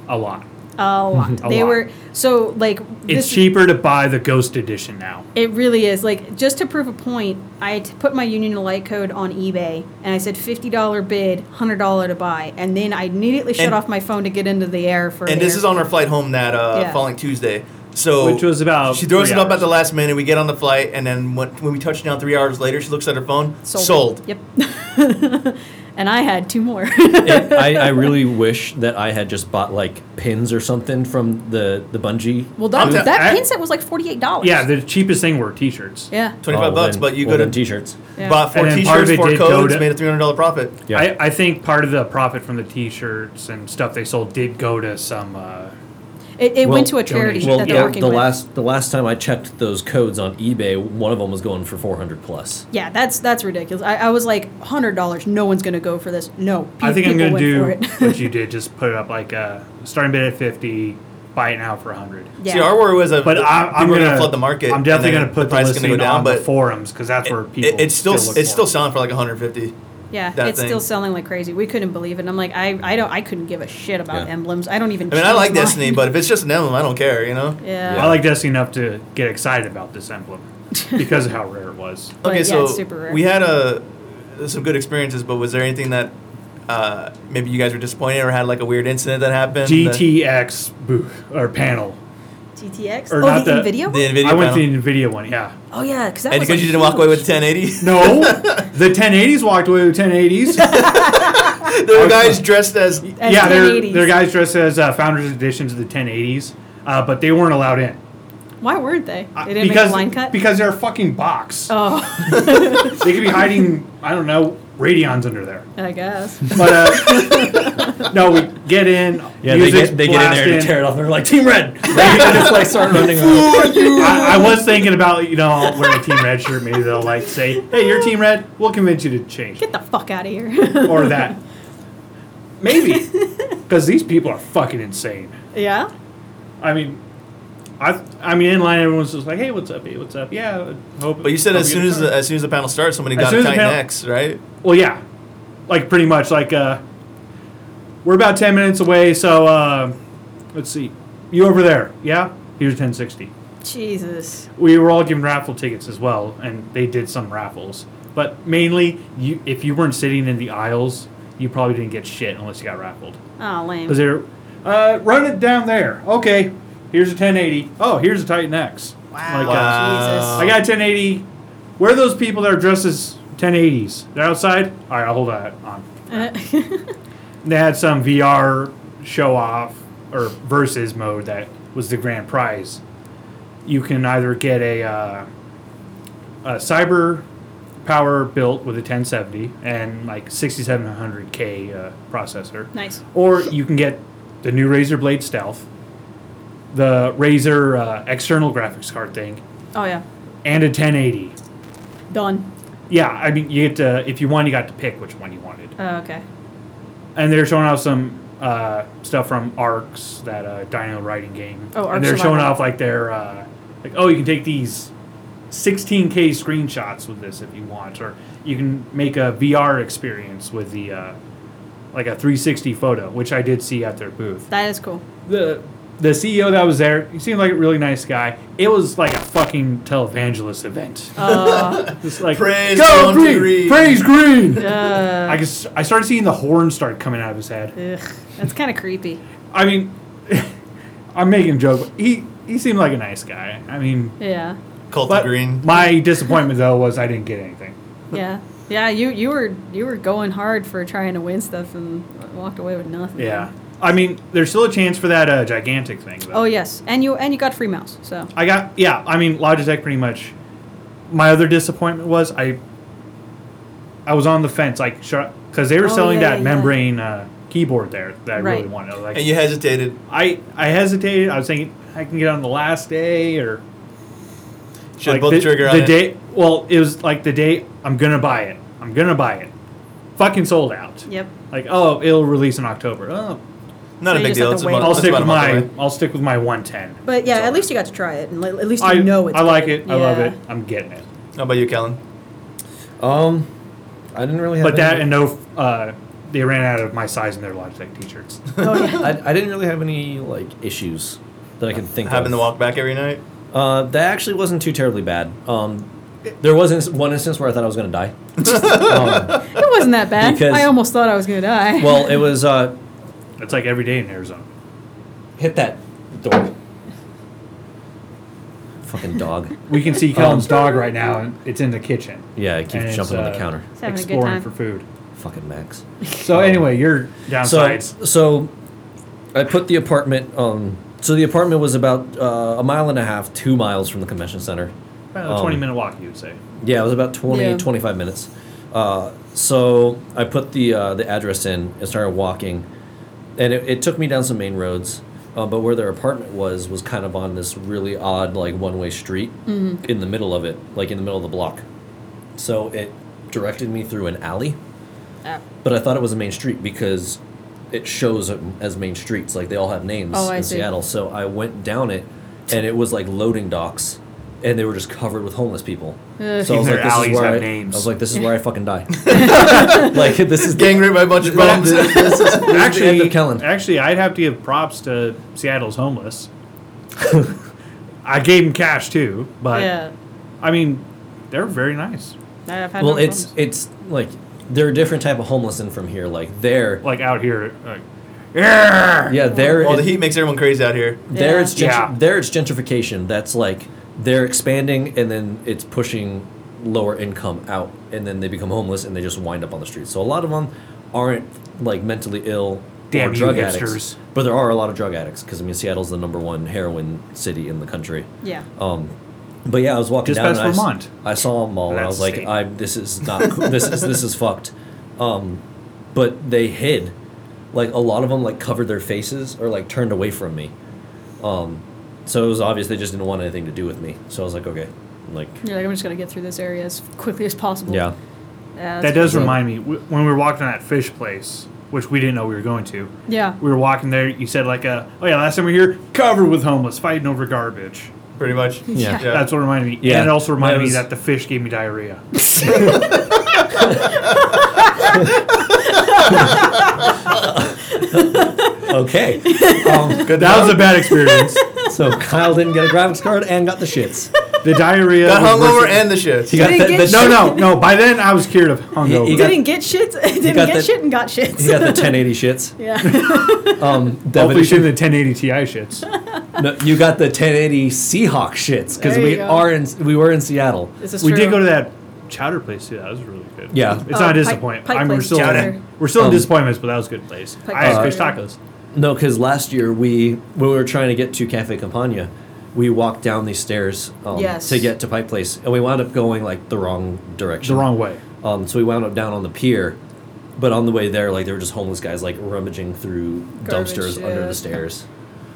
a lot. a lot. A they lot. were so like It's this- cheaper to buy the Ghost Edition now. It really is. Like, just to prove a point, I t- put my Union Light code on eBay and I said $50 bid, $100 to buy. And then I immediately shut And- off my phone to get into the air for And the this air- is on our flight home that uh, Yeah. following Tuesday. So Which was about she throws three it up at hours. the last minute. We get on the flight, and then when, when we touch down three hours later, she looks at her phone. Sold. Yep. and I had two more. It- I, I really wish that I had just bought like pins or something from the the bungee. well, that, I'm ta- that I- pin set was like $48. Yeah, the cheapest thing were T-shirts. Yeah. Twenty five Oh, bucks, then- but you well, could then have t-shirts. bought four And then part of T-shirts, it four did go codes, to- made a three hundred dollar profit. Yeah. I, I think part of the profit from the T-shirts and stuff they sold did go to some. Uh, It, it Well, went to a charity donation. well, that they're yeah, working the with. last the last time I checked those codes on eBay, one of them was going for 400 plus. yeah, that's that's ridiculous. I, I was like, $100, no one's going to go for this. No. Pe- I think I'm people gonna do went for it. what you did. Just put it up like uh, starting bid at fifty, buy it now for hundred. yeah. See, our worry was that But I, I'm people were gonna, gonna flood the market. I'm definitely and gonna then put the, price is listing gonna go down, on but the forums because that's where people. it, it's still, look it's for still it. selling for like 150. Yeah, that it's still thing. selling like crazy. We couldn't believe it. And I'm like, I, I don't, I couldn't give a shit about Yeah. emblems. I don't even. I mean, I choose like mine. Destiny, but if it's just an emblem, I don't care, you know? yeah, Yeah. I like Destiny enough to get excited about this emblem because of how rare it was. But Okay, yeah, so it's super rare. we had a, some good experiences, but was there anything that uh, maybe you guys were disappointed or had like a weird incident that happened? GTX booth or panel. GTX. Or oh, not the that- The Nvidia. one? NVIDIA I went panel. to the NVIDIA one, yeah. oh yeah, because that and was because like, you didn't walk away with huge. 1080, No, the 1080s walked away with 1080s. there were guys dressed as As yeah, they're, 1080s. they're guys dressed as uh, founders editions of the 1080s, uh, but they weren't allowed in Why weren't they? Uh, They didn't because make a line cut. because they're a fucking box. oh, They could be hiding, I don't know, radions under there. I guess. But uh, no, we get in. Yeah, they music's get, they get in there and blasting. tear it off. And they're like, Team Red! They just like start running around. I, I was thinking about you know I'll wear a team red shirt. Maybe they'll like say, "Hey, you're team red. We'll convince you to change," Get the fuck out of here. or that. Maybe because these people are fucking insane. yeah. I mean, I I mean in line everyone's just like, "Hey, what's up? Hey, what's up? Yeah." Hope, But you said hope as get soon as a the, as soon as the panel starts, somebody As got soon a as the tight panel- necks, right? Well, yeah, like pretty much like uh, we're about ten minutes away. So uh, let's see, you over there? Yeah, here's ten sixty. Jesus. We were all given raffle tickets as well, and they did some raffles. But mainly, you if you weren't sitting in the aisles, you probably didn't get shit unless you got raffled. Oh, lame. Because they're uh, run it down there. Okay, here's a ten eighty. Oh, here's a Titan X. Like, uh, Oh, Wow. I got a 1080. Where are those people that are dressed as 1080s? They're outside? All right, I'll hold that on. Jesus. They had some VR show off or versus mode that was the grand prize. You can either get a, uh, a cyber power built with a 1070 and like 6700K uh, processor, nice. or you can get the new Razer Blade Stealth, the Razer uh, external graphics card thing, Oh yeah. and a 1080. Done. Yeah, I mean, you get to if you won, you got to pick which one you wanted. Oh, okay. And they're showing off some uh, stuff from Arcs, that uh, Dino writing game. Oh, Ark And they're showing Survival. off like their uh, like, oh, you can take these 16k screenshots with this if you want, or you can make a VR experience with the uh, like a 360 photo, which I did see at their booth. That is cool. The the CEO that was there, he seemed like a really nice guy. It was like a fucking televangelist event. Uh, Just like Praise go Tom T. green, Reed." praise green. uh, I guess I started seeing the horn start coming out of his head. ugh, that's kind of creepy. I mean, I'm making a joke. But he he seemed like a nice guy. I mean, Yeah. Cult but of Green. my disappointment though was I didn't get anything. Yeah. Yeah. You you were you were going hard for trying to win stuff and walked away with nothing. Yeah, I mean, there's still a chance for that uh, gigantic thing. Though. Oh yes, and you and you got free mouse. So I got yeah. I mean, Logitech pretty much. My other disappointment was I. I was on the fence, like, because they were Oh, selling yeah, that yeah. membrane uh, keyboard there that I really Right. wanted. Like, And you hesitated. I I hesitated. I was thinking I can get on the last day or Should like both the, trigger on the it. day. Well, it was like the day I'm gonna buy it. I'm gonna buy it. Fucking sold out. yep. Like oh, it'll release in October. Oh, Not So a you big just deal. have It's to about, wait. I'll it's stick about a with month my away. I'll stick with my 110. But yeah, So- at least you got to try it, and li- at least you I know it's. I like good. it. I love Yeah. it. I'm getting it. How about you, Kellen? Um, I didn't really have But that any- and no, uh, they ran out of my size in their Logitech t-shirts. Oh yeah. I, I didn't really have any like issues that I can think Having of. to walk back every night. Uh, that actually wasn't too terribly bad. Um, there was ins- one instance where I thought I was going to die. um, it wasn't that bad. Because- I almost thought I was gonna die. well, it was uh, That's like every day in Arizona. hit that door. Fucking dog. We can see Kellen's dog right now, and it's in the kitchen. Yeah, it keeps And it's, jumping on uh, the counter. It's having a good Exploring time. for food. Fucking Max. So anyway, your downsides. So, so I put the apartment. Um, so the apartment was about uh, a mile and a half, two miles from the convention center. About a um, 20 minute walk, you would say. Yeah, it was about 20, Yeah. 25 minutes. Uh, so I put the uh, the address in and started walking, and it, it took me down some main roads. Uh, but where their apartment was was kind of on this really odd like one way street in the middle of it, like in the middle of the block. So it directed me through an alley, Uh, but I thought it was a main street because it shows them as main streets, like they all have names Oh, I in see. Seattle. So I went down it, and it was like loading docks, and they were just covered with homeless people. Ugh. So I was Even like, their this alleys is where have I, names. I was like, this is where I fucking die. like this is Gang raped by a bunch of bums. This, this is actually the end of Actually, Kellen. actually, I'd have to give props to Seattle's homeless. I gave him cash too, but yeah. I mean, they're very nice. I've had Well, no it's problems. it's like they're a different type of homeless than from here. Like there, Like out here, like, "Arr!" Yeah, there. Well, it- the heat makes everyone crazy out here. There Yeah. it's gentr- Yeah. there it's gentrification. That's like they're expanding and then it's pushing lower income out, and then they become homeless and they just wind up on the streets. So a lot of them aren't like mentally ill Damn or you drug hipsters. addicts, but there are a lot of drug addicts because I mean Seattle's the number one heroin city in the country. Yeah. Um, but yeah, I was walking Just down past and I s- Vermont. I, saw them all, and I That's was like, state. I this is not cool. this is this is fucked. Um, but they hid, like a lot of them like covered their faces or like turned away from me. Um, so it was obvious they just didn't want anything to do with me. So I was like, okay, like You're like, I'm just gonna get through this area as quickly as possible. yeah, Yeah, That that's- does Yeah. remind me w- when we were walking on that fish place, which we didn't know we were going to. Yeah. We were walking there. You said like, uh, "Oh yeah, last time we were here, covered with homeless, fighting over garbage." Pretty much. Yeah. Yeah. That's what reminded me. Yeah. And it also reminded That was- me that the fish gave me diarrhea. okay. Um, Good. That was a bad experience. so Kyle didn't get a graphics card and got the shits. The diarrhea. Got was hungover worse than- and the shit. He got Didn't the, get the no, no, no. By then I was cured of hungover. He- he got- Didn't get shit. Didn't got get the- shit and got shit. He got the 1080 shits. yeah. Um, Hopefully, Devin, she did the 1080 Ti shits. No, you got the 1080 Seahawk shits because There you we go. are in we were in Seattle. This is we did true. go to that chowder place too. That was really good. Yeah. it's Oh, not a Pike- disappointment. Pike I'm, we're place still chowder. in, we're still Um, in disappointments, but that was a good place. Pike I had place fish chowder. tacos. No, because last year we when we were trying to get to Cafe Campania, we walked down these stairs um, Yes. to get to Pike Place, and we wound up going like the wrong The direction. wrong way. Um, so we wound up down on the pier, but on the way there, like there were just homeless guys like rummaging through Garbage, dumpsters under yeah. the stairs.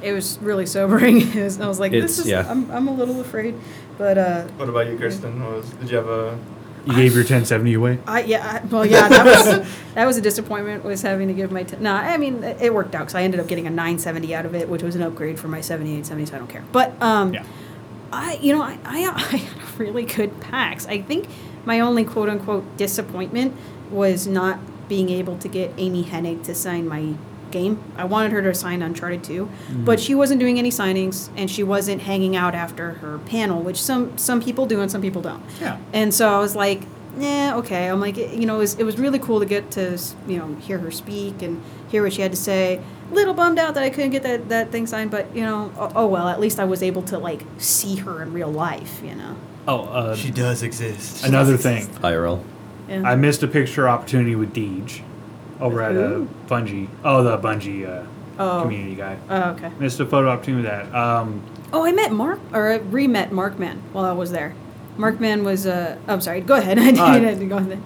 It was really sobering. It was, I was like, It's- this is. yeah. I'm, I'm a little afraid, but uh, What about you, Kirsten? What was, did you have a? You gave your 1070 away. I yeah. I, well, yeah. That was that was a disappointment. Was having to give my. T- nah, I mean, it it worked out because I ended up getting a 970 out of it, which was an upgrade for my 7870. So I don't care. But um, Yeah. I you know I I, I had a really good PAX. I think my only quote unquote disappointment was not being able to get Amy Hennig to sign my game. I wanted her to sign Uncharted 2, but she wasn't doing any signings and she wasn't hanging out after her panel, which some some people do and some people don't. Yeah. And so I was like, nah, okay. I'm like, you know, it was, it was really cool to get to, you know, hear her speak and hear what she had to say. Little bummed out that I couldn't get that, that thing signed, but, you know, oh, oh well, at least I was able to, like, see her in real life, you know? Oh, uh, does exist. another thing. IRL. Yeah. I missed a picture opportunity with Deej over at uh, Who? Bungie. Oh, the Bungie uh, Oh. community guy. oh, okay. Missed a photo opportunity with that. Um, Oh, I met Mark, or I re met Markman while I was there. Markman was, uh, I'm sorry, go ahead. I didn't, Uh, I didn't go on there.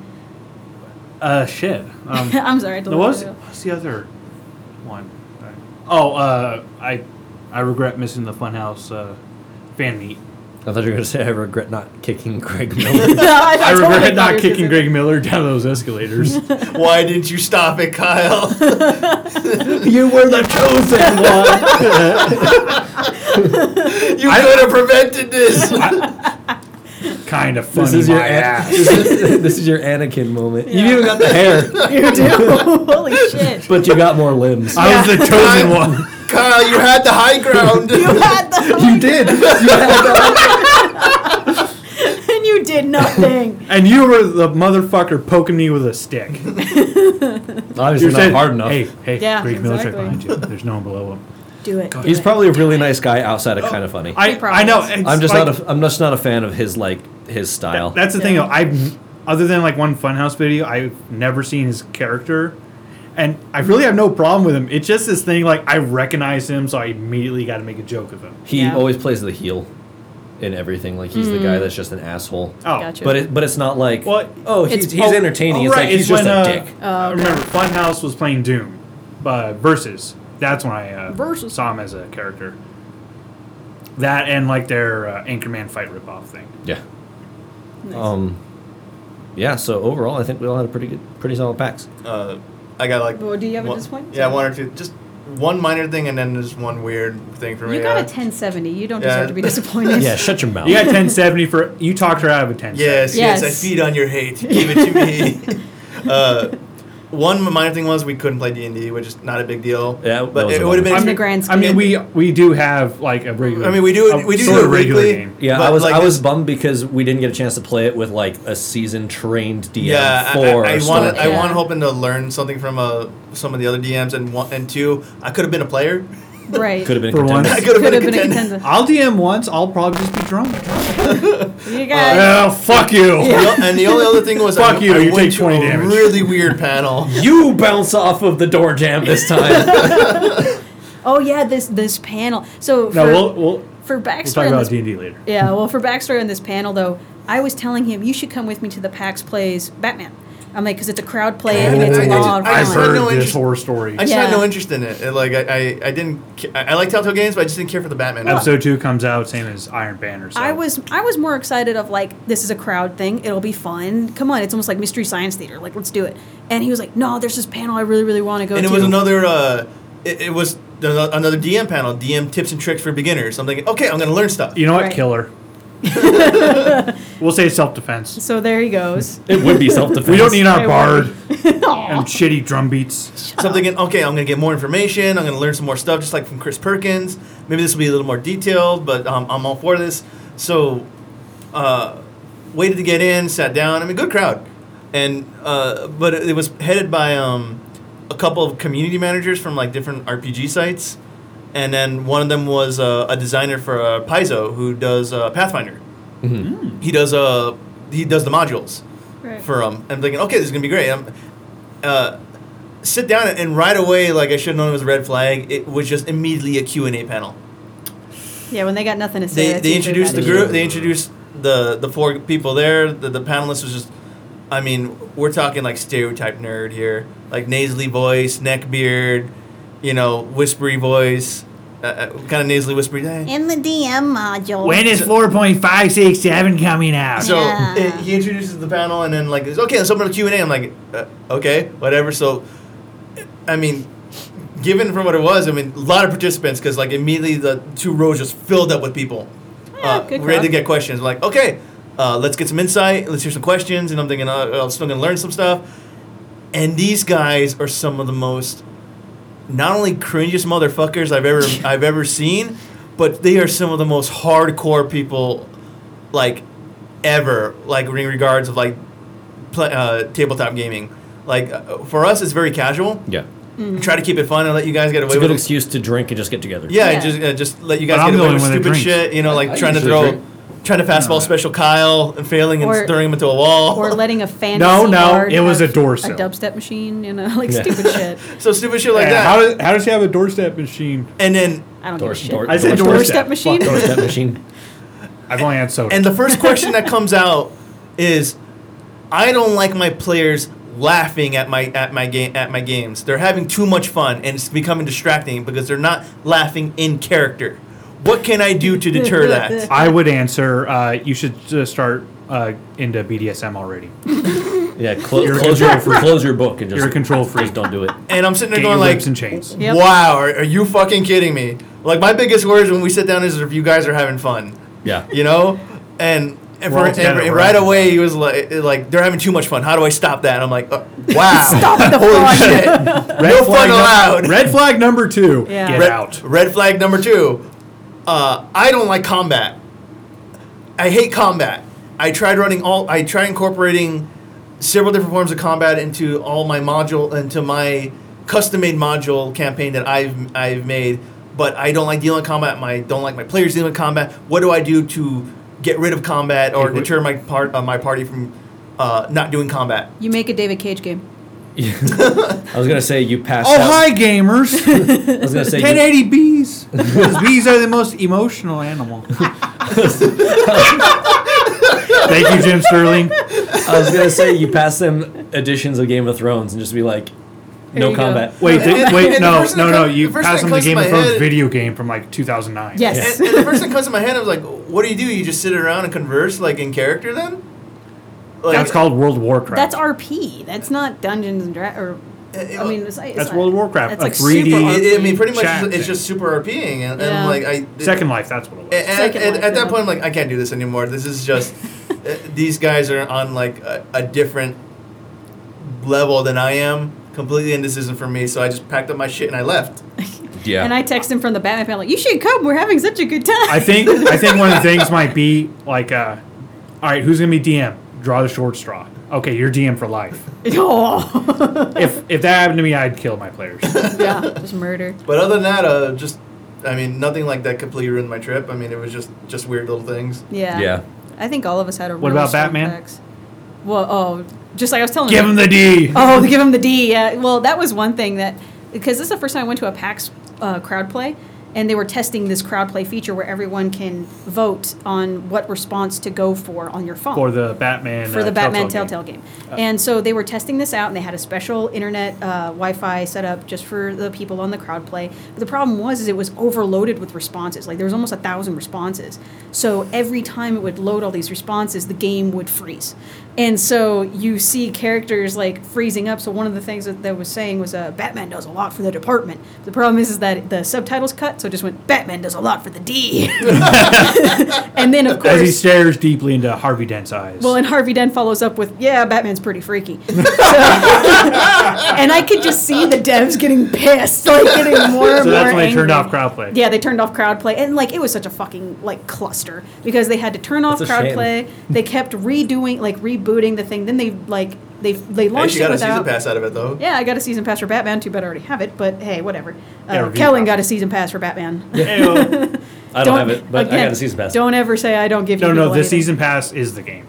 uh, shit. Um, I'm sorry. I no, what was, what's the other one? Oh, uh, I, I regret missing the Funhouse uh, fan meet. I thought you were gonna say I regret not kicking Greg Miller. I, I totally regret thought you not were gonna kicking say Greg Miller down those escalators. Why didn't you stop it, Kyle? you were the chosen one. You could have prevented this. kind of funny. this is your my An- ass. this, is, this is your Anakin moment. Yeah. You even got the hair, that. You do. Holy shit. but you got more limbs. I was the chosen one. Kyle, you had the high ground. You had the you did. You had the- and you did nothing. And you were the motherfucker poking me with a stick. You're Obviously not saying, hard enough. Hey, hey, Yeah, Greg Miller's right exactly. behind you. There's no one below him. Do it. He's probably a really nice guy outside of kind of funny. I, I promise. know. it's I'm just like- not a I'm just not a fan of his like his style. That's the thing, Yeah. though. I've other than like one Funhouse video, I've never seen his character, and I really have no problem with him. It's just this thing like I recognize him, so I immediately got to make a joke of him. he Yeah. Mm. always plays the heel in everything. Like he's the guy that's just an asshole. Oh, Gotcha. But it, but it's not like What? oh he's It's- he's Oh, entertaining. oh, it's right, like he's just when, a uh, dick. Oh, I remember, Funhouse was playing Doom, uh, versus. That's when I uh, Versus. saw him as a character. That and like their uh, Anchorman fight ripoff thing. Yeah. oh, Um. Yeah. So overall, I think we all had a pretty good, pretty solid packs. Uh, I got like. Well, do you have a one- disappointment? Yeah, one or two. Just one minor thing, and then there's one weird thing for me. You got a uh, 1070. You don't Yeah. deserve to be disappointed. Yeah. Shut your mouth. You got 1070 for you talked her out of a 10. Yes, yes, I Yes. feed on your hate. Give it to me. uh, one minor thing was we couldn't play D and D, which is not a big deal. Yeah, that but was it a would have bummer. been. In the grand I mean, scheme. we we do have like a regular. I mean, we do a it- we do sort do of it regular weekly. game. Yeah, I But, was like, I was it's- bummed because we didn't get a chance to play it with like a seasoned trained DM Yeah, I, for I, I Star wanted Trek. I Yeah. want hoping to learn something from uh, some of the other DMs and one and two. I could have been a player. right. could have been For contended. once. I could have been, Could've a contender. contender. I'll DM once. I'll probably just be drunk. You guys. Well, Oh, fuck you. The o- and the only other thing was Fuck I, you, I you went take to 20 a damage. Really weird panel. You bounce off of the door jamb this time. oh yeah, this this panel. So No, for, we'll we'll, for we'll backstory talk on about this D and D later. Yeah, well, for backstory on this panel, though, I was telling him, you should come with me to the PAX Plays Batman. I'm like, because it's a crowd play and it's I- I law and just- I Oh, I've violence. just heard had no this interest- horror story. I just had Yeah. no interest in it. It, like I, I, I didn't. ca- I, I like Telltale games, but I just didn't care for the Batman. one. Episode two comes out same as Iron Banner. So. I was I was more excited of like this is a crowd thing it'll be fun come on it's almost like mystery science theater like let's do it and he was like no there's this panel I really really want to go and to it was another. Uh, it, it was the- another DM panel. DM tips and tricks for beginners. I'm thinking, okay, I'm gonna learn stuff. You know what? Right. Killer. we'll say self defense. so there he goes it would be self defense. We don't need I our bard won't. and shitty drum beats. So I'm thinking, okay, I'm gonna get more information. I'm gonna learn some more stuff, just like from Chris Perkins. Maybe this will be a little more detailed, but um, I'm all for this. So, uh, waited to get in, sat down. I mean, good crowd, and uh, but it was headed by um, a couple of community managers from like different RPG sites, and then one of them was uh, a designer for uh, Paizo who does uh, Pathfinder. He does uh, he does the modules Right. for them. I'm thinking, okay, this is gonna be great. I'm, uh, sit down and right away, like I should have known it was a red flag. It was just immediately a Q and A panel. yeah when they got nothing to say They that's they usually introduced the bad. group. They introduced the the four people there. The, the panelists was just, I mean, we're talking like stereotype nerd here, like nasally voice, neck beard, you know, whispery voice, uh, uh, kind of nasally whispery. eh, "Hey." in the DM module is four point five six seven coming out? So Yeah. it, he introduces the panel, and then like, it's, okay, let's open up Q and A. I'm like, uh, okay, whatever. So, I mean, given for what it was, I mean, a lot of participants because like immediately the two rows just filled up with people, Yeah, uh, good ready to crowd. get questions. like, okay, uh, let's get some insight. Let's hear some questions, and I'm thinking uh, I'm still gonna learn some stuff. And these guys are some of the most not only cringiest motherfuckers I've ever I've ever seen, but they are some of the most hardcore people, like, ever. Like in regards of like, pla uh, tabletop gaming. Like uh, for us, it's very casual. Yeah, Mm-hmm. Try to keep it fun and let you guys get away it's a with good it. excuse to drink and just get together. Yeah, Yeah. just uh, just let you But guys I'm get the away only with one that stupid drinks. shit. You know, like I trying to usually throw, drink. trying to fastball special Kyle and failing and Or- throwing him into a wall. or letting a fantasy No, no, bard it was have a door a sill. dubstep machine you know like Yeah. stupid shit so stupid shit like Yeah, that. How does how does he have a doorstep machine? and then I don't Door- give a shit door- I said Doorstep. Doorstep doorstep. machine? Fuck. Doorstep machine. I've only had soda. and the first question that comes out is, I don't like my players laughing at my at my game at my games. They're having too much fun and it's becoming distracting because they're not laughing in character. What can I do to deter that? I would answer. Uh, you should just start uh, into BDSM already. Yeah, clo- You're a close your control freak. close your book and just You're a control freak. Just don't do it. And I'm sitting there Get your going like, whips and chains. Yep. Wow, are, are you fucking kidding me? Like my biggest worries when we sit down is if you guys are having fun, Yeah, you know, and. And, We're for, all and, together, and we're right all- away, he was like, "Like they're having too much fun. How do I stop that?" And I'm like, uh, "Wow, Stop the holy fun. shit, no fun num- allowed." Red flag number two. Yeah. Get Red- out. Red flag number two. Uh, I don't like combat. I hate combat. I tried running all. I tried incorporating several different forms of combat into all my module into my custom made module campaign that I've I've made. But I don't like dealing with combat. My don't like my players dealing with combat. What do I do to get rid of combat or Mhm. deter my part uh, my party from uh, not doing combat? you make a David Cage game I was gonna say you passed. Oh out. hi, gamers. I was gonna say you- 1080 bees. Because bees are the most emotional animal. Thank you, Jim Sterling. I was gonna say you pass them editions of Game of Thrones and just be like, no you go. combat. Wait, And- th- and- wait, and the no, first thing no, that no. come- You the first pass thing them the that Game comes of to my Thrones head- video game from like 2009. Yes. And, and the first thing that comes to my head, I was like, "What do you do? You just sit around and converse like in character then?" Like, That's called World of Warcraft. that's RP that's not Dungeons and Dra- or It- I mean it's, it's That's not- World of Warcraft, it's a like 3D super It- it- I mean, RP. pretty much, Chat it's, it's thing. just super RPing, and, and Yeah. like I Second Life, that's what it was. and- and- Second and Life, at that yeah. point, I'm like, I can't do this anymore. This is just uh, these guys are on like a, a different level than I am. Completely indecision for me, so I just packed up my shit and I left. Yeah. And I text him from the Batman panel, like, you should come. We're having such a good time. I think I think one of the things might be like, uh, all right, who's gonna be DM? Draw the short straw. Okay, you're DM for life. oh. If if that happened to me, I'd kill my players. yeah, just murder. But other than that, uh, just I mean, nothing like that completely ruined my trip. I mean, it was just just weird little things. Yeah. Yeah. I think all of us had a What really about strong Batman? Backs. Well, oh, just like I was telling Give you. him the D. Oh, they give him the D. Yeah. Well, that was one thing that because this is the first time I went to a PAX uh, crowd play, and they were testing this crowd play feature where everyone can vote on what response to go for on your phone For the Batman. for uh, the Batman Telltale Telltale game. And so they were testing this out, and they had a special internet uh, Wi-Fi set up just for the people on the crowd play. But the problem was, is it was overloaded with responses. Like there was almost a thousand responses. So every time it would load all these responses, the game would freeze. And so you see characters like freezing up. So one of the things that they was saying was, uh, "Batman does a lot for the department." The problem is, is that the subtitles cut, so it just went, "Batman does a lot for the D." and then of course, As he stares deeply into Harvey Dent's eyes. well, and Harvey Dent follows up with, "Yeah, Batman's pretty freaky," So- and I could just see the devs getting pissed, like getting more and so more. that's when they turned angry. off Crowdplay. Yeah, they turned off crowd play, and like it was such a fucking like cluster because they had to turn off That's a crowd shame. play. They kept redoing, like rebooting the thing. Then they like they they I launched actually it got a without. season pass out of it though. Yeah, I got a season pass for Batman. Too bad I already have it, but hey, whatever. Yeah, Uh, review Kellen got copy. a season pass for Batman. Ayo. I don't, have it, but I got a season pass. Don't ever say I don't give no, you. no, people this anything. season pass is the game.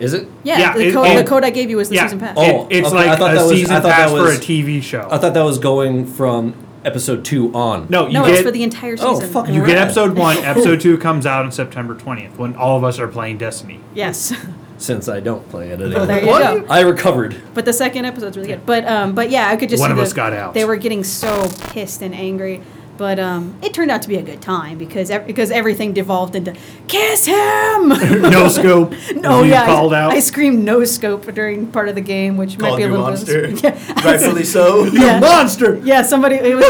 Is it? Yeah, Yeah, the, it- code, oh. the code I gave you was the yeah. season pass. It- Oh, it's okay, I like thought a that was- I season thought that pass was- for a TV show. I thought that was going from episode two on. no, you no, get it's for the entire Oh, season. fucking you Right. get episode one. Episode two comes out on September twentieth when all of us are playing Destiny. Yes. Since I don't play it anymore. there you What? go. I recovered. But the second episode's really good. But um, but yeah, I could just One see of the- us got out. They were getting so pissed and angry. But um, it turned out to be a good time because ev- because everything devolved into kiss him. No scope. no, you yeah, called I, out. I screamed no scope during part of the game, which might Called be a you little monster. bit. Yeah, Rightfully so. you yeah. monster. Yeah, somebody. It was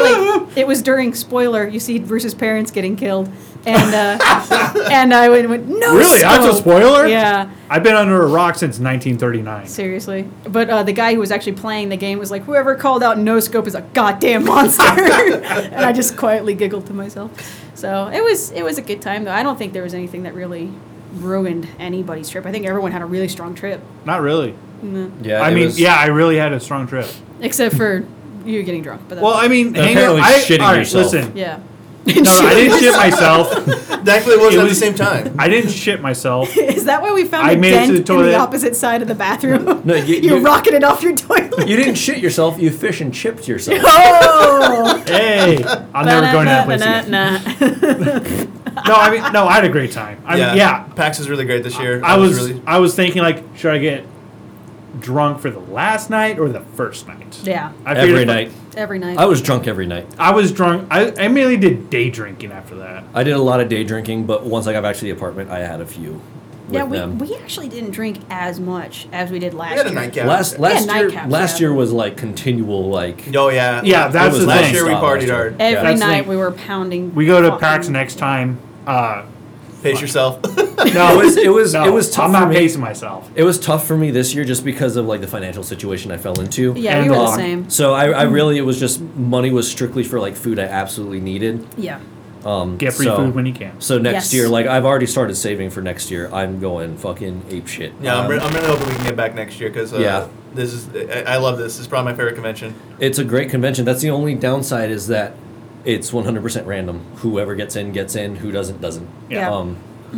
like it was during spoiler. You see Bruce's parents getting killed, and uh, and I went, went no. Really? That's a scope." spoiler? Yeah. I've been under a rock since 1939. Seriously. But uh, the guy who was actually playing the game was like, whoever called out no scope is a goddamn monster. and I just quietly giggled to myself. So it was it was a good time though. I don't think there was anything that really ruined anybody's trip. I think everyone had a really strong trip, Not really. Yeah. I it mean, was- yeah, I really had a strong trip. except for you getting drunk. But that's Well, I mean, hang Apparently out. I, shitting all right, yourself. listen. yeah. No, I didn't shit myself. Thankfully, it wasn't It at the was- same time. I didn't shit myself. Is that why we found I a made it to dent the in toilet. the opposite side of the bathroom? No, you- you, you- rocketed off your toilet. You didn't shit yourself. You fish and chipped yourself. oh, Hey, I'm never going to that place again. No, I mean, no, I had a great time. I mean, yeah, PAX is really great this year. I was, really, I was thinking like, should I get drunk for the last night or the first night? Yeah, I figured every if I- night. every night. I was drunk every night. I was drunk. I, I mainly did day drinking after that. I did a lot of day drinking, but once I got back to the apartment, I had a few. With Yeah, we, them. we actually didn't drink as much as we did last we had a year. nightcap. last last Yeah, year nightcaps, last yeah. year was like continual like oh yeah, Yeah, that's was the last thing. year we nonstop last partied year. hard. Yeah. Every That's night like- we were pounding. We go to PAX fucking- next time. Uh, Pace yourself. no, It was it was no, it was tough I'm not for me. pacing myself. It was tough for me this year just because of like the financial situation I fell into. Um, Yeah, and we were the log. same. Mm-hmm. So I, I really it was just money was strictly for like food I absolutely needed. Yeah. Get free So- food when you can. So next Yes. year, like I've already started saving for next year. I'm going fucking ape shit. Um, yeah, I'm, re- I'm really hoping we can get back next year because uh, Yeah. this is I, I love this. This is probably my favorite convention. it's a great convention. That's the only downside is that it's 100% random. Whoever gets in gets in. Who doesn't doesn't. Yeah. Um,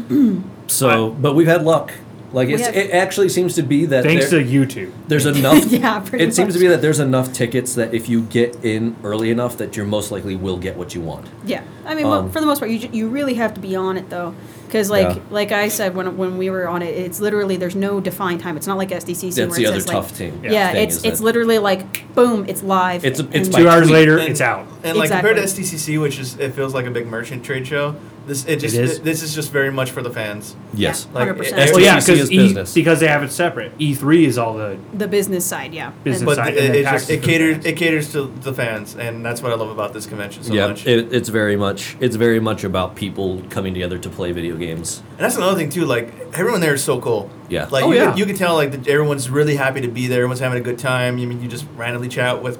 so, but we've had luck. Like it's, have- it actually seems to be that Thanks there- to YouTube. there's enough. Yeah, pretty It seems to much. be that there's enough tickets that if you get in early enough, that you're most likely will get what you want. Yeah. I mean, mo- Um, for the most part, you, ju- you really have to be on it though, because like Yeah. like I said when when we were on it, it's literally there's no defined time. It's not like SDCC That's where the it other says tough like, team. Yeah, thing it's is it's that- literally like boom, it's live. It's a- it's and- by Two hours tweet. later, And- it's out. And like compared to Exactly. STCC, which is it feels like a big merchant trade show. This it just is. this is just very much for the fans. Yes. Yeah. Like 100%. it- Well, Well, yeah, STCC is because business. because they have it separate. E three is all the the business side, yeah. Business And- but Inside, it, and then it, just, taxes it for the caters fans. it caters to the fans, and that's what I love about this convention so yeah, much. it, it's very much it's very much about people coming together to play video games. and that's another thing too. Like everyone there is so cool. Yeah. Like Oh, you, yeah. Could, you could tell like that everyone's really happy to be there. Everyone's having a good time. You mean you just randomly chat with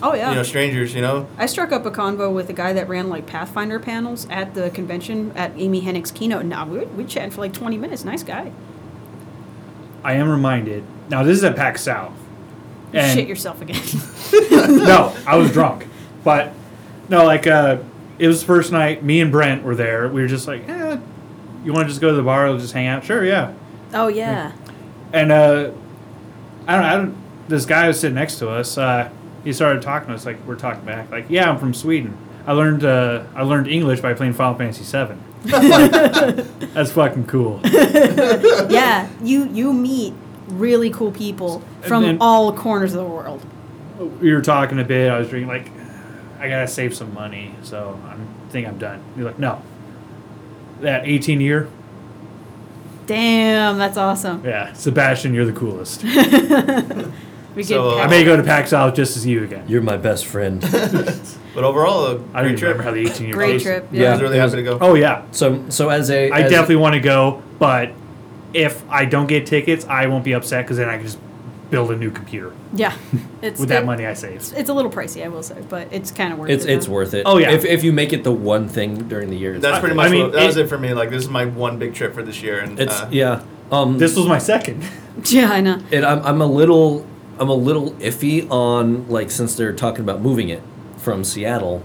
oh yeah. you know strangers. You know. I struck up a convo with a guy that ran like Pathfinder panels at the convention at Amy Hennick's keynote. Now we we chatted for like twenty minutes. Nice guy. I am reminded now this is at Pack South. You And- shit yourself again. no, I was drunk. But no, like uh, it was the first night. Me and Brent were there. We were just like, eh, you want to just go to the bar? We'll just hang out. Sure, yeah. oh yeah. And uh, I don't. I don't. This guy was sitting next to us. Uh, he started talking to us like we're talking back. Like, yeah, I'm from Sweden. I learned uh, I learned English by playing Final Fantasy Seven. That's fucking cool. yeah, you you meet really cool people from then- all corners of the world. we were talking a bit. I was drinking like, I gotta save some money, so I'm think I'm done. You're like, no. That 18 year, Damn, that's awesome. yeah, Sebastian, you're the coolest. We So, get I packed- may go to PAX South just as you again. You're my best friend. But overall, a I don't great even trip. remember how the 18 year great trip. I Yeah. was really It was- happy to go. Oh yeah, so so as a I as- definitely want to go, but if I don't get tickets, I won't be upset because then I can just build a new computer Yeah, it's with it- that money I saved. It's a little pricey, I will say, but it's kind of worth it's it. it's though. worth it. Oh, yeah. If if you make it the one thing during the year, it's That's worth pretty it. much I mean, what, that was it- it for me. Like this is my one big trip for this year, and It's uh, yeah. Um, This was my second. Yeah, I know. and I'm, I'm a little I'm a little iffy on like since they're talking about moving it from Seattle.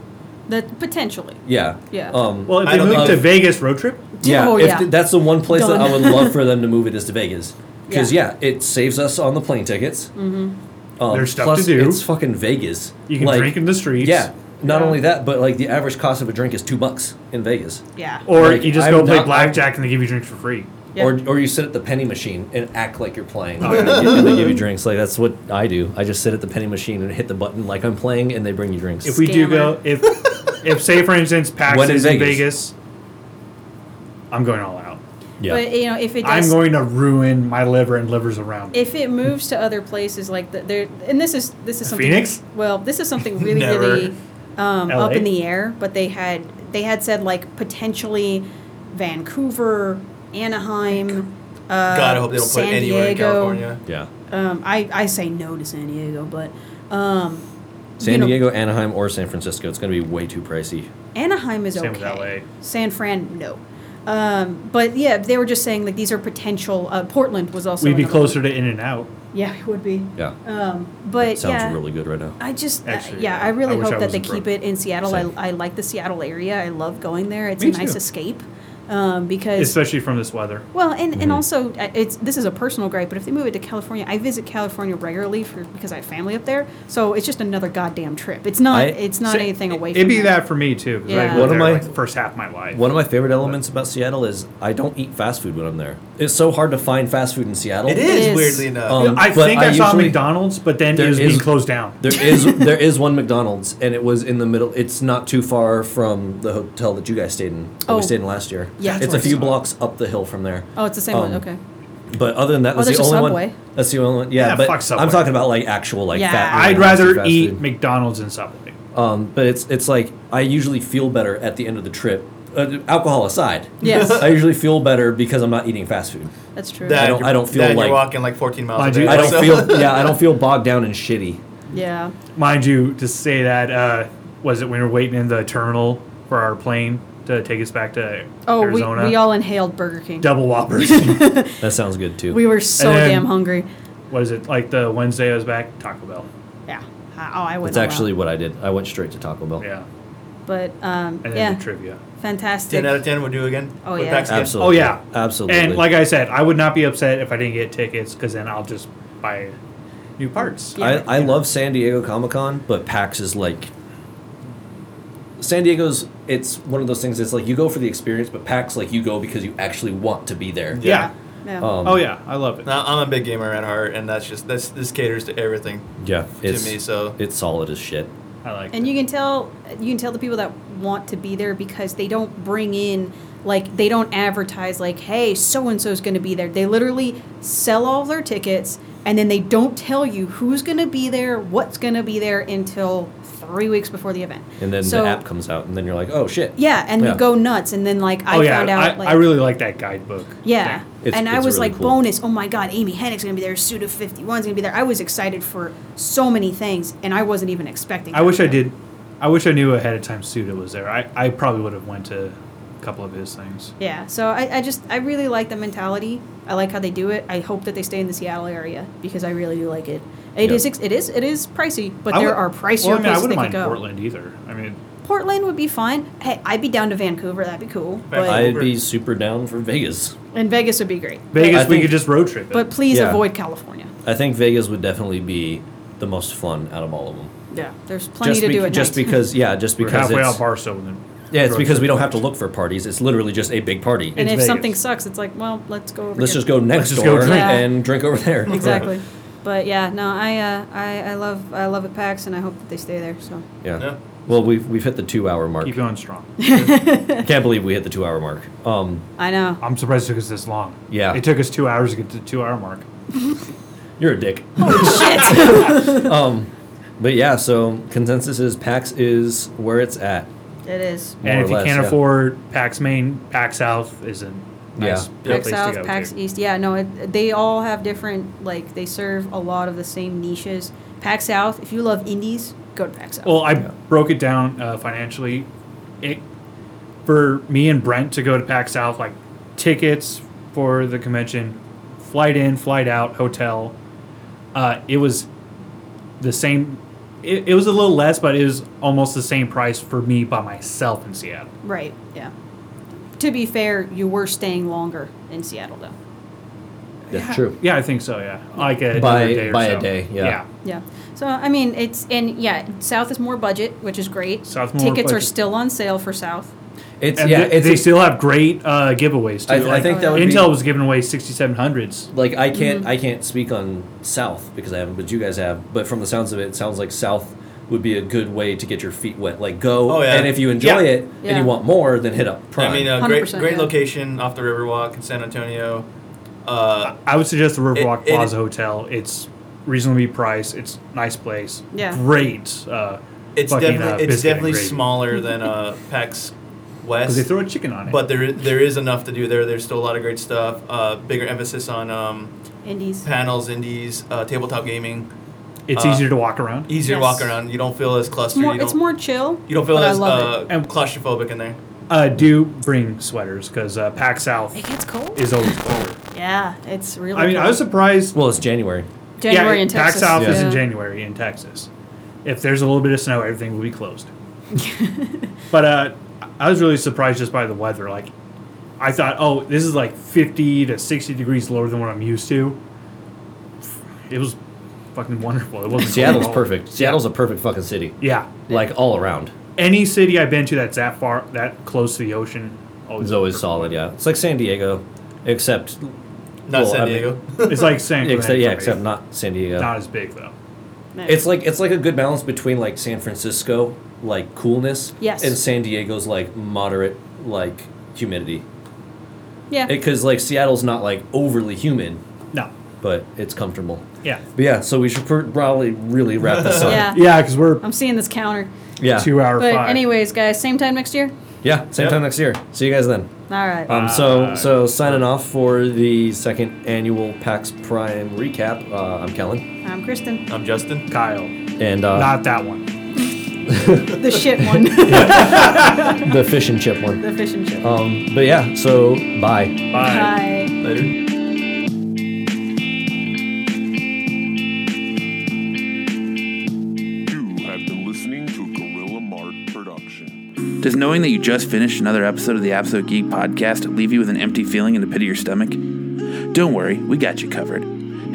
That potentially. Yeah. Yeah. Um, Well, if I they don't moved know. to Vegas road trip, yeah. Oh, if yeah. th- that's the one place that I would Done. love for them to move it is to Vegas. Because Yeah. yeah. it saves us on the plane tickets. Mm-hmm. Um, There's stuff plus, to do. It's fucking Vegas. you can Like, drink in the streets. Yeah. Not Yeah. only that, but like the average cost of a drink is two bucks in Vegas. Yeah. Or Like, you just I'm go play not- I'm- blackjack and they give you drinks for free. Yeah. Or, or you sit at the penny machine and act like you're Oh, playing. and, they give, and they give you drinks. Like that's what I do. I just sit at the penny machine and hit the button like I'm playing, and they bring you drinks. if we do go if if say for instance PAX When in is in Vegas. Vegas. I'm going all out. yeah. But you know, if it does, I'm going to ruin my liver and livers around me. if it moves to other places like the, there, and this is this is something. Phoenix? Well, this is something really Never. really um, up LA? in the air. But they had they had said like potentially Vancouver, Anaheim. Uh, God, I hope they don't San put it anywhere in Diego. California. yeah. Um, I I say no to San Diego, but um, San you know, Diego, Anaheim, or San Francisco. It's going to be way too pricey. Anaheim is Same with okay. LA. San Fran, no. Um, but yeah, they were just saying like these are potential. Uh, Portland was also. We'd be another- closer to In and Out. Yeah, it would be. Yeah. Um, but Sounds yeah, really good right now. I just uh, Actually, yeah, yeah. I I really wish I hope that they wasn't keep broke. it in Seattle. I, Same. I like the Seattle area. I love going there. It's Me a nice too. escape um, because Especially from this weather. well, and, and also uh, it's this is a personal gripe, but if they move it to California, I visit California regularly for because I have family up there. So it's just another goddamn trip. It's not I- it's not So anything away. It'd from be there. that for me too. 'cause I Yeah. lived One of there, my- like, the first half of my life. One of my favorite elements about Seattle is I don't eat fast food when I'm there. It's so hard to find fast food in Seattle. It is, is. weirdly enough. Um, I but think I I, saw usually- McDonald's, but then it There was is- being closed down. There is there is one McDonald's, and it was in the middle. It's not too far from the hotel that you guys stayed in. That Oh. we stayed in last year. Yeah. That's it's a where I few saw it. blocks up the hill from there. Oh, it's the same one. Um, Okay. But other than that, that's there's the a only Subway. one. That's the only one. Yeah, Yeah, but fuck Subway. I'm talking about like actual like. Yeah. Fat I'd fast rather food. eat McDonald's and Subway. Um, but it's it's like I usually feel better at the end of the trip. Uh, alcohol aside, Yes. I usually feel better because I'm not eating fast food. That's true. That I don't- you're- I don't feel that you're like- walking like 14 miles. I a do- day. I don't So- feel yeah, I don't feel bogged down and shitty. yeah. Mind you, to say that uh, was it when we were waiting in the terminal for our plane to take us back to Oh, we, Arizona? we all inhaled Burger King. double whoppers. That sounds good too. We were so And then- damn hungry. what is it like the Wednesday I was back Taco Bell. Yeah. I- Oh, I would. That's actually what I did. I went straight to Taco Bell. Yeah, But um, and then yeah, the trivia. fantastic. 10 out of 10 would do again. Oh, with yeah. Pax again. Absolutely. Oh yeah, Absolutely. And like I said, I would not be upset if I didn't get tickets because then I'll just buy new parts. Yeah. I, I love San Diego Comic Con, but PAX is like San Diego's it's one of those things it's like you go for the experience, but PAX like you go because you actually want to be there. Yeah. Yeah. Um, Oh yeah, I love it. Now, I'm a big gamer at heart, and that's just that's this caters to everything Yeah. It's to me. So it's solid as shit. I like. And you can tell you can tell the people that want to be there because they don't bring in like they don't advertise like hey so and so's going to be there. They literally sell all their tickets and then they don't tell you who's going to be there, what's going to be there until 3 weeks before the event. And then So- the app comes out, and then you're like, oh shit. Yeah, and Yeah. you go nuts and then like I oh yeah, found out I, like I really like that guidebook. yeah. thing. It's- and I it's was really like, cool. bonus, oh my God, Amy Hennig's going to be there, Suda 51's going to be there. I was excited for so many things, and I wasn't even expecting I that. wish I did. I wish I knew ahead of time Suda was there. I, I probably would have went to a couple of his things. Yeah, so I, I just, I really like the mentality. I like how they do it. I hope that they stay in the Seattle area because I really do like it. It Yeah. is, ex it is, it is pricey, but I there would- are pricier well, I mean, I places they wouldn't could mind go. Portland either. I mean, Portland would be fine. Hey, I'd be down to Vancouver. That'd be cool. But, I'd be super down for Vegas. and Vegas would be great. Vegas, I we think- could just road trip it. But please Yeah. avoid California. I think Vegas would definitely be the most fun out of all of them. Yeah, there's plenty just to be- do at Just night. because, yeah, just we're because halfway out it's, Barstow. And then yeah, it's road because trip. we don't have to look for parties. It's literally just a big party. and if It's Vegas. something sucks, it's like, well, let's go over Let's here. just go next just go door drink. Yeah. and drink over there. exactly. But yeah, no, I, uh, I I love I love it PAX, and I hope that they stay there. So Yeah. Yeah. Well, we've we've hit the two hour mark. Keep going strong. Can't believe we hit the two hour mark. Um, I know. I'm surprised it took us this long. Yeah. It took us two hours to get to the two hour mark. you're a dick. Um, Shit. But yeah, so consensus is PAX is where it's at. It is. More and or if you less, can't yeah. afford PAX Main, PAX South is a Yeah. nice place PAX to South, go to. PAX East. Yeah, no, it, they all have different like they serve a lot of the same niches. PAX South, if you love indies, go to PAX South. Well, I broke it down uh, financially. It, for me and Brent to go to PAX South, like tickets for the convention, flight in, flight out, hotel. Uh, it was the same. It, it was a little less, but it was almost the same price for me by myself in Seattle. right. Yeah. To be fair, you were staying longer in Seattle though. That's true. Yeah, I think so. Yeah, like a By- another day or by a so. day, yeah. Yeah. So I mean, it's and yeah, South is more budget, which is great. South more Tickets are budget. still on sale for South. It's And yeah. they, it's they still have great uh, giveaways too. I, I think that would Intel be, was giving away sixty seven hundreds. like I can't Mm-hmm. I can't speak on South because I haven't, but you guys have. But from the sounds of it, it sounds like South would be a good way to get your feet wet. Like go, Oh, yeah. and if you enjoy Yeah. it and Yeah. you want more, then hit up Prime. I mean, uh, great, 100%, great yeah. location off the Riverwalk in San Antonio. Uh, I would suggest the Riverwalk It- it- Plaza Hotel. It's reasonably priced. It's nice place. Yeah. Great. Uh, it's fucking, uh, definitely it's biscuit and definitely gravy. smaller than uh, PAX West. Because they throw a chicken on it. but there there is enough to do there. There's still a lot of great stuff. Uh, bigger emphasis on um, Indies. panels, indies, uh, tabletop gaming. it's uh, easier to walk around. Easier to Yes. walk around. You don't feel as clustered. More, you don't, it's more chill. you don't feel but as I love uh, it. And- claustrophobic in there. Uh, do bring sweaters because uh, Pack South It gets cold. is always colder. yeah, it's really. I mean, I cold. was surprised. well, it's January. January yeah, in Texas. Pack South is Yeah. in January in Texas. If there's a little bit of snow, everything will be closed. but uh, I was really surprised just by the weather. Like, I thought, oh, this is like 50 to 60 degrees lower than what I'm used to. It was fucking wonderful. It wasn't cold Seattle's at Oh. all. perfect. Seattle's a perfect fucking city. Yeah. Like all around, Any city I've been to that's that far, that close to the ocean, oh, always it's always solid. Yeah, it's like San Diego, except Not Well, I San mean- Diego. It's like San except yeah, Clemente for except me. not San Diego. Not as big, though. It's like it's like a good balance between like San Francisco like coolness Yes. and San Diego's like moderate like humidity. yeah. Because like Seattle's not like overly humid, No. but it's comfortable. Yeah. But yeah, so we should pr- probably really wrap this up. yeah. Yeah, because we're I'm seeing this counter. Yeah. two hour But five. anyways, guys, same time next year. Yeah, same Yep. time next year. See you guys then. All right. Um, so Bye. so signing off for the second annual PAX Prime recap. Uh, I'm Kellen, I'm Kristen. I'm Justin. Kyle. and uh, Not that one. The shit one. the fish and chip one. the fish and chip. Um, but yeah, so bye. Bye. Later. You have been listening to a Gorilla Mart production. Does knowing that you just finished another episode of the Absolute Geek podcast leave you with an empty feeling in the pit of your stomach? Don't worry, we got you covered.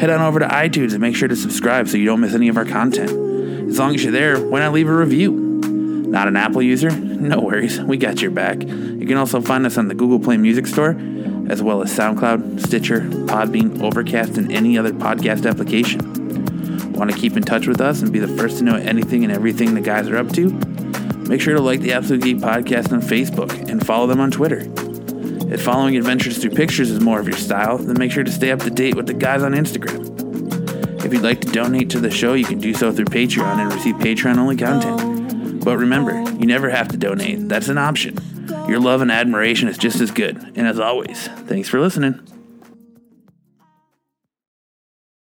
Head on over to iTunes and make sure to subscribe so you don't miss any of our content. As long as you're there, why not leave a review? Not an Apple user? No worries, we got your back. You can also find us on the Google Play Music Store, as well as SoundCloud, Stitcher, Podbean, Overcast, and any other podcast application. Want to keep in touch with us and be the first to know anything and everything the guys are up to? Make sure to like the Absolute Geek Podcast on Facebook and follow them on Twitter. If following adventures through pictures is more of your style, then make sure to stay up to date with the guys on Instagram. If you'd like to donate to the show, you can do so through Patreon and receive Patreon only content. But remember, you never have to donate, that's an option. Your love and admiration is just as good. And as always, thanks for listening.